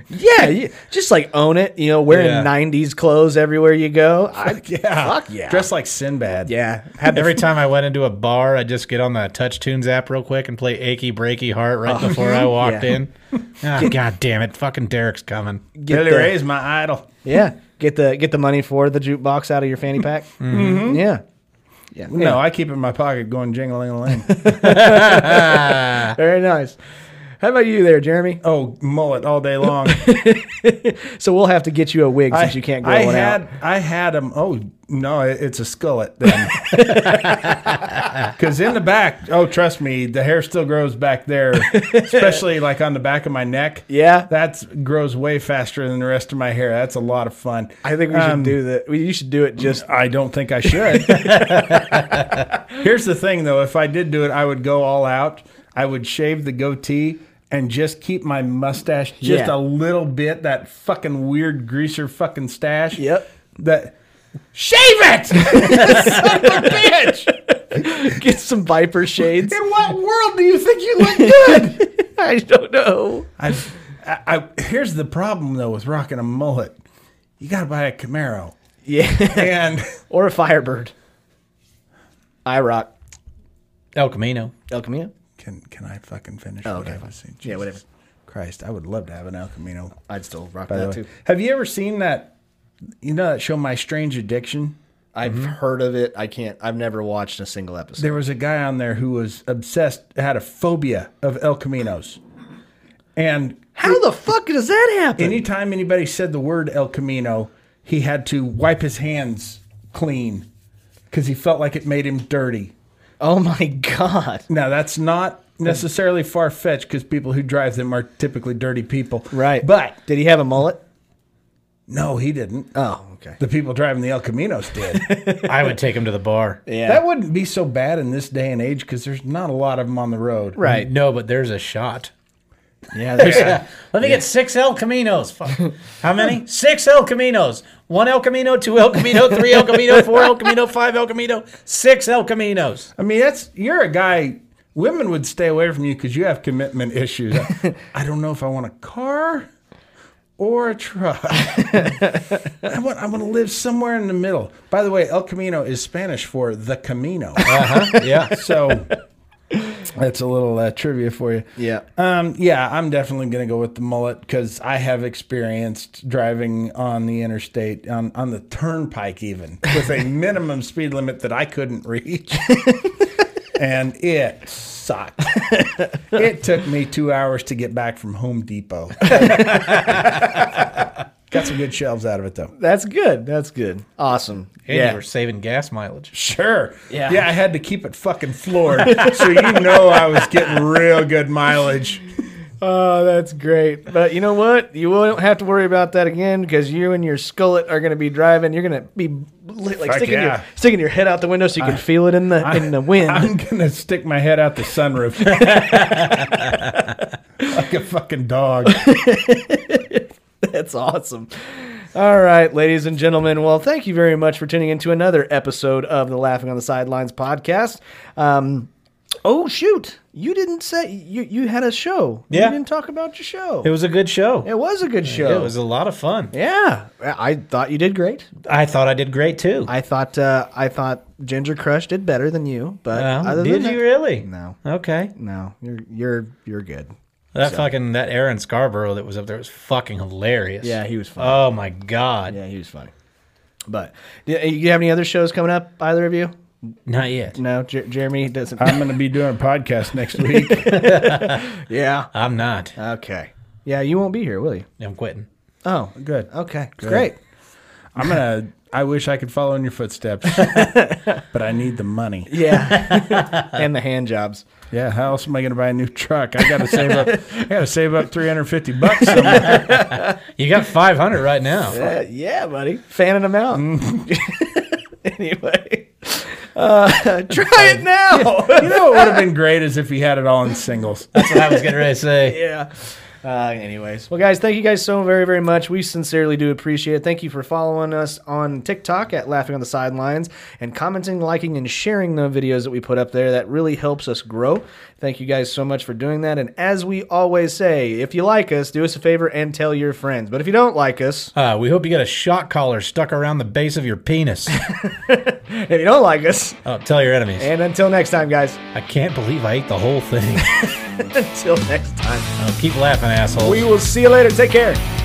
[SPEAKER 1] Yeah, you, just like own it. You know, wearing
[SPEAKER 2] Yeah.
[SPEAKER 1] '90s clothes everywhere you go. I,
[SPEAKER 2] yeah,
[SPEAKER 1] fuck yeah,
[SPEAKER 2] dressed like Sinbad.
[SPEAKER 1] yeah. Had the
[SPEAKER 3] Every time I went into a bar, I'd just get on the Touch Tunes app real quick and play Achy Breaky Heart right before I walked
[SPEAKER 1] Oh, yeah.
[SPEAKER 3] in. Ah, God damn it. Fucking Derek's coming.
[SPEAKER 1] get
[SPEAKER 2] Billy
[SPEAKER 1] the-
[SPEAKER 2] Ray's my idol.
[SPEAKER 1] Yeah, get the get the money for the jukebox out of your fanny pack. mm-hmm. Yeah, yeah.
[SPEAKER 2] No, I keep it in my pocket, going jingling along.
[SPEAKER 1] very nice. How about you there, Jeremy?
[SPEAKER 2] oh, mullet all day long.
[SPEAKER 1] So we'll have to get you a wig
[SPEAKER 2] I,
[SPEAKER 1] since you can't grow
[SPEAKER 2] I
[SPEAKER 1] one
[SPEAKER 2] had,
[SPEAKER 1] out.
[SPEAKER 2] I had him. Oh no, it- it's a skullet then. Because in the back, oh trust me, the hair still grows back there, especially like on the back of my neck.
[SPEAKER 1] Yeah.
[SPEAKER 2] that's grows way faster than the rest of my hair. That's a lot of fun.
[SPEAKER 1] I think we should
[SPEAKER 2] Um,
[SPEAKER 1] do that. You should do it just.
[SPEAKER 2] I don't think I should. Here's the thing, though. If I did do it, I would go all out. I would shave the goatee and just keep my mustache just
[SPEAKER 1] Yeah.
[SPEAKER 2] a little bit. That fucking weird greaser fucking stash.
[SPEAKER 1] Yep.
[SPEAKER 2] That. Shave it, son of a bitch!
[SPEAKER 1] Get some viper shades.
[SPEAKER 2] In what world do you think you look good?
[SPEAKER 1] I don't know.
[SPEAKER 2] I, I, I, here's the problem though with rocking a mullet. You gotta buy a Camaro,
[SPEAKER 1] Yeah,
[SPEAKER 2] and
[SPEAKER 1] or a Firebird. I rock
[SPEAKER 3] El Camino.
[SPEAKER 1] El Camino.
[SPEAKER 2] Can can I fucking finish what
[SPEAKER 1] Oh, okay,
[SPEAKER 2] I
[SPEAKER 1] fine.
[SPEAKER 2] was saying?
[SPEAKER 1] Yeah, whatever.
[SPEAKER 2] Christ, I would love to have an El Camino.
[SPEAKER 1] I'd still rock
[SPEAKER 2] By the
[SPEAKER 1] that
[SPEAKER 2] way.
[SPEAKER 1] too.
[SPEAKER 2] Have you ever seen that you know that show My Strange Addiction?
[SPEAKER 1] I've heard of it. I can't. I've never watched a single episode.
[SPEAKER 2] There was a guy on there who was obsessed had a phobia of El Caminos. And
[SPEAKER 1] How the fuck does that happen?
[SPEAKER 2] anytime anybody said the word El Camino, he had to wipe his hands clean because he felt like it made him dirty.
[SPEAKER 1] oh my god!
[SPEAKER 2] Now that's not necessarily far fetched because people who drive them are typically dirty people.
[SPEAKER 1] Right,
[SPEAKER 2] But
[SPEAKER 1] did he have a mullet?
[SPEAKER 2] no, he didn't.
[SPEAKER 1] Oh, okay.
[SPEAKER 2] The people driving the El Caminos did.
[SPEAKER 3] I would take him to the bar.
[SPEAKER 1] Yeah,
[SPEAKER 2] That wouldn't be so bad in this day and age because there's not a lot of them on the road.
[SPEAKER 1] right.
[SPEAKER 3] No, but there's a shot.
[SPEAKER 1] Yeah, there's,
[SPEAKER 3] Let me get six El Caminos. Fuck. How many? six El Caminos. One El Camino, two El Camino, three El Camino, four El Camino, five El Camino, six El Caminos.
[SPEAKER 2] I mean, that's you're a guy. Women would stay away from you because you have commitment issues. I, I don't know if I want a car or a truck. I want I want to live somewhere in the middle. By the way, El Camino is Spanish for the Camino.
[SPEAKER 3] Uh-huh. Yeah.
[SPEAKER 2] So that's a little uh, trivia for you.
[SPEAKER 1] Yeah.
[SPEAKER 2] Um, yeah, I'm definitely going to go with the mullet because I have experienced driving on the interstate, on, on the turnpike, even with a minimum speed limit that I couldn't reach. and it sucked. it took me two hours to get back from Home Depot. Got some good shelves out of it, though.
[SPEAKER 1] that's good. That's good. Awesome.
[SPEAKER 3] And
[SPEAKER 1] yeah.
[SPEAKER 3] you were saving gas mileage.
[SPEAKER 2] Sure.
[SPEAKER 1] Yeah.
[SPEAKER 2] Yeah, I had to keep it fucking floored. so you know I was getting real good mileage.
[SPEAKER 1] Oh, that's great. But you know what? You won't have to worry about that again because you and your skullet are going to be driving. You're going to be like sticking
[SPEAKER 2] yeah.
[SPEAKER 1] your sticking your head out the window so you can feel it in the in the wind.
[SPEAKER 2] I'm gonna stick my head out the sunroof like a fucking dog.
[SPEAKER 1] That's awesome. All right, ladies and gentlemen. Well, thank you very much for tuning in to another episode of the Laughing on the Sidelines podcast. Um, oh shoot, you didn't say you you had a show.
[SPEAKER 3] Yeah.
[SPEAKER 1] you didn't talk about your show.
[SPEAKER 3] It was a good show.
[SPEAKER 1] It was a good show.
[SPEAKER 3] It was a lot of fun.
[SPEAKER 1] yeah, I I thought you did great.
[SPEAKER 3] I thought I did great too.
[SPEAKER 1] I thought uh, I thought Ginger Crush did better than you, but
[SPEAKER 3] Oh,
[SPEAKER 1] other
[SPEAKER 3] did
[SPEAKER 1] than
[SPEAKER 3] you
[SPEAKER 1] that-
[SPEAKER 3] really?
[SPEAKER 1] No.
[SPEAKER 3] Okay.
[SPEAKER 1] No, you're you're you're good.
[SPEAKER 3] That fucking that Aaron Scarborough that was up there was fucking hilarious.
[SPEAKER 1] Yeah, he was funny.
[SPEAKER 3] Oh my god.
[SPEAKER 1] yeah, he was funny. But do you have any other shows coming up? Either of you?
[SPEAKER 3] Not yet.
[SPEAKER 1] No, Jer- Jeremy doesn't.
[SPEAKER 2] I'm gonna be doing a podcast next week.
[SPEAKER 1] yeah.
[SPEAKER 3] I'm not.
[SPEAKER 1] Uh. Okay. Yeah, you won't be here, will you?
[SPEAKER 3] I'm quitting.
[SPEAKER 1] Oh,
[SPEAKER 2] Good.
[SPEAKER 1] okay, great.
[SPEAKER 2] I'm gonna. I wish I could follow in your footsteps, but I need the money.
[SPEAKER 1] Yeah, and the hand jobs.
[SPEAKER 2] Yeah. How else am I gonna buy a new truck? I gotta save up. I gotta save up 350 bucks. Somewhere.
[SPEAKER 3] You got 500 right now.
[SPEAKER 1] Uh, Mm. Yeah, yeah, buddy, fanning them out. anyway, Uh, Try it now.
[SPEAKER 2] you know what would have been great is if he had it all in singles.
[SPEAKER 3] That's what I was getting ready to say.
[SPEAKER 1] yeah. Uh, anyways, well, guys, thank you guys so very, very much. We sincerely do appreciate it. Thank you for following us on TikTok at Laughing on the Sidelines and commenting, liking, and sharing the videos that we put up there. That really helps us grow. Thank you guys so much for doing that. And as we always say, if you like us, do us a favor and tell your friends. But if you don't like us,
[SPEAKER 3] Uh, we hope you get a shock collar stuck around the base of your penis.
[SPEAKER 1] if you don't like us,
[SPEAKER 3] oh, tell your enemies.
[SPEAKER 1] and until next time, guys,
[SPEAKER 3] I can't believe I ate the whole thing.
[SPEAKER 1] until next time,
[SPEAKER 3] Oh, keep laughing, assholes.
[SPEAKER 1] we will see you later. Take care.